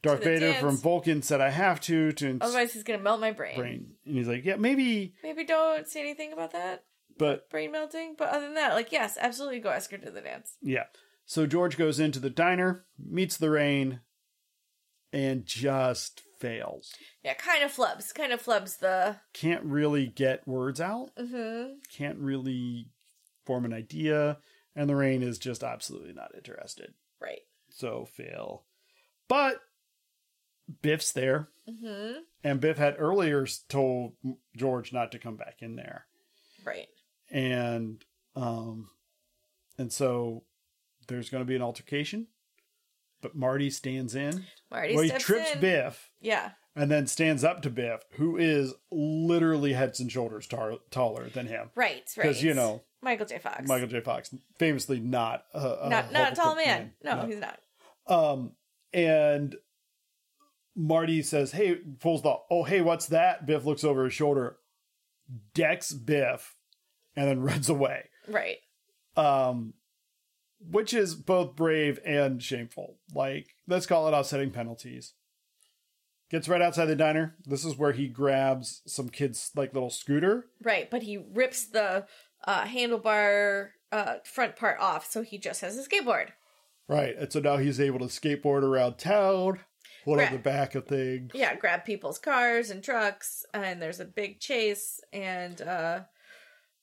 [SPEAKER 1] Darth
[SPEAKER 2] the
[SPEAKER 1] Vader
[SPEAKER 2] dance. Oh,
[SPEAKER 1] from Vulcan said, "I have to to ins-
[SPEAKER 2] Otherwise, he's gonna melt my brain.
[SPEAKER 1] rain," and he's like, "Yeah, maybe,
[SPEAKER 2] Maybe don't say anything about that
[SPEAKER 1] but
[SPEAKER 2] brain melting. But other than that, like yes, absolutely go ask her to the dance.
[SPEAKER 1] yeah." So George goes into the diner, meets the rain, and just fails.
[SPEAKER 2] Yeah, kind of flubs, kind of flubs the.
[SPEAKER 1] Can't really get words out.
[SPEAKER 2] Mm-hmm.
[SPEAKER 1] Can't really form an idea, and the rain is just absolutely not interested.
[SPEAKER 2] Right.
[SPEAKER 1] So fail. But Biff's there,
[SPEAKER 2] Mm-hmm.
[SPEAKER 1] and Biff had earlier s- told George not to come back in there,
[SPEAKER 2] Right.
[SPEAKER 1] and um, and so there's going to be an altercation. But Marty stands in.
[SPEAKER 2] Marty
[SPEAKER 1] well, he
[SPEAKER 2] steps
[SPEAKER 1] trips
[SPEAKER 2] in.
[SPEAKER 1] Biff
[SPEAKER 2] Yeah.
[SPEAKER 1] and then stands up to Biff, who is literally heads and shoulders tar- taller than him.
[SPEAKER 2] Right. Right.
[SPEAKER 1] 'Cause, you know,
[SPEAKER 2] Michael J. Fox.
[SPEAKER 1] Michael uh, J. Fox, famously not a, a
[SPEAKER 2] not not a tall
[SPEAKER 1] Hulk-
[SPEAKER 2] man. No,
[SPEAKER 1] No.
[SPEAKER 2] he's not.
[SPEAKER 1] Um, and Marty says, "Hey," pulls the, "Oh, hey, what's that?" Biff looks over his shoulder, decks Biff, and then runs away.
[SPEAKER 2] Right.
[SPEAKER 1] Um, which is both brave and shameful. Like, let's call it offsetting penalties. Gets right outside the diner. This is where he grabs some kid's like little scooter.
[SPEAKER 2] Right, but he rips the uh, handlebar uh, front part off, so he just has a skateboard.
[SPEAKER 1] Right, and so now he's able to skateboard around town, hold on
[SPEAKER 2] Right.
[SPEAKER 1] the back of things.
[SPEAKER 2] Yeah, grab people's cars and trucks, and there's a big chase, and uh,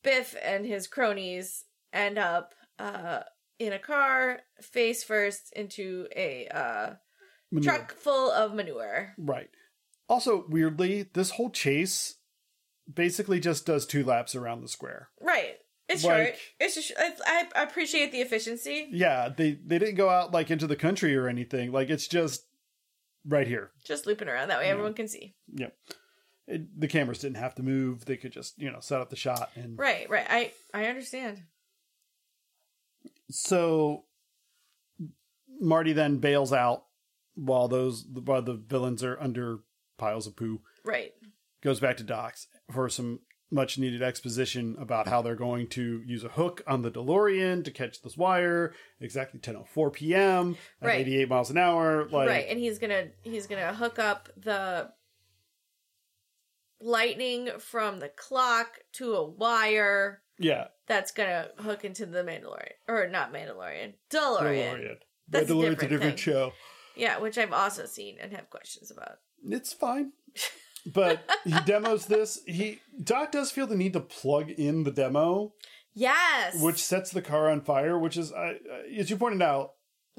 [SPEAKER 2] Biff and his cronies end up uh, in a car, face first into a uh,
[SPEAKER 1] Manure.
[SPEAKER 2] truck full of manure.
[SPEAKER 1] Right. Also, weirdly, this whole chase basically just does two laps around the square.
[SPEAKER 2] Right, it's
[SPEAKER 1] Like-
[SPEAKER 2] short. It's just, I, I appreciate the efficiency.
[SPEAKER 1] Yeah, they they didn't go out like into the country or anything. Like it's just right here.
[SPEAKER 2] Just looping around that way,
[SPEAKER 1] Yeah.
[SPEAKER 2] everyone can see.
[SPEAKER 1] It, the cameras didn't have to move. They could just you know set up the shot and
[SPEAKER 2] Right, right. I I understand.
[SPEAKER 1] so Marty then bails out while those while the villains are under piles of poo.
[SPEAKER 2] Right.
[SPEAKER 1] Goes back to Doc's for some much needed exposition about how they're going to use a hook on the DeLorean to catch this wire exactly 10:04 p.m. at
[SPEAKER 2] Right.
[SPEAKER 1] 88 miles an hour like
[SPEAKER 2] right, and he's gonna he's gonna hook up the lightning from the clock to a wire
[SPEAKER 1] yeah
[SPEAKER 2] that's gonna hook into the Mandalorian or not Mandalorian DeLorean.
[SPEAKER 1] DeLorean.
[SPEAKER 2] That's
[SPEAKER 1] yeah,
[SPEAKER 2] a
[SPEAKER 1] DeLorean's
[SPEAKER 2] different
[SPEAKER 1] a different
[SPEAKER 2] thing.
[SPEAKER 1] show.
[SPEAKER 2] Yeah, which I've also seen and have questions about.
[SPEAKER 1] It's fine. But he demos this. He Doc does feel the need to plug in the demo,
[SPEAKER 2] Yes.
[SPEAKER 1] which sets the car on fire, which is I, I- as you pointed out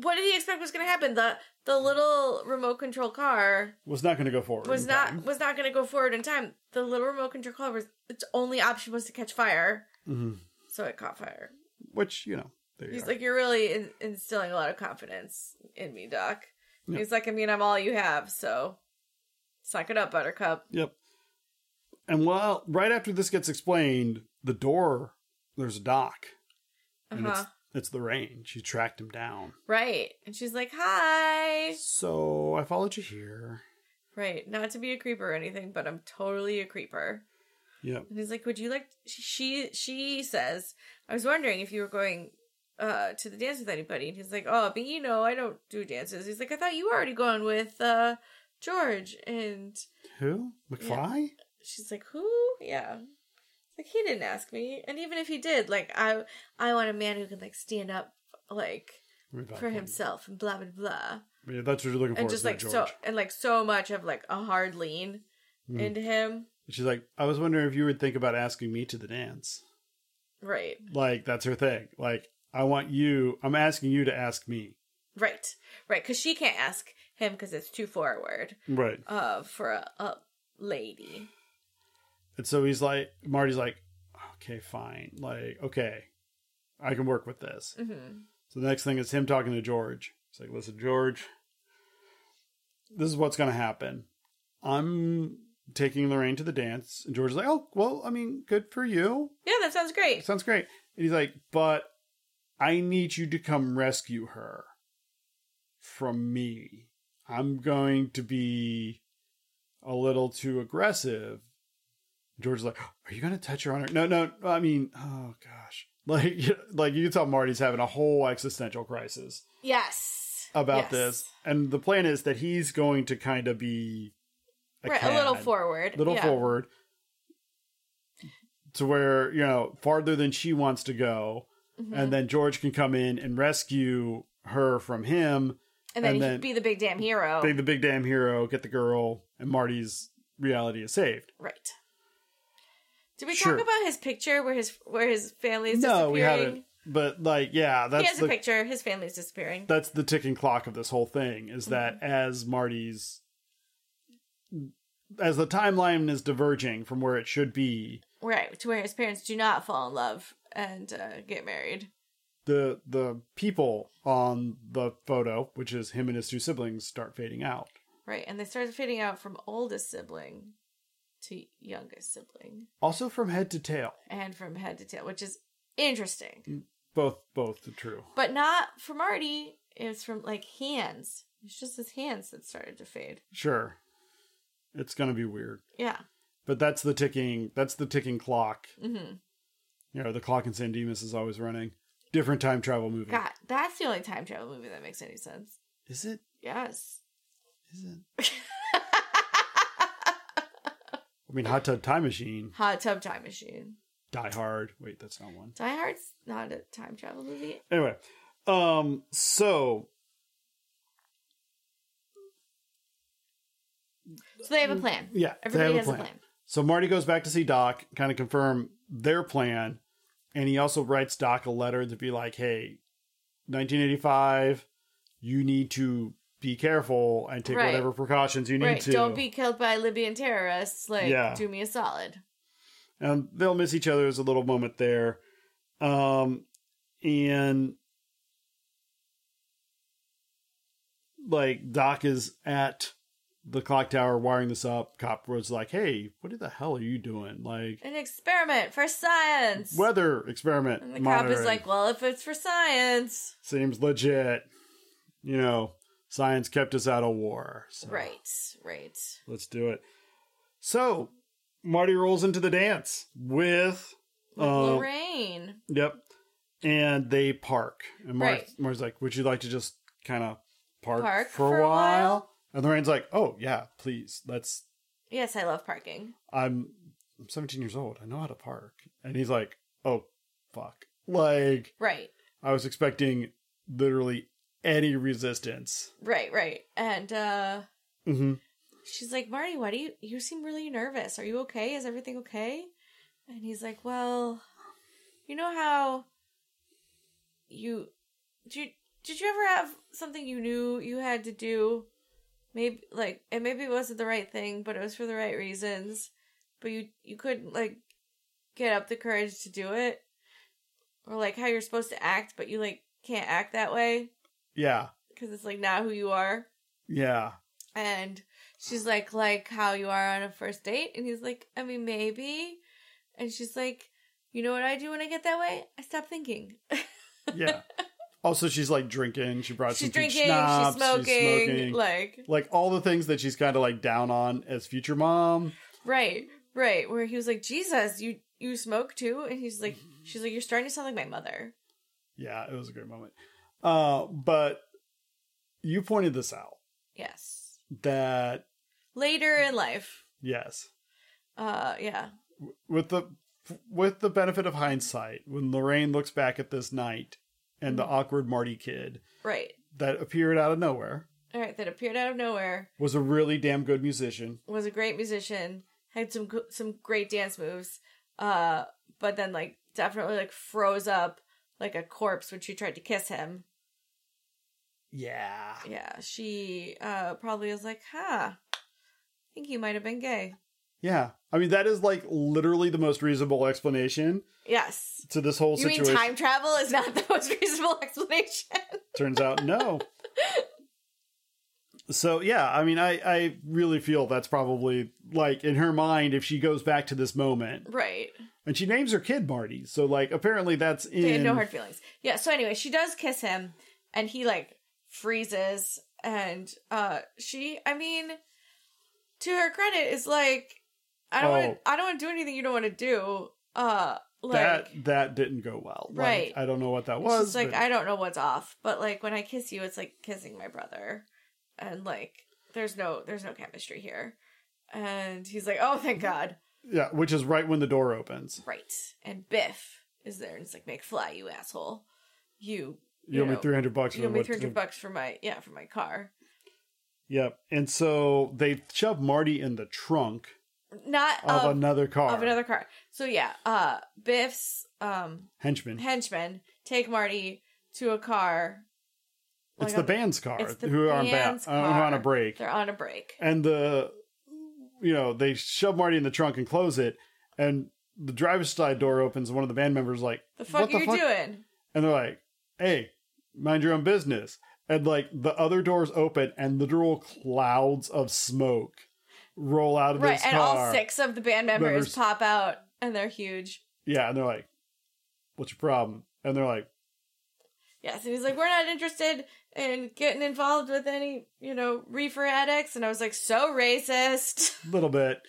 [SPEAKER 2] what did he expect was gonna happen? The the little remote control car
[SPEAKER 1] was not going to go forward.
[SPEAKER 2] was
[SPEAKER 1] in
[SPEAKER 2] not
[SPEAKER 1] time.
[SPEAKER 2] was not gonna go forward in time. The little remote control car was its only option was to catch fire.
[SPEAKER 1] Mhm.
[SPEAKER 2] So it caught fire.
[SPEAKER 1] which you know. There you
[SPEAKER 2] He's
[SPEAKER 1] are.
[SPEAKER 2] like, you're really in- instilling a lot of confidence in me, Doc.
[SPEAKER 1] Yeah.
[SPEAKER 2] He's like, I mean, I'm all you have, so suck it up, Buttercup.
[SPEAKER 1] Yep. And while right after this gets explained, the door there's a dock, and
[SPEAKER 2] Uh-huh.
[SPEAKER 1] it's it's the rain. She tracked him down.
[SPEAKER 2] Right. And she's like, hi.
[SPEAKER 1] So I followed you here.
[SPEAKER 2] Right. Not to be a creeper or anything, but I'm totally a creeper.
[SPEAKER 1] Yep.
[SPEAKER 2] And he's like, would you like? She she says, I was wondering if you were going uh to the dance with anybody. And he's like, oh, but you know, I don't do dances. He's like, I thought you were already going with uh George. And
[SPEAKER 1] Who? McFly?
[SPEAKER 2] she's like, "Who?" Yeah. It's Like he didn't ask me, and even if he did, like I, I want a man who can like stand up, like for himself and blah blah blah,
[SPEAKER 1] Yeah, that's what you're looking for.
[SPEAKER 2] and just like
[SPEAKER 1] George.
[SPEAKER 2] so and like so much of like a hard lean
[SPEAKER 1] Hmm.
[SPEAKER 2] into him.
[SPEAKER 1] She's like, I was wondering if you would think about asking me to the dance.
[SPEAKER 2] Right.
[SPEAKER 1] Like that's her thing. Like I want you. I'm asking you to ask me.
[SPEAKER 2] Right. Right. Because she can't ask him because it's too forward
[SPEAKER 1] Right.
[SPEAKER 2] uh, for a, a lady.
[SPEAKER 1] And so he's like, Marty's like, okay, fine. Like, okay, I can work with this.
[SPEAKER 2] hmm
[SPEAKER 1] So the next thing is him talking to George. He's like, listen, George, this is what's going to happen. I'm taking Lorraine to the dance. And George's like, oh, well, I mean, good for you.
[SPEAKER 2] Yeah, that sounds great.
[SPEAKER 1] Sounds great. And he's like, but I need you to come rescue her from me. I'm going to be a little too aggressive. George's like, are you going to touch her on her? No, no. I mean, oh gosh. Like, like you can tell Marty's having a whole existential crisis
[SPEAKER 2] Yes.
[SPEAKER 1] about
[SPEAKER 2] Yes.
[SPEAKER 1] this. And the plan is that he's going to kind of be a,
[SPEAKER 2] right. A little
[SPEAKER 1] cad
[SPEAKER 2] forward.
[SPEAKER 1] little
[SPEAKER 2] yeah.
[SPEAKER 1] forward to where you know farther than she wants to go
[SPEAKER 2] Mhm.
[SPEAKER 1] and then george can come in and rescue her from him
[SPEAKER 2] And
[SPEAKER 1] and
[SPEAKER 2] then, he'd
[SPEAKER 1] then-
[SPEAKER 2] be the big damn hero.
[SPEAKER 1] be the big damn hero get the girl and marty's reality is saved
[SPEAKER 2] Right. Did we
[SPEAKER 1] Sure.
[SPEAKER 2] talk about his picture where his where his family is
[SPEAKER 1] no
[SPEAKER 2] disappearing?
[SPEAKER 1] we haven't but like yeah
[SPEAKER 2] he
[SPEAKER 1] that's
[SPEAKER 2] has a
[SPEAKER 1] the
[SPEAKER 2] picture. His family is disappearing.
[SPEAKER 1] that's the ticking clock of this whole thing is
[SPEAKER 2] Mm-hmm.
[SPEAKER 1] that as marty's as the timeline is diverging from where it should be
[SPEAKER 2] right to where his parents do not fall in love and uh, get married.
[SPEAKER 1] the the people on the photo, which is him and his two siblings, start fading out.
[SPEAKER 2] Right, and they started fading out from oldest sibling to youngest sibling,
[SPEAKER 1] Also from head to tail,
[SPEAKER 2] and from head to tail, which is
[SPEAKER 1] Mm.
[SPEAKER 2] interesting,
[SPEAKER 1] both both the true.
[SPEAKER 2] but not for Marty. It's from like hands. It's just his hands that started to fade.
[SPEAKER 1] Sure, it's gonna be weird,
[SPEAKER 2] Yeah.
[SPEAKER 1] but that's the ticking. That's the ticking clock.
[SPEAKER 2] Mm-hmm.
[SPEAKER 1] Mm. You know, the clock in San Dimas is always running. Different time travel movie.
[SPEAKER 2] God, that's the only time travel movie that makes any sense.
[SPEAKER 1] Is it?
[SPEAKER 2] Yes.
[SPEAKER 1] Is it? I mean, Hot Tub Time Machine,
[SPEAKER 2] Hot Tub Time Machine.
[SPEAKER 1] Die Hard. Wait, that's not one.
[SPEAKER 2] Die Hard's not a time travel movie.
[SPEAKER 1] Anyway, um, so
[SPEAKER 2] So they have a plan.
[SPEAKER 1] yeah,
[SPEAKER 2] Everybody
[SPEAKER 1] Mm. they have
[SPEAKER 2] has
[SPEAKER 1] a plan. So Marty goes back to see Doc, kind of confirm their plan, and he also writes Doc a letter to be like, "Hey, 1985, you need to be careful and take
[SPEAKER 2] Right.
[SPEAKER 1] whatever precautions you need
[SPEAKER 2] Right.
[SPEAKER 1] to.
[SPEAKER 2] Don't be killed by Libyan terrorists. Like,
[SPEAKER 1] Yeah.
[SPEAKER 2] do me a solid.
[SPEAKER 1] And they'll miss each other. There's a little moment there, um, and like Doc is at the clock tower wiring this up. Cop was like, "Hey, what the hell are you doing? Like,
[SPEAKER 2] An experiment for science.
[SPEAKER 1] weather experiment
[SPEAKER 2] and the cop
[SPEAKER 1] monitoring
[SPEAKER 2] is like, well, if it's for science.
[SPEAKER 1] seems legit. You know, science kept us out of war. So
[SPEAKER 2] Right, right.
[SPEAKER 1] Let's do it. So Marty rolls into the dance with
[SPEAKER 2] With
[SPEAKER 1] uh,
[SPEAKER 2] Lorraine.
[SPEAKER 1] yep, and they park. And Mar-
[SPEAKER 2] Right.
[SPEAKER 1] Marty's like, "Would you like to just kind of park,
[SPEAKER 2] Park
[SPEAKER 1] for, a while? And Lorraine's like, "Oh yeah, please. Let's.
[SPEAKER 2] Yes, I love parking.
[SPEAKER 1] I'm I'm 17 years old. I know how to park." And he's like, "Oh fuck, like."
[SPEAKER 2] Right,
[SPEAKER 1] I was expecting literally any resistance.
[SPEAKER 2] right, right. And uh
[SPEAKER 1] Mm-hmm.
[SPEAKER 2] she's like, Marty, why do you you seem really nervous? Are you okay? Is everything okay? And he's like, Well, you know how you did you, did you ever have something you knew you had to do? Maybe like and maybe it wasn't the right thing, but it was for the right reasons. But you you couldn't like get up the courage to do it. Or like how you're supposed to act, but you like can't act that way
[SPEAKER 1] Yeah,
[SPEAKER 2] because it's like not who you are
[SPEAKER 1] yeah,
[SPEAKER 2] and she's like like how you are on a first date and he's like i mean maybe and she's like you know what i do when i get that way i stop thinking
[SPEAKER 1] yeah. also, she's like drinking. She brought
[SPEAKER 2] she's
[SPEAKER 1] some peach
[SPEAKER 2] drinking
[SPEAKER 1] schnapps,
[SPEAKER 2] she's, smoking,
[SPEAKER 1] smoking. Like-,
[SPEAKER 2] like
[SPEAKER 1] all the things that she's kind of like down on as future mom.
[SPEAKER 2] right right where he was like jesus you you smoke too and he's like
[SPEAKER 1] Mm-hmm.
[SPEAKER 2] she's like you're starting to sound like my mother
[SPEAKER 1] Yeah, it was a great moment. Uh, but you pointed this out
[SPEAKER 2] yes
[SPEAKER 1] that
[SPEAKER 2] later in life
[SPEAKER 1] yes,
[SPEAKER 2] uh yeah
[SPEAKER 1] with the with the benefit of hindsight, when Lorraine looks back at this night and the
[SPEAKER 2] Mhm.
[SPEAKER 1] awkward Marty kid
[SPEAKER 2] right
[SPEAKER 1] that appeared out of nowhere.
[SPEAKER 2] all right that appeared out of nowhere
[SPEAKER 1] was a really damn good musician.
[SPEAKER 2] was a great musician had some go- some great dance moves Uh, but then like definitely like froze up like a corpse when she tried to kiss him.
[SPEAKER 1] Yeah.
[SPEAKER 2] Yeah, she uh probably was like, huh. I think he might have been gay.
[SPEAKER 1] Yeah. I mean, that is like literally the most reasonable explanation
[SPEAKER 2] Yes.
[SPEAKER 1] to this whole
[SPEAKER 2] You
[SPEAKER 1] situation.
[SPEAKER 2] mean time travel is not the most reasonable explanation?
[SPEAKER 1] Turns out, no. So yeah, I mean, I I really feel that's probably like in her mind if she goes back to this moment
[SPEAKER 2] right.
[SPEAKER 1] and she names her kid Marty. So like apparently that's in
[SPEAKER 2] They had no hard feelings. Yeah, so anyway, she does kiss him and he like freezes and uh she I mean to her credit is like I don't wanna
[SPEAKER 1] Oh.
[SPEAKER 2] I don't wanna do anything you don't wanna do. Uh like
[SPEAKER 1] that that didn't go well. Like,
[SPEAKER 2] Right.
[SPEAKER 1] I don't know what that
[SPEAKER 2] It's
[SPEAKER 1] was.
[SPEAKER 2] just like
[SPEAKER 1] but-
[SPEAKER 2] I don't know what's off, but like when I kiss you, it's like kissing my brother, and like there's no there's no chemistry here. And he's like, "Oh,
[SPEAKER 1] Mm-hmm.
[SPEAKER 2] thank God!"
[SPEAKER 1] yeah, which is right when the door opens.
[SPEAKER 2] Right. And Biff is there, and it's like, "McFly, you asshole! You
[SPEAKER 1] You, owe me
[SPEAKER 2] know,
[SPEAKER 1] three hundred bucks.
[SPEAKER 2] You
[SPEAKER 1] for
[SPEAKER 2] owe me
[SPEAKER 1] what-
[SPEAKER 2] three hundred bucks for my yeah for my car."
[SPEAKER 1] Yep. And so they shove Marty in the trunk
[SPEAKER 2] Not
[SPEAKER 1] of
[SPEAKER 2] of,
[SPEAKER 1] another car.
[SPEAKER 2] of another car. So yeah, uh, Biff's um
[SPEAKER 1] henchman.
[SPEAKER 2] henchmen take Marty to a car.
[SPEAKER 1] it's
[SPEAKER 2] like
[SPEAKER 1] the
[SPEAKER 2] a-
[SPEAKER 1] band's car
[SPEAKER 2] Oh it's the
[SPEAKER 1] who are on, ba-
[SPEAKER 2] band's
[SPEAKER 1] uh, who are on a
[SPEAKER 2] car.
[SPEAKER 1] break.
[SPEAKER 2] They're on a break.
[SPEAKER 1] and the you know they shove Marty in the trunk and close it, and the driver's side door opens. and One of the band members is like,
[SPEAKER 2] The fuck
[SPEAKER 1] what the
[SPEAKER 2] are you
[SPEAKER 1] fuck?"
[SPEAKER 2] doing?
[SPEAKER 1] And they're like, "Hey, mind your own business." And like the other doors open, and literal clouds of smoke roll out of
[SPEAKER 2] right
[SPEAKER 1] this
[SPEAKER 2] and
[SPEAKER 1] car.
[SPEAKER 2] all six of the band members,
[SPEAKER 1] Members.
[SPEAKER 2] pop out and they're huge
[SPEAKER 1] Yeah, and they're like, "What's your problem?" And they're like,
[SPEAKER 2] yeah so he's like we're not interested in getting involved with any you know reefer addicts and i was like so racist
[SPEAKER 1] "A little bit."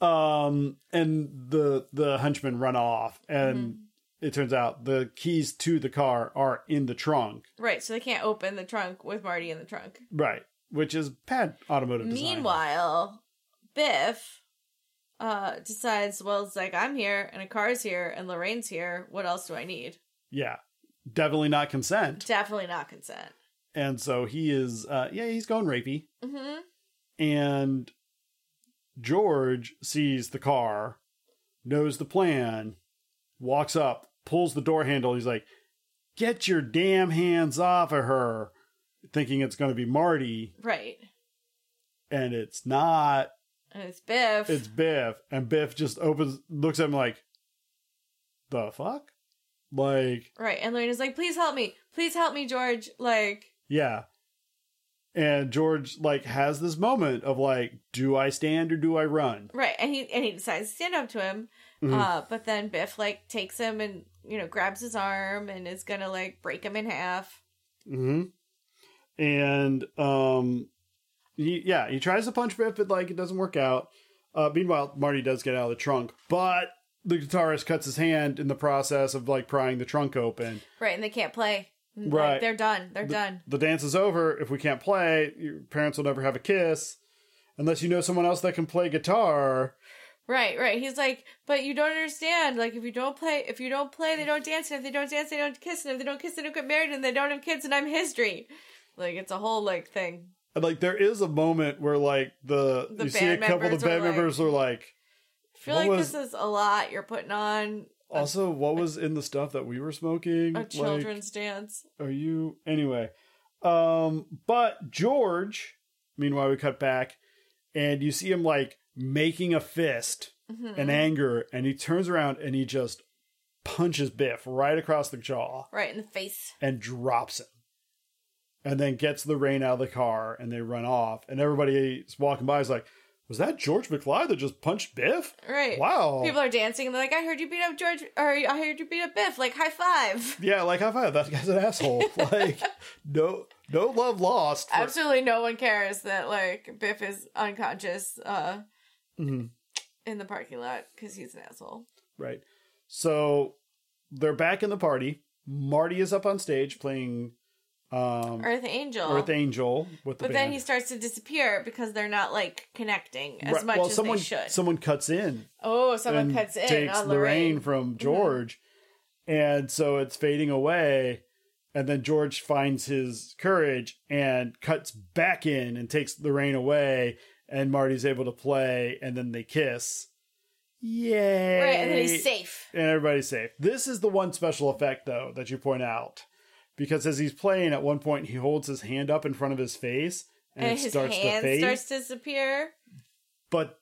[SPEAKER 1] Um, and the the henchmen run off, and it turns out the keys to the car are in the trunk.
[SPEAKER 2] right so they can't open the trunk with marty in the trunk
[SPEAKER 1] Right. Which is bad automotive design.
[SPEAKER 2] meanwhile biff uh decides well it's like i'm here and a car's here and lorraine's here what else do i need
[SPEAKER 1] Yeah. Definitely not consent.
[SPEAKER 2] definitely not consent
[SPEAKER 1] And so he is, uh, yeah, he's going rapey.
[SPEAKER 2] mm-hmm
[SPEAKER 1] And George sees the car, knows the plan, walks up, pulls the door handle. He's like, get your damn hands off of her, thinking it's going to be Marty.
[SPEAKER 2] right
[SPEAKER 1] And it's not.
[SPEAKER 2] and it's biff
[SPEAKER 1] It's Biff. And Biff just opens, looks at him like, the fuck? Like,
[SPEAKER 2] right and lorraine's like please help me please help me george like
[SPEAKER 1] Yeah. And George like has this moment of like, do I stand or do I run? Mm-hmm.
[SPEAKER 2] Right, and he and he decides to stand up to him,
[SPEAKER 1] Hmm.
[SPEAKER 2] uh, but then Biff like takes him and you know grabs his arm and is gonna like break him in half.
[SPEAKER 1] hmm And um, he, yeah, he tries to punch Biff, but like it doesn't work out. Uh, meanwhile, Marty does get out of the trunk, but the guitarist cuts his hand in the process of like prying the trunk open.
[SPEAKER 2] Right, and they can't play. Like,
[SPEAKER 1] Right.
[SPEAKER 2] they're done. They're done.
[SPEAKER 1] The dance is over. If we can't play, your parents will never have a kiss, unless you know someone else that can play guitar.
[SPEAKER 2] Right, right. He's like, but you don't understand. Like, if you don't play, if you don't play, they don't dance, and if they don't dance, they don't kiss, and if they don't kiss, they don't get married, and they don't have kids, and I'm history. Like, it's a whole like thing.
[SPEAKER 1] And, like there is a moment where like the,
[SPEAKER 2] The
[SPEAKER 1] you see a
[SPEAKER 2] band
[SPEAKER 1] couple of
[SPEAKER 2] members
[SPEAKER 1] the
[SPEAKER 2] are
[SPEAKER 1] band
[SPEAKER 2] like-
[SPEAKER 1] members are like
[SPEAKER 2] I feel
[SPEAKER 1] What
[SPEAKER 2] like
[SPEAKER 1] was-
[SPEAKER 2] this is a lot you're putting on
[SPEAKER 1] Also, what was in the stuff that we were smoking?
[SPEAKER 2] a
[SPEAKER 1] Like,
[SPEAKER 2] children's dance.
[SPEAKER 1] are you anyway? Um, but George, meanwhile, we cut back, and you see him like making a fist
[SPEAKER 2] Mm-hmm.
[SPEAKER 1] in anger, and he turns around and he just punches Biff right across the jaw
[SPEAKER 2] Right in the face.
[SPEAKER 1] and drops him. And then gets the rain out of the car and they run off. And everybody's walking by is like, Was that George McFly that just punched Biff?
[SPEAKER 2] Right.
[SPEAKER 1] Wow.
[SPEAKER 2] People are dancing and they're like, I heard you beat up George, or I heard you beat up Biff. Like, high five.
[SPEAKER 1] Yeah, like high five. That guy's an asshole. like no, no love lost. for-
[SPEAKER 2] Absolutely no one cares that, like, Biff is unconscious uh,
[SPEAKER 1] Mhm,
[SPEAKER 2] in the parking lot because he's an asshole.
[SPEAKER 1] right. So they're back in the party. Marty is up on stage playing um,
[SPEAKER 2] Earth Angel.
[SPEAKER 1] Earth Angel with the
[SPEAKER 2] Oh. but then
[SPEAKER 1] band.
[SPEAKER 2] he starts to disappear because they're not, like, connecting as
[SPEAKER 1] Right,
[SPEAKER 2] much
[SPEAKER 1] well,
[SPEAKER 2] as
[SPEAKER 1] someone
[SPEAKER 2] they should.
[SPEAKER 1] someone cuts in.
[SPEAKER 2] oh, someone
[SPEAKER 1] and
[SPEAKER 2] cuts in
[SPEAKER 1] Takes
[SPEAKER 2] on
[SPEAKER 1] Lorraine,
[SPEAKER 2] Lorraine. Mm-hmm.
[SPEAKER 1] from George, and so it's fading away. And then George finds his courage and cuts back in and takes Lorraine away. And Marty's able to play, and then they kiss. Yay.
[SPEAKER 2] Right, and then he's safe.
[SPEAKER 1] and everybody's safe. This is the one special effect though that you point out, because as he's playing, at one point he holds his hand up in front of his face, and,
[SPEAKER 2] And,
[SPEAKER 1] it
[SPEAKER 2] his
[SPEAKER 1] starts to
[SPEAKER 2] hand
[SPEAKER 1] fade.
[SPEAKER 2] starts to disappear.
[SPEAKER 1] But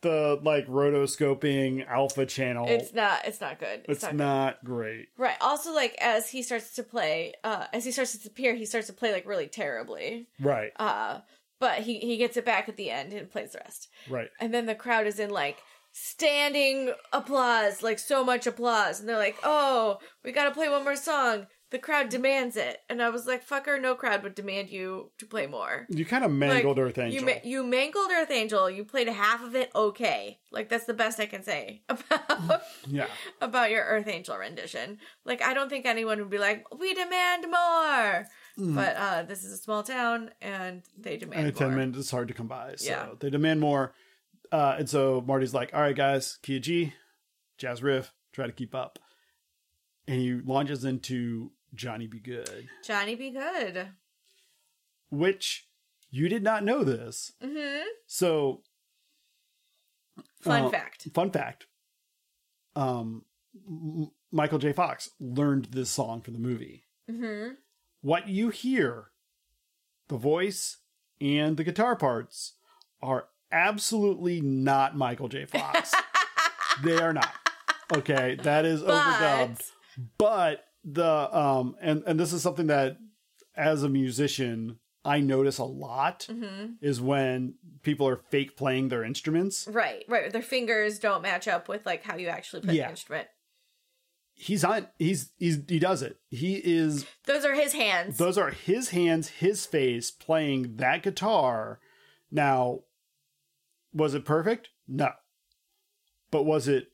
[SPEAKER 1] the like rotoscoping alpha channel,
[SPEAKER 2] It's not it's not good.
[SPEAKER 1] it's
[SPEAKER 2] It's, not,
[SPEAKER 1] not,
[SPEAKER 2] good.
[SPEAKER 1] great.
[SPEAKER 2] Right. Also like as he starts to play uh as he starts to disappear, he starts to play like really terribly.
[SPEAKER 1] Right,
[SPEAKER 2] Uh but he he gets it back at the end and plays the rest.
[SPEAKER 1] right.
[SPEAKER 2] And then the crowd is in like standing applause, like so much applause. And they're like, oh, we got to play one more song. The crowd demands it. And I was like, fucker, no crowd would demand you to play more.
[SPEAKER 1] You kind of mangled
[SPEAKER 2] like,
[SPEAKER 1] Earth Angel.
[SPEAKER 2] You, ma- you mangled Earth Angel. You played half of it okay. Like, that's the best I can say about.
[SPEAKER 1] yeah,
[SPEAKER 2] About your Earth Angel rendition. Like, I don't think anyone would be like, we demand more! But uh, this is a small town, and they demand
[SPEAKER 1] Hmm. and a
[SPEAKER 2] more.
[SPEAKER 1] ten minutes is hard to come by, so
[SPEAKER 2] Yeah.
[SPEAKER 1] they demand more. Uh, and so Marty's like, "All right, guys, key of G, jazz riff, try to keep up." And he launches into Johnny Be Good.
[SPEAKER 2] Johnny, be good.
[SPEAKER 1] which you did not know this.
[SPEAKER 2] hmm
[SPEAKER 1] So,
[SPEAKER 2] Fun
[SPEAKER 1] uh,
[SPEAKER 2] fact.
[SPEAKER 1] fun fact. Um, M- Michael J. Fox learned this song for the movie.
[SPEAKER 2] hmm
[SPEAKER 1] What you hear, the voice and the guitar parts, are absolutely not Michael J. Fox. they are not. Okay, that is overdubbed.
[SPEAKER 2] But
[SPEAKER 1] but the um and and this is something that as a musician i notice a lot is when people are fake playing their instruments
[SPEAKER 2] right, right, their fingers don't match up with like how you actually play
[SPEAKER 1] Yeah.
[SPEAKER 2] the instrument.
[SPEAKER 1] he's on he's he's he does it he is
[SPEAKER 2] Those are his hands.
[SPEAKER 1] those are his hands his face playing that guitar now was it perfect no but was it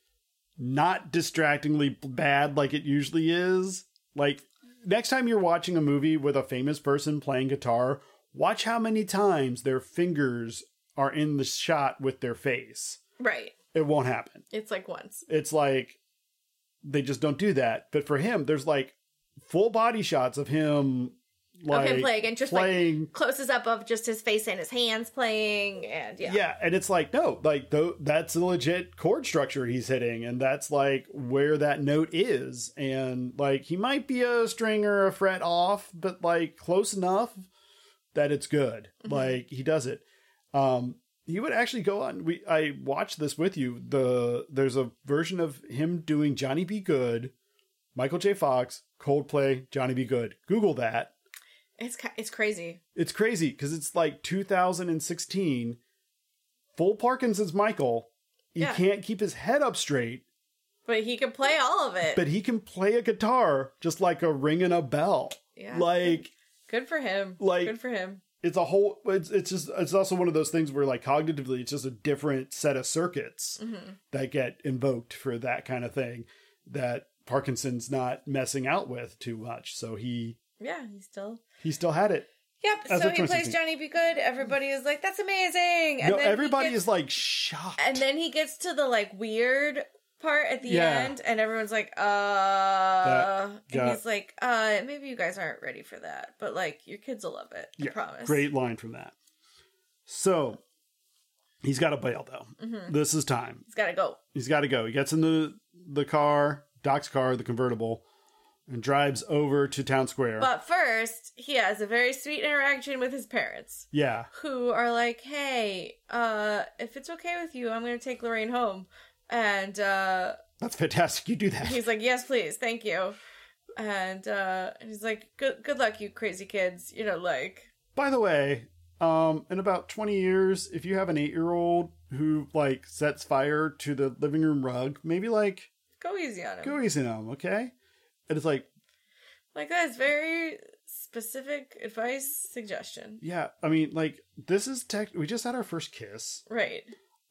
[SPEAKER 1] not distractingly bad like it usually is like next time you're watching a movie with a famous person playing guitar watch how many times their fingers are in the shot with their face
[SPEAKER 2] right.
[SPEAKER 1] it won't happen
[SPEAKER 2] It's like once.
[SPEAKER 1] it's like they just don't do that. But for him, there's like full body shots of him,
[SPEAKER 2] Of
[SPEAKER 1] like
[SPEAKER 2] him playing and just, like,
[SPEAKER 1] playing.
[SPEAKER 2] Closes up of just his face and his hands playing and yeah.
[SPEAKER 1] yeah. and it's like no, like tho- that's a legit chord structure he's hitting, and that's like where that note is, and like he might be a string or a fret off, but like close enough that it's good. Like he does it. Um, he would actually go on. We I watched this with you. The there's a version of him doing Johnny Be Good, Michael J. Fox, Coldplay, Johnny Be Good. Google that.
[SPEAKER 2] It's ki- it's crazy.
[SPEAKER 1] It's crazy because it's like 2016, full Parkinson's Michael. He
[SPEAKER 2] Yeah.
[SPEAKER 1] can't keep his head up straight,
[SPEAKER 2] But he can play all of it.
[SPEAKER 1] but he can play a guitar just like a ringing a bell.
[SPEAKER 2] Yeah.
[SPEAKER 1] Like
[SPEAKER 2] good for him.
[SPEAKER 1] Like-
[SPEAKER 2] good for him.
[SPEAKER 1] it's a whole. It's it's just it's also one of those things where like cognitively it's just a different set of circuits
[SPEAKER 2] Mm-hmm.
[SPEAKER 1] that get invoked for that kind of thing that Parkinson's not messing out with too much. So he
[SPEAKER 2] Yeah, he's still
[SPEAKER 1] he still had it.
[SPEAKER 2] Yep,
[SPEAKER 1] That's
[SPEAKER 2] so
[SPEAKER 1] what
[SPEAKER 2] he plays
[SPEAKER 1] Twisted Tea-
[SPEAKER 2] Johnny Be Good. Everybody is like, that's amazing. And
[SPEAKER 1] no,
[SPEAKER 2] then he
[SPEAKER 1] everybody
[SPEAKER 2] gets-
[SPEAKER 1] is like shocked.
[SPEAKER 2] And then he gets to the like weird part at the
[SPEAKER 1] Yeah.
[SPEAKER 2] end, and everyone's like, uh.
[SPEAKER 1] got-
[SPEAKER 2] and he's like, uh, maybe you guys aren't ready for that, but like, your kids will love it. I promise.
[SPEAKER 1] Great line from that. So he's got to bail though.
[SPEAKER 2] Mm-hmm.
[SPEAKER 1] This is time.
[SPEAKER 2] He's gotta go.
[SPEAKER 1] He's got to go. He gets in the the car, Doc's car, the convertible, and drives over to town square.
[SPEAKER 2] But first, he has a very sweet interaction with his parents,
[SPEAKER 1] yeah,
[SPEAKER 2] who are like, hey, uh, if it's okay with you, I'm gonna take Lorraine home. And, uh,
[SPEAKER 1] that's fantastic. You do that.
[SPEAKER 2] he's like, "Yes, please, thank you." And uh, and he's like, "Good, good luck, you crazy kids." You know, like,
[SPEAKER 1] By the way, um, in about 20 years, if you have an eight year old who like sets fire to the living room rug, maybe like
[SPEAKER 2] go easy on him.
[SPEAKER 1] go easy on him, okay? And it's like,
[SPEAKER 2] Like that's very specific advice suggestion,
[SPEAKER 1] yeah, I mean, like this is tech. We just had our first kiss.
[SPEAKER 2] right?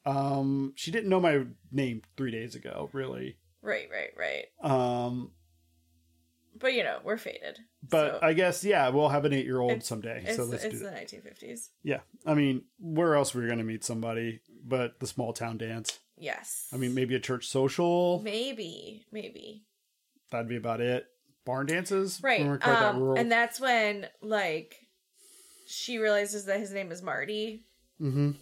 [SPEAKER 1] Um, she didn't know my name three days ago, really.
[SPEAKER 2] Right, right, right.
[SPEAKER 1] Um,
[SPEAKER 2] But you know, we're faded.
[SPEAKER 1] but
[SPEAKER 2] So,
[SPEAKER 1] I guess yeah, we'll have an eight year old
[SPEAKER 2] It's-
[SPEAKER 1] someday.
[SPEAKER 2] it's,
[SPEAKER 1] So let's
[SPEAKER 2] it's
[SPEAKER 1] do
[SPEAKER 2] the
[SPEAKER 1] that.
[SPEAKER 2] 1950s.
[SPEAKER 1] Yeah, I mean, where else were you gonna meet somebody but the small town dance?
[SPEAKER 2] Yes.
[SPEAKER 1] I mean, maybe a church social.
[SPEAKER 2] maybe, maybe.
[SPEAKER 1] That'd be about it. Barn dances,
[SPEAKER 2] Right.
[SPEAKER 1] We weren't quite that
[SPEAKER 2] um,
[SPEAKER 1] rural.
[SPEAKER 2] and that's when like she realizes that his name is Marty.
[SPEAKER 1] hmm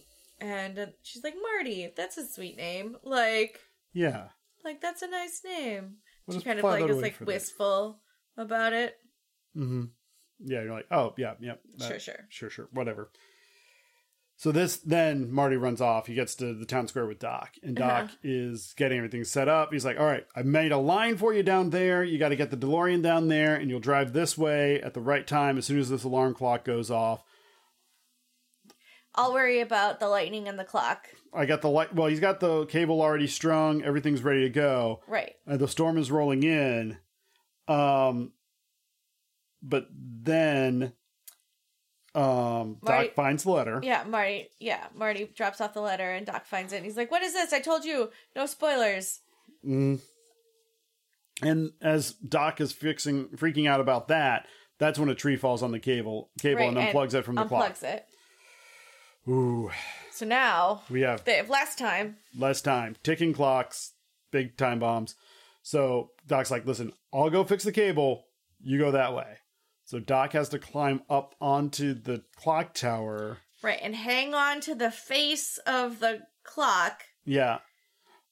[SPEAKER 2] and uh, she's like Marty. That's a sweet name. Like,
[SPEAKER 1] Yeah.
[SPEAKER 2] like that's a nice name.
[SPEAKER 1] We'll
[SPEAKER 2] she
[SPEAKER 1] just
[SPEAKER 2] kind of
[SPEAKER 1] file
[SPEAKER 2] like
[SPEAKER 1] that
[SPEAKER 2] is
[SPEAKER 1] away
[SPEAKER 2] like
[SPEAKER 1] for this.
[SPEAKER 2] wistful about it.
[SPEAKER 1] Mm-hmm. Yeah, you're like, oh yeah, yeah. that-
[SPEAKER 2] Sure, sure.
[SPEAKER 1] Sure, sure. Whatever. So this then Marty runs off. He gets to the town square with Doc, and Doc is getting everything set up. He's like, All right, I made a line for you down there. You gotta get the DeLorean down there, and you'll drive this way at the right time as soon as this alarm clock goes off.
[SPEAKER 2] I'll worry about the lightning and the clock.
[SPEAKER 1] I got the light well, he's got the cable already strung, everything's ready to go.
[SPEAKER 2] Right.
[SPEAKER 1] Uh, the storm is rolling in. Um, but then um,
[SPEAKER 2] Right.
[SPEAKER 1] Doc finds the letter.
[SPEAKER 2] Yeah, Marty. Yeah, Marty drops off the letter and Doc finds it. And he's like, "What is this? I told you, no spoilers."
[SPEAKER 1] Mm. And as Doc is fixing, freaking out about that, that's when a tree falls on the cable, cable, and unplugs it from the
[SPEAKER 2] unplugs
[SPEAKER 1] clock.
[SPEAKER 2] it.
[SPEAKER 1] Ooh,
[SPEAKER 2] So now
[SPEAKER 1] we have
[SPEAKER 2] they have last time.
[SPEAKER 1] less time, ticking clocks, big time bombs. So Doc's like, "Listen, I'll go fix the cable. You go that way." So Doc has to climb up onto the clock tower.
[SPEAKER 2] Right, and hang on to the face of the clock.
[SPEAKER 1] Yeah.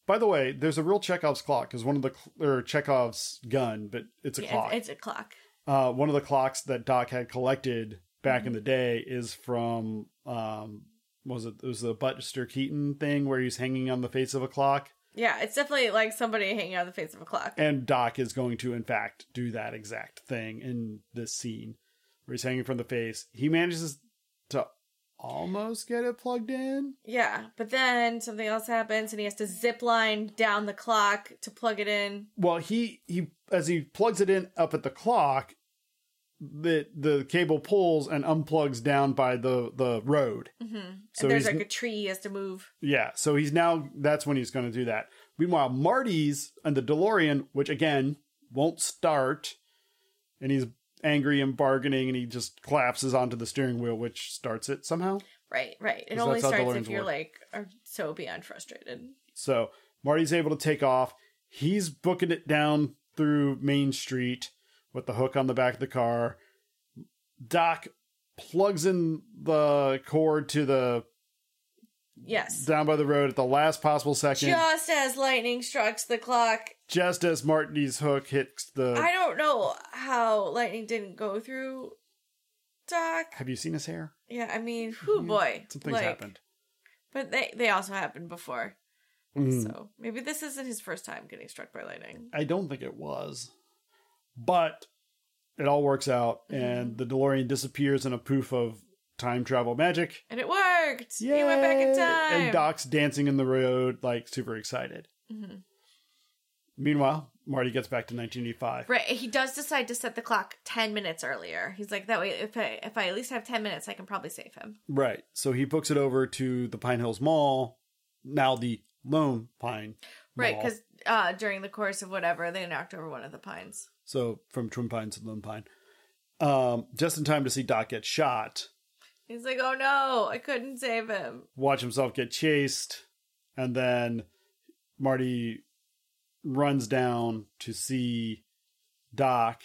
[SPEAKER 1] By the way, there's a real Chekhov's clock because one of the cl- or Chekhov's gun, but it's a
[SPEAKER 2] Yeah,
[SPEAKER 1] clock.
[SPEAKER 2] It's, it's a clock.
[SPEAKER 1] uh, one of the clocks that Doc had collected back in the day is from um, what was it? It was the Buster Keaton thing where he's hanging on the face of a clock,
[SPEAKER 2] Yeah, it's definitely like somebody hanging on the face of a clock.
[SPEAKER 1] and Doc is going to in fact do that exact thing in this scene where he's hanging from the face. He manages to almost get it plugged in.
[SPEAKER 2] Yeah, but then something else happens, and he has to zip line down the clock to plug it in.
[SPEAKER 1] well he he as he plugs it in up at the clock the the cable pulls and unplugs down by the the road so
[SPEAKER 2] Mm-hmm. and there's
[SPEAKER 1] he's
[SPEAKER 2] like a tree he has to move.
[SPEAKER 1] yeah so he's now that's when he's going to do that meanwhile marty's and the delorean which again won't start and he's angry and bargaining and he just collapses onto the steering wheel which starts it somehow
[SPEAKER 2] Right, right. It
[SPEAKER 1] 'Cause
[SPEAKER 2] only
[SPEAKER 1] that's how
[SPEAKER 2] starts if
[SPEAKER 1] DeLoreans
[SPEAKER 2] you're
[SPEAKER 1] work.
[SPEAKER 2] like are so beyond frustrated.
[SPEAKER 1] So Marty's able to take off. He's booking it down through Main Street with the hook on the back of the car. Doc plugs in the cord to the
[SPEAKER 2] Yes.
[SPEAKER 1] down by the road at the last possible second,
[SPEAKER 2] Just as lightning strikes the clock,
[SPEAKER 1] just as Marty's hook hits
[SPEAKER 2] I
[SPEAKER 1] the.
[SPEAKER 2] don't know how lightning didn't go through Doc.
[SPEAKER 1] Have you seen his hair?
[SPEAKER 2] Yeah, I mean, whoo boy.
[SPEAKER 1] Some things
[SPEAKER 2] Like,
[SPEAKER 1] happened.
[SPEAKER 2] But they they also happened before.
[SPEAKER 1] Mm.
[SPEAKER 2] So maybe this isn't his first time getting struck by lightning.
[SPEAKER 1] I don't think it was, but it all works out,
[SPEAKER 2] Mm-hmm.
[SPEAKER 1] and the DeLorean disappears in a poof of time travel magic.
[SPEAKER 2] And it worked. He went back in
[SPEAKER 1] Yay!
[SPEAKER 2] time.
[SPEAKER 1] And Doc's dancing in the road, like super excited.
[SPEAKER 2] Mhm.
[SPEAKER 1] Meanwhile, Marty gets back to 1985.
[SPEAKER 2] Right, he does decide to set the clock 10 minutes earlier. He's like that way if I if I at least have 10 minutes I can probably save him.
[SPEAKER 1] Right. So he books it over to the Pine Hills Mall, now the Lone Pine.
[SPEAKER 2] Right,
[SPEAKER 1] Mall.
[SPEAKER 2] cuz uh during the course of whatever they knocked over one of the pines.
[SPEAKER 1] So from Twin Pine to Lone Pine. Um, just in time to see Doc get shot,
[SPEAKER 2] He's like, "Oh no, I couldn't save him."
[SPEAKER 1] watch himself get chased, and then Marty runs down to see Doc.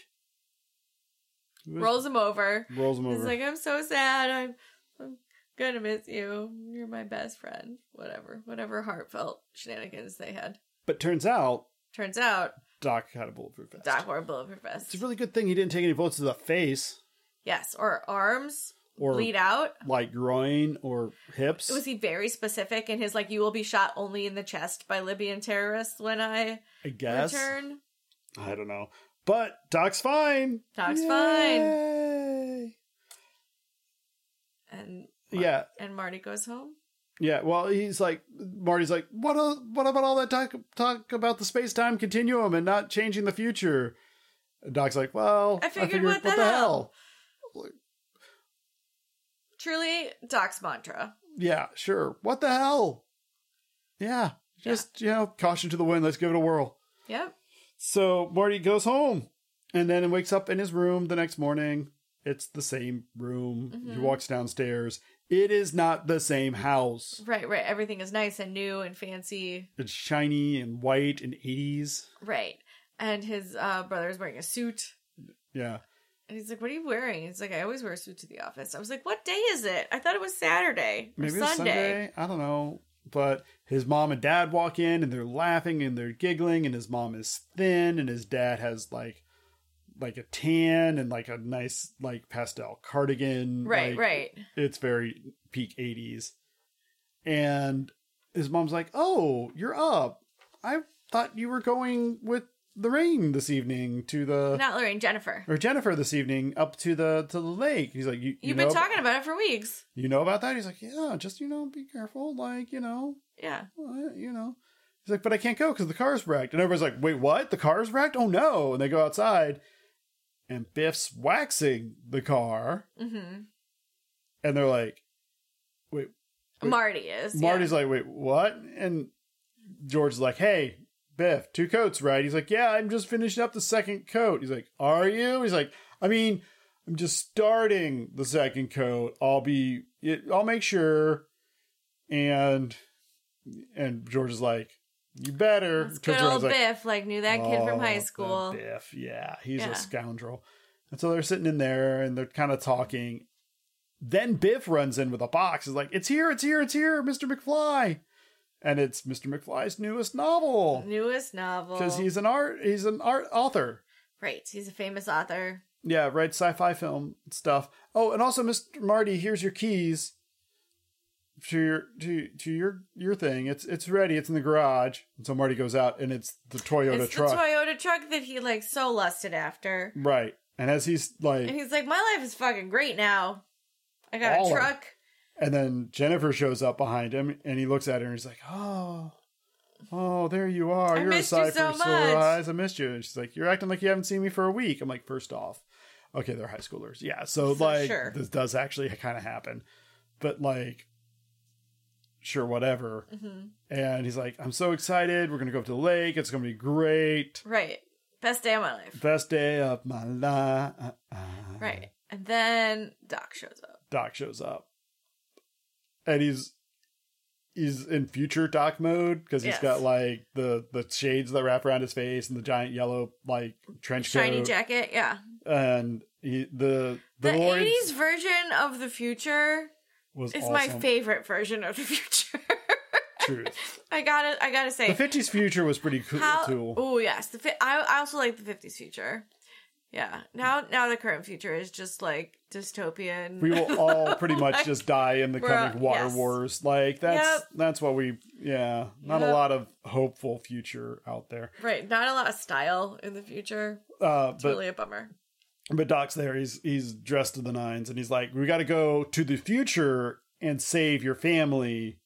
[SPEAKER 2] Rolls him over.
[SPEAKER 1] rolls him over.
[SPEAKER 2] He's like, I'm so sad. I'm, I'm gonna miss you. You're my best friend. Whatever, whatever heartfelt shenanigans they had.
[SPEAKER 1] But turns out
[SPEAKER 2] Turns out,
[SPEAKER 1] Doc had a bulletproof vest.
[SPEAKER 2] Doc wore a bulletproof
[SPEAKER 1] It's
[SPEAKER 2] vest.
[SPEAKER 1] a really good thing he didn't take any bullets to the face
[SPEAKER 2] Yes, or arms
[SPEAKER 1] or
[SPEAKER 2] bleed out.
[SPEAKER 1] like groin or hips.
[SPEAKER 2] Was he very specific in his like, you will be shot only in the chest by Libyan terrorists when I
[SPEAKER 1] I guess.
[SPEAKER 2] return?
[SPEAKER 1] I don't know. But Doc's fine.
[SPEAKER 2] Doc's
[SPEAKER 1] fine.
[SPEAKER 2] And
[SPEAKER 1] Yeah.
[SPEAKER 2] and Marty goes home.
[SPEAKER 1] Yeah. Well, he's like Marty's like, what? A, what about all that talk talk about the space time continuum and not changing the future? And Doc's like, well,
[SPEAKER 2] I figured, what the hell? Truly, Doc's mantra.
[SPEAKER 1] Yeah, sure. What the hell? Yeah. Just you know, caution to the wind. Let's give it a whirl.
[SPEAKER 2] Yep.
[SPEAKER 1] So Marty goes home and then wakes up in his room the next morning. It's the same room. He
[SPEAKER 2] Mhm.
[SPEAKER 1] walks downstairs. It is not the same house.
[SPEAKER 2] Right, right. Everything is nice and new and fancy.
[SPEAKER 1] It's shiny and white and 80s.
[SPEAKER 2] Right. And his uh, brother is wearing a suit.
[SPEAKER 1] Yeah.
[SPEAKER 2] And he's like, "What are you wearing?" He's like, "I always wear a suit to the office." I was like, "What day is it?" I thought it was Saturday or
[SPEAKER 1] Maybe
[SPEAKER 2] Sunday.
[SPEAKER 1] it's Sunday. I don't know. But his mom and dad walk in and they're laughing and they're giggling and his mom is thin and his dad has like like a tan and like a nice like pastel cardigan.
[SPEAKER 2] Right,
[SPEAKER 1] like,
[SPEAKER 2] right.
[SPEAKER 1] It's very peak 80s. And his mom's like, "Oh, you're up. I thought you were going with Lorraine this evening to the
[SPEAKER 2] Not Lorraine, Jennifer.
[SPEAKER 1] or Jennifer this evening up to the to the lake." He's like, "You you
[SPEAKER 2] You've
[SPEAKER 1] know
[SPEAKER 2] been
[SPEAKER 1] about-
[SPEAKER 2] talking about it for weeks.
[SPEAKER 1] you know about that?" He's like, "Yeah, just you know, be careful. Like, you know,
[SPEAKER 2] Yeah.
[SPEAKER 1] well, you know. He's like, but I can't go because the car's wrecked. And everybody's like, wait, what? The car's wrecked? Oh no! And they go outside, and Biff's waxing the car,
[SPEAKER 2] Mm-hmm.
[SPEAKER 1] and they're like, Wait.
[SPEAKER 2] Marty is. yeah.
[SPEAKER 1] Marty's like, wait, what? And George's like, hey, Biff, two coats, right? He's like, yeah, I'm just finishing up the second coat. He's like, are you? He's like, I mean, I'm just starting the second coat. I'll be, it, I'll make sure. And and George is like, you better.
[SPEAKER 2] It's
[SPEAKER 1] Turns
[SPEAKER 2] good
[SPEAKER 1] around, he's
[SPEAKER 2] old
[SPEAKER 1] like,
[SPEAKER 2] Biff, like knew that kid
[SPEAKER 1] Oh,
[SPEAKER 2] from high
[SPEAKER 1] the
[SPEAKER 2] school.
[SPEAKER 1] Biff, yeah, he's
[SPEAKER 2] Yeah.
[SPEAKER 1] a scoundrel. And so they're sitting in there and they're kind of talking. Then Biff runs in with a box. Is like, "It's here! It's here! It's here, Mr. McFly!" And it's Mr. McFly's newest novel
[SPEAKER 2] Newest novel.
[SPEAKER 1] because he's an art he's an art author.
[SPEAKER 2] right. He's a famous author.
[SPEAKER 1] Yeah, writes sci-fi film stuff. Oh, and also, Mr. Marty, here's your keys to your to to your your thing. It's it's ready. It's in the garage. And so Marty goes out, and it's the Toyota
[SPEAKER 2] it's
[SPEAKER 1] truck.
[SPEAKER 2] the Toyota truck that he like so lusted after.
[SPEAKER 1] right. And as he's like,
[SPEAKER 2] And he's like, My life is fucking great now. I got
[SPEAKER 1] Baller.
[SPEAKER 2] a truck.
[SPEAKER 1] And then Jennifer shows up behind him and he looks at her and he's like, Oh, oh, there you are.
[SPEAKER 2] I
[SPEAKER 1] You're
[SPEAKER 2] missed
[SPEAKER 1] a
[SPEAKER 2] you
[SPEAKER 1] sight
[SPEAKER 2] so
[SPEAKER 1] for sore
[SPEAKER 2] much."
[SPEAKER 1] eyes. I missed you. And she's like, You're acting like you haven't seen me for a week. I'm like, First off, okay, they're high schoolers. Yeah. So,
[SPEAKER 2] For
[SPEAKER 1] like,
[SPEAKER 2] sure.
[SPEAKER 1] this does actually kind of happen. But, like, sure, whatever.
[SPEAKER 2] hmm
[SPEAKER 1] And he's like, I'm so excited. We're going to go up to the lake. It's going to be great.
[SPEAKER 2] Right. Best day of my life.
[SPEAKER 1] Best day of my Uh, life.
[SPEAKER 2] Right. And then Doc shows up.
[SPEAKER 1] Doc shows up, and he's he's in future Doc mode because he's
[SPEAKER 2] Yes.
[SPEAKER 1] got like the the shades that wrap around his face and the giant yellow like trench coat.
[SPEAKER 2] Shiny jacket. Yeah.
[SPEAKER 1] and he the
[SPEAKER 2] The
[SPEAKER 1] the, Lord
[SPEAKER 2] eighties version of the future
[SPEAKER 1] was
[SPEAKER 2] is
[SPEAKER 1] awesome.
[SPEAKER 2] my favorite version of the future.
[SPEAKER 1] Truth.
[SPEAKER 2] I gotta I gotta
[SPEAKER 1] The
[SPEAKER 2] say
[SPEAKER 1] fifties future was pretty cool.
[SPEAKER 2] how
[SPEAKER 1] cool.
[SPEAKER 2] Oh yes, the fi- I I also like the fifties future. Yeah. Now now the current future is just like dystopian.
[SPEAKER 1] We will all pretty much just die in the
[SPEAKER 2] We're
[SPEAKER 1] coming
[SPEAKER 2] all-
[SPEAKER 1] water
[SPEAKER 2] yes.
[SPEAKER 1] wars. Like that's
[SPEAKER 2] Yep.
[SPEAKER 1] that's what we yeah. Not a
[SPEAKER 2] Yep.
[SPEAKER 1] lot of hopeful future out there.
[SPEAKER 2] right. Not a lot of style in the future.
[SPEAKER 1] Uh,
[SPEAKER 2] It's
[SPEAKER 1] but
[SPEAKER 2] really a bummer.
[SPEAKER 1] But Doc's there. He's he's dressed to the nines, and he's like, "We got to go to the future and save your family."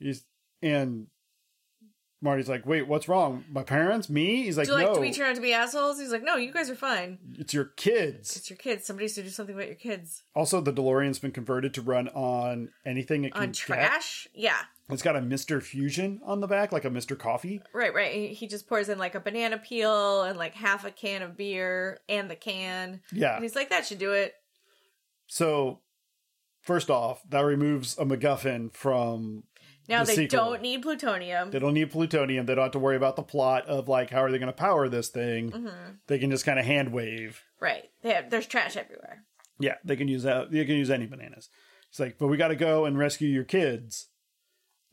[SPEAKER 1] He's and Marty's like, "Wait, what's wrong? My parents? Me?" He's like,
[SPEAKER 2] do like
[SPEAKER 1] "No,
[SPEAKER 2] do we turn out to be assholes? He's like, No, you guys are fine.
[SPEAKER 1] it's your kids."
[SPEAKER 2] It's your kids. Somebody should do something about your kids.
[SPEAKER 1] Also, the DeLorean's been converted to run on anything it can
[SPEAKER 2] On
[SPEAKER 1] get.
[SPEAKER 2] trash? Yeah.
[SPEAKER 1] It's got a Mister Fusion on the back, like a Mister Coffee.
[SPEAKER 2] Right, right. He he just pours in like a banana peel and like half a can of beer and the can.
[SPEAKER 1] Yeah.
[SPEAKER 2] And he's like, that should do it.
[SPEAKER 1] So, first off, that removes a MacGuffin from
[SPEAKER 2] Now
[SPEAKER 1] The
[SPEAKER 2] they
[SPEAKER 1] sequel.
[SPEAKER 2] don't need plutonium.
[SPEAKER 1] They don't need plutonium. They don't have to worry about the plot of like how are they going to power this thing. They can just kind of hand wave.
[SPEAKER 2] right. They have, there's trash everywhere.
[SPEAKER 1] Yeah, they can use that. They can use any bananas. It's like, but we got to go and rescue your kids.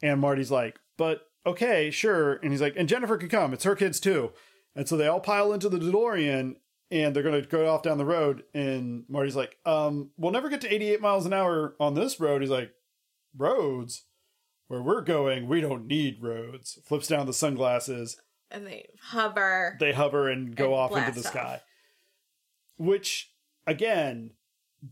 [SPEAKER 1] And Marty's like, but okay, sure. And he's like, and Jennifer can come. It's her kids too. And so they all pile into the DeLorean and they're going to go off down the road. And Marty's like, um, we'll never get to 88 miles an hour on this road. He's like, roads. Where we're going, we don't need roads. Flips down the sunglasses,
[SPEAKER 2] And they hover.
[SPEAKER 1] they hover and go
[SPEAKER 2] And
[SPEAKER 1] off into
[SPEAKER 2] blast
[SPEAKER 1] the
[SPEAKER 2] off.
[SPEAKER 1] sky. Which, again,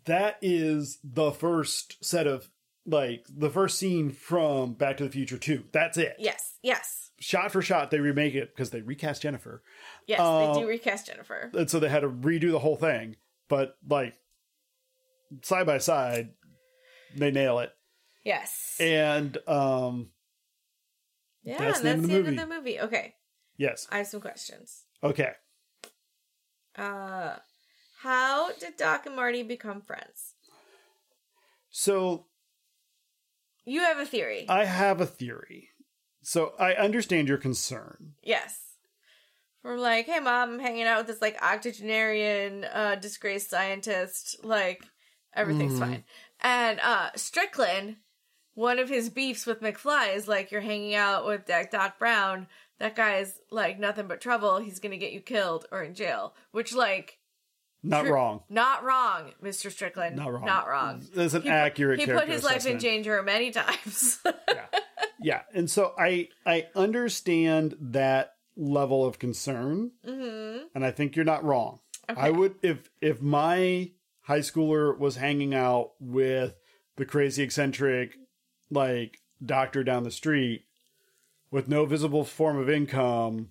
[SPEAKER 1] that is the first set of like the first scene from Back to the Future 2. That's it.
[SPEAKER 2] yes, yes.
[SPEAKER 1] Shot for shot, they remake it because they recast Jennifer.
[SPEAKER 2] Yes,
[SPEAKER 1] Uh,
[SPEAKER 2] they do recast Jennifer.
[SPEAKER 1] And so they had to redo the whole thing. But like side by side, they nail it.
[SPEAKER 2] Yes.
[SPEAKER 1] And um
[SPEAKER 2] yeah,
[SPEAKER 1] that's
[SPEAKER 2] that's,
[SPEAKER 1] the
[SPEAKER 2] the,
[SPEAKER 1] end of the
[SPEAKER 2] end of
[SPEAKER 1] movie.
[SPEAKER 2] the movie. Okay.
[SPEAKER 1] yes.
[SPEAKER 2] I have some questions.
[SPEAKER 1] Okay.
[SPEAKER 2] Uh how did Doc and Marty become friends?
[SPEAKER 1] So
[SPEAKER 2] You have a theory.
[SPEAKER 1] I have a theory. So I understand your concern.
[SPEAKER 2] yes. from like, hey mom, I'm hanging out with this like octogenarian uh disgraced scientist, like everything's
[SPEAKER 1] Mm.
[SPEAKER 2] fine. And uh Strickland, one of his beefs with McFly is like you're hanging out with Doc, Doc Brown. That guy's like nothing but trouble. He's gonna get you killed or in jail. Which like
[SPEAKER 1] Not
[SPEAKER 2] True.
[SPEAKER 1] wrong.
[SPEAKER 2] not wrong, Mr. Strickland.
[SPEAKER 1] Not wrong.
[SPEAKER 2] Not wrong.
[SPEAKER 1] That's an
[SPEAKER 2] He put-
[SPEAKER 1] accurate.
[SPEAKER 2] He put
[SPEAKER 1] character
[SPEAKER 2] his life in
[SPEAKER 1] assessment.
[SPEAKER 2] danger many times.
[SPEAKER 1] Yeah, and so I I understand that level of concern,
[SPEAKER 2] hmm
[SPEAKER 1] and I think you're not wrong.
[SPEAKER 2] Okay.
[SPEAKER 1] I would if if my high schooler was hanging out with the crazy eccentric like doctor down the street with no visible form of income,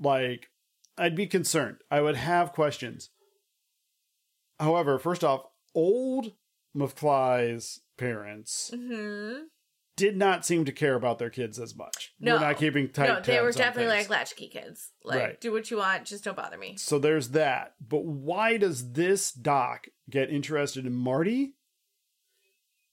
[SPEAKER 1] like I'd be concerned. I would have questions. However, first off, old McFly's parents Mm-hmm.
[SPEAKER 2] hmm
[SPEAKER 1] did not seem to care about their kids as much.
[SPEAKER 2] No.
[SPEAKER 1] We're not keeping tight.
[SPEAKER 2] No, they
[SPEAKER 1] tabs
[SPEAKER 2] were
[SPEAKER 1] on
[SPEAKER 2] definitely
[SPEAKER 1] things.
[SPEAKER 2] like latchkey kids. Like,
[SPEAKER 1] Right.
[SPEAKER 2] do what you want, just don't bother me.
[SPEAKER 1] So there's that. But why does this doc get interested in Marty?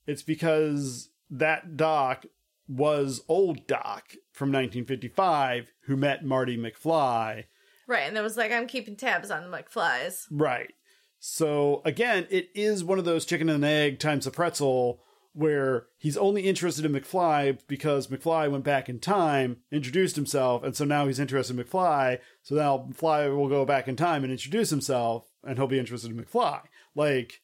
[SPEAKER 1] It's because that doc was old Doc from 1955 who met Marty McFly.
[SPEAKER 2] Right. And it was like, I'm keeping tabs on like flies.
[SPEAKER 1] Right. So again, it is one of those chicken and egg times a pretzel where he's only interested in McFly because McFly went back in time, introduced himself, and so now he's interested in McFly. So now McFly will go back in time and introduce himself, and he'll be interested in McFly. Like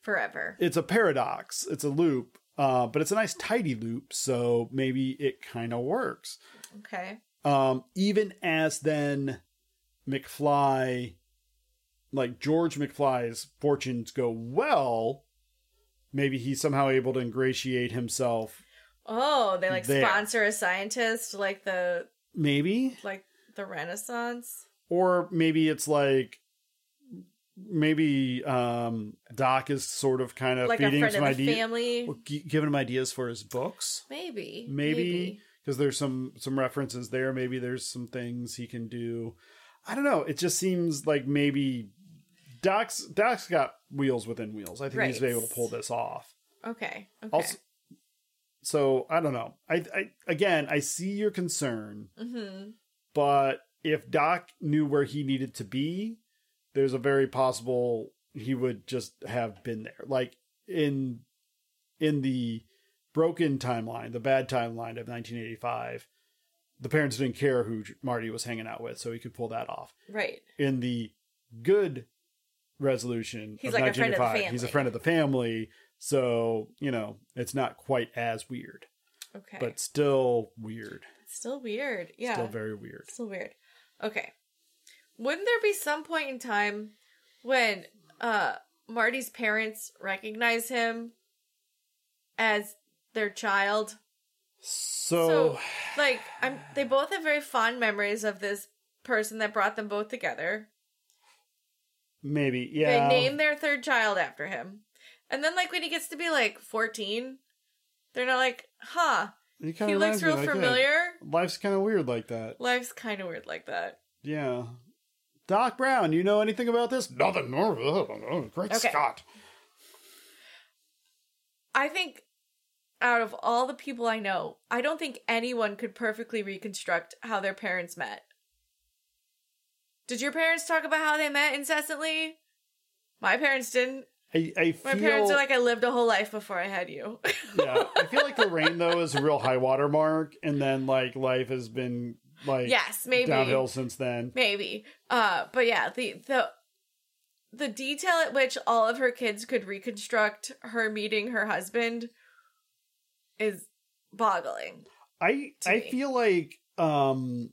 [SPEAKER 2] Forever.
[SPEAKER 1] it's a paradox, it's a loop, uh, but it's a nice tidy loop. So maybe it kind of works
[SPEAKER 2] Okay.
[SPEAKER 1] um, even as then McFly, like George McFly's fortunes go well, maybe he's somehow able to ingratiate himself.
[SPEAKER 2] Oh, they like
[SPEAKER 1] There.
[SPEAKER 2] sponsor a scientist, like the
[SPEAKER 1] Maybe,
[SPEAKER 2] like the Renaissance.
[SPEAKER 1] or maybe it's like maybe um, Doc is sort of kind of
[SPEAKER 2] like a
[SPEAKER 1] Uh, feeding him
[SPEAKER 2] friend of
[SPEAKER 1] some
[SPEAKER 2] the
[SPEAKER 1] ideas,
[SPEAKER 2] family.
[SPEAKER 1] giving him ideas for his books.
[SPEAKER 2] maybe.
[SPEAKER 1] maybe because there's some some references there maybe there's some things he can do i don't know it just seems like maybe doc's doc's got wheels within wheels i think he's
[SPEAKER 2] Right.
[SPEAKER 1] able to pull this off
[SPEAKER 2] Okay. Okay.
[SPEAKER 1] also so i don't know I, I again i see your concern
[SPEAKER 2] mm-hmm.
[SPEAKER 1] but if doc knew where he needed to be there's a very possible he would just have been there like in in the broken timeline the bad timeline of 1985 the parents didn't care who marty was hanging out with so he could pull that off
[SPEAKER 2] Right.
[SPEAKER 1] in the good resolution
[SPEAKER 2] He's
[SPEAKER 1] of
[SPEAKER 2] like a friend of the
[SPEAKER 1] 1985 he's a
[SPEAKER 2] family.
[SPEAKER 1] friend of the family so you know it's not quite as weird
[SPEAKER 2] Okay.
[SPEAKER 1] but still weird
[SPEAKER 2] still weird. Yeah.
[SPEAKER 1] still very weird
[SPEAKER 2] Still weird. Okay. Wouldn't there be some point in time when uh Marty's parents recognize him as their child?
[SPEAKER 1] so
[SPEAKER 2] Like, I'm they both have very fond memories of this person that brought them both together.
[SPEAKER 1] Maybe, yeah.
[SPEAKER 2] They name their third child after him. And then like when he gets to be like 14, they're not like, "Huh,
[SPEAKER 1] He,
[SPEAKER 2] he
[SPEAKER 1] kinda reminds
[SPEAKER 2] looks
[SPEAKER 1] me
[SPEAKER 2] real
[SPEAKER 1] like that.
[SPEAKER 2] familiar."
[SPEAKER 1] Life's kind of weird like that.
[SPEAKER 2] Life's kind of weird like that.
[SPEAKER 1] Yeah. Doc Brown, you know anything about this? Nothing. Great
[SPEAKER 2] Okay.
[SPEAKER 1] Scott.
[SPEAKER 2] I think out of all the people I know, I don't think anyone could perfectly reconstruct how their parents met. Did your parents talk about how they met incessantly? My parents didn't.
[SPEAKER 1] I, I feel.
[SPEAKER 2] My parents are like, I lived a whole life before I had you.
[SPEAKER 1] yeah, I feel like the rain though is a real high water mark, and then like life has been like
[SPEAKER 2] yes, maybe.
[SPEAKER 1] downhill since then.
[SPEAKER 2] Maybe. Uh, but yeah, the, the, the detail at which all of her kids could reconstruct her meeting her husband is boggling.
[SPEAKER 1] I
[SPEAKER 2] To
[SPEAKER 1] I
[SPEAKER 2] me.
[SPEAKER 1] feel like um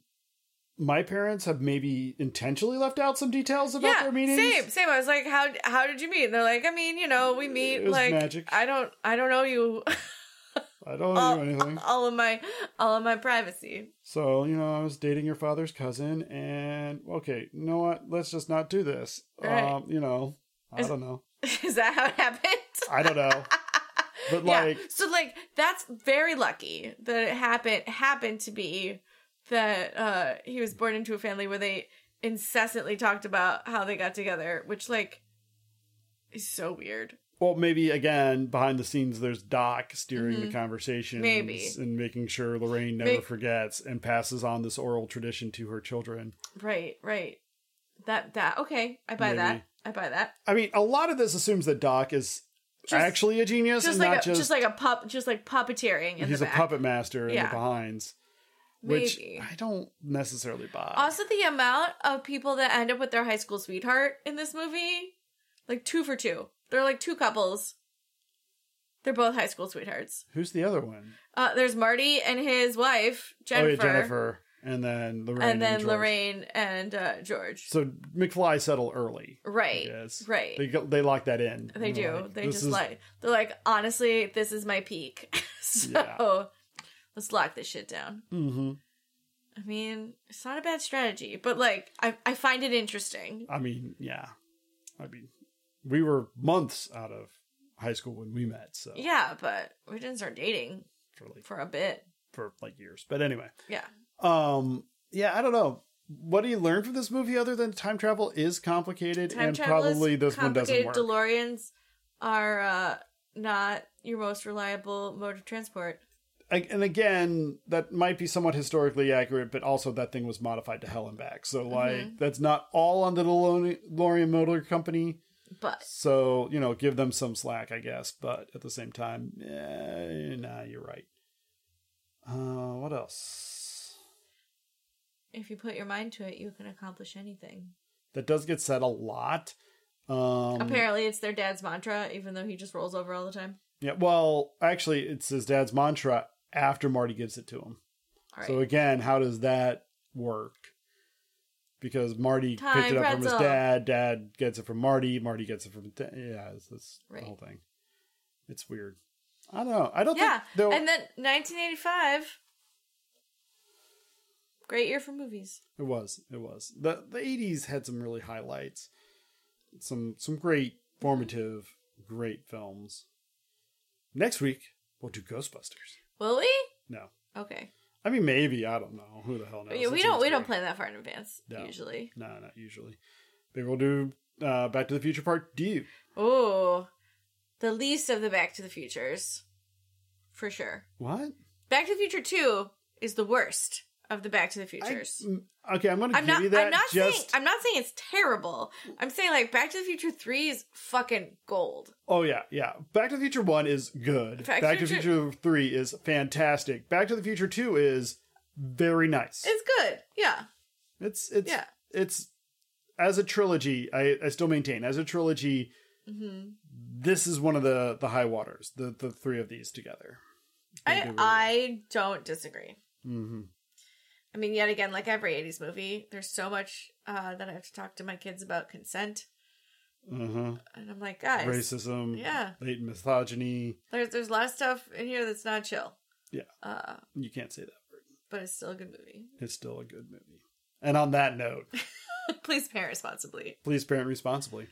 [SPEAKER 1] my parents have maybe intentionally left out some details about their meetings.
[SPEAKER 2] Same, same. I was like, how how did you meet? And they're like, I mean, you know, we meet
[SPEAKER 1] It was
[SPEAKER 2] like
[SPEAKER 1] magic.
[SPEAKER 2] I don't I don't know you
[SPEAKER 1] I don't know anything.
[SPEAKER 2] all, all of my all of my privacy.
[SPEAKER 1] So, you know, I was dating your father's cousin, and okay, you know what? Let's just not do this.
[SPEAKER 2] Right.
[SPEAKER 1] Um, you know, I
[SPEAKER 2] Is-
[SPEAKER 1] don't know.
[SPEAKER 2] Is that how it happened?
[SPEAKER 1] I don't know. But like,
[SPEAKER 2] yeah. So like that's very lucky that it happened happened to be that uh he was born into a family where they incessantly talked about how they got together, which like is so weird.
[SPEAKER 1] well, maybe again behind the scenes, there's Doc steering the conversation,
[SPEAKER 2] Mm-hmm. Maybe.
[SPEAKER 1] and making sure Lorraine never
[SPEAKER 2] Make-
[SPEAKER 1] forgets and passes on this oral tradition to her children.
[SPEAKER 2] Right, right. That that okay. I buy
[SPEAKER 1] Maybe.
[SPEAKER 2] that. I buy that.
[SPEAKER 1] I mean, a lot of this assumes that Doc is
[SPEAKER 2] Just-
[SPEAKER 1] actually a genius, and
[SPEAKER 2] Just like
[SPEAKER 1] not
[SPEAKER 2] a, just,
[SPEAKER 1] just,
[SPEAKER 2] like a pup, just like puppeteering in
[SPEAKER 1] he's
[SPEAKER 2] the
[SPEAKER 1] a
[SPEAKER 2] back.
[SPEAKER 1] puppet master in
[SPEAKER 2] Yeah.
[SPEAKER 1] the behinds. Which
[SPEAKER 2] Maybe.
[SPEAKER 1] I don't necessarily buy.
[SPEAKER 2] Also, the amount of people that end up with their high school sweetheart in this movie, like two for two. They're like two couples. They're both high school sweethearts.
[SPEAKER 1] Who's the other one?
[SPEAKER 2] Uh, there's Marty and his wife Jennifer,
[SPEAKER 1] Oh yeah, Jennifer, and then Lorraine,
[SPEAKER 2] and then
[SPEAKER 1] George.
[SPEAKER 2] Lorraine and uh, George.
[SPEAKER 1] So McFly settle early.
[SPEAKER 2] right,
[SPEAKER 1] Yes,
[SPEAKER 2] right.
[SPEAKER 1] They go- they lock that in.
[SPEAKER 2] They
[SPEAKER 1] They're
[SPEAKER 2] do.
[SPEAKER 1] like,
[SPEAKER 2] they
[SPEAKER 1] this
[SPEAKER 2] just
[SPEAKER 1] is-
[SPEAKER 2] like they're like, honestly, this is my peak. so
[SPEAKER 1] Yeah.
[SPEAKER 2] let's lock this shit down.
[SPEAKER 1] Mhm.
[SPEAKER 2] I mean, it's not a bad strategy, but like I, I find it interesting.
[SPEAKER 1] I mean, yeah. I mean, we were months out of high school when we met, so
[SPEAKER 2] Yeah, but we didn't start dating
[SPEAKER 1] for like
[SPEAKER 2] for a bit.
[SPEAKER 1] for like years. But anyway,
[SPEAKER 2] Yeah.
[SPEAKER 1] um, yeah, I don't know. What do you learn from this movie other than time travel is complicated
[SPEAKER 2] Time
[SPEAKER 1] and
[SPEAKER 2] travel is
[SPEAKER 1] probably this one doesn't
[SPEAKER 2] complicated.
[SPEAKER 1] work?
[SPEAKER 2] DeLoreans are uh, not your most reliable mode of transport.
[SPEAKER 1] I- and again, that might be somewhat historically accurate, but also that thing was modified to hell and back. So like that's not all under the Lo- DeLorean Motor Company.
[SPEAKER 2] But
[SPEAKER 1] So you know, give them some slack, I guess. But at the same time, eh, nah, you're right. Uh, what else?
[SPEAKER 2] if you put your mind to it, you can accomplish anything.
[SPEAKER 1] That does get said a lot. Um,
[SPEAKER 2] Apparently, it's their dad's mantra, even though he just rolls over all the time.
[SPEAKER 1] Yeah. Well, actually, it's his dad's mantra after Marty gives it to him.
[SPEAKER 2] All right.
[SPEAKER 1] So again, how does that work? Because Marty
[SPEAKER 2] Time
[SPEAKER 1] picked it up from his
[SPEAKER 2] pretzel.
[SPEAKER 1] dad. Dad gets it from Marty. Marty gets it from da- yeah. It's this
[SPEAKER 2] Right.
[SPEAKER 1] whole thing. It's weird. I don't know. I don't
[SPEAKER 2] yeah,
[SPEAKER 1] think though.
[SPEAKER 2] and then 1985, great year for movies.
[SPEAKER 1] it was. It was. the The eighties had some really highlights. Some some great formative, great films. Next week we'll do Ghostbusters.
[SPEAKER 2] Will we?
[SPEAKER 1] No,
[SPEAKER 2] Okay,
[SPEAKER 1] I mean maybe I don't know who the hell knows.
[SPEAKER 2] Yeah, we
[SPEAKER 1] That
[SPEAKER 2] don't
[SPEAKER 1] seems
[SPEAKER 2] we don't
[SPEAKER 1] weird.
[SPEAKER 2] plan that far in advance
[SPEAKER 1] No.
[SPEAKER 2] usually.
[SPEAKER 1] No, not usually. Maybe we'll do uh, Back to the Future Part D.
[SPEAKER 2] Oh, the least of the Back to the Futures, for sure.
[SPEAKER 1] What?
[SPEAKER 2] Back to the Future Two is the worst of the Back to the
[SPEAKER 1] I-
[SPEAKER 2] Futures.
[SPEAKER 1] mm, okay, I'm gonna
[SPEAKER 2] I, am
[SPEAKER 1] give
[SPEAKER 2] not.
[SPEAKER 1] you that.
[SPEAKER 2] I'm not saying.
[SPEAKER 1] just
[SPEAKER 2] I'm not saying it's terrible. I'm saying like Back to the Future Three is fucking gold.
[SPEAKER 1] oh yeah, yeah. Back to the Future One is good.
[SPEAKER 2] Back
[SPEAKER 1] Back,
[SPEAKER 2] to
[SPEAKER 1] to the
[SPEAKER 2] Future-
[SPEAKER 1] Future Three is fantastic. Back to the Future Two is very nice.
[SPEAKER 2] It's good. Yeah.
[SPEAKER 1] It's it's
[SPEAKER 2] Yeah.
[SPEAKER 1] it's as a trilogy. I, I still maintain as a trilogy. Mm-hmm. This is one of the the high waters. The the three of these together.
[SPEAKER 2] I I don't disagree.
[SPEAKER 1] Mm-hmm.
[SPEAKER 2] I mean, yet again, like every 80s movie, there's so much uh, that I have to talk to my kids about consent.
[SPEAKER 1] Uh-huh.
[SPEAKER 2] And I'm like, guys,
[SPEAKER 1] Racism.
[SPEAKER 2] Yeah.
[SPEAKER 1] Latent misogyny.
[SPEAKER 2] there's there's a lot of stuff in here that's not chill.
[SPEAKER 1] Yeah.
[SPEAKER 2] Uh,
[SPEAKER 1] You can't say that.
[SPEAKER 2] but it's still a good movie.
[SPEAKER 1] It's still a good movie. And on that note,
[SPEAKER 2] Please parent responsibly.
[SPEAKER 1] please parent responsibly.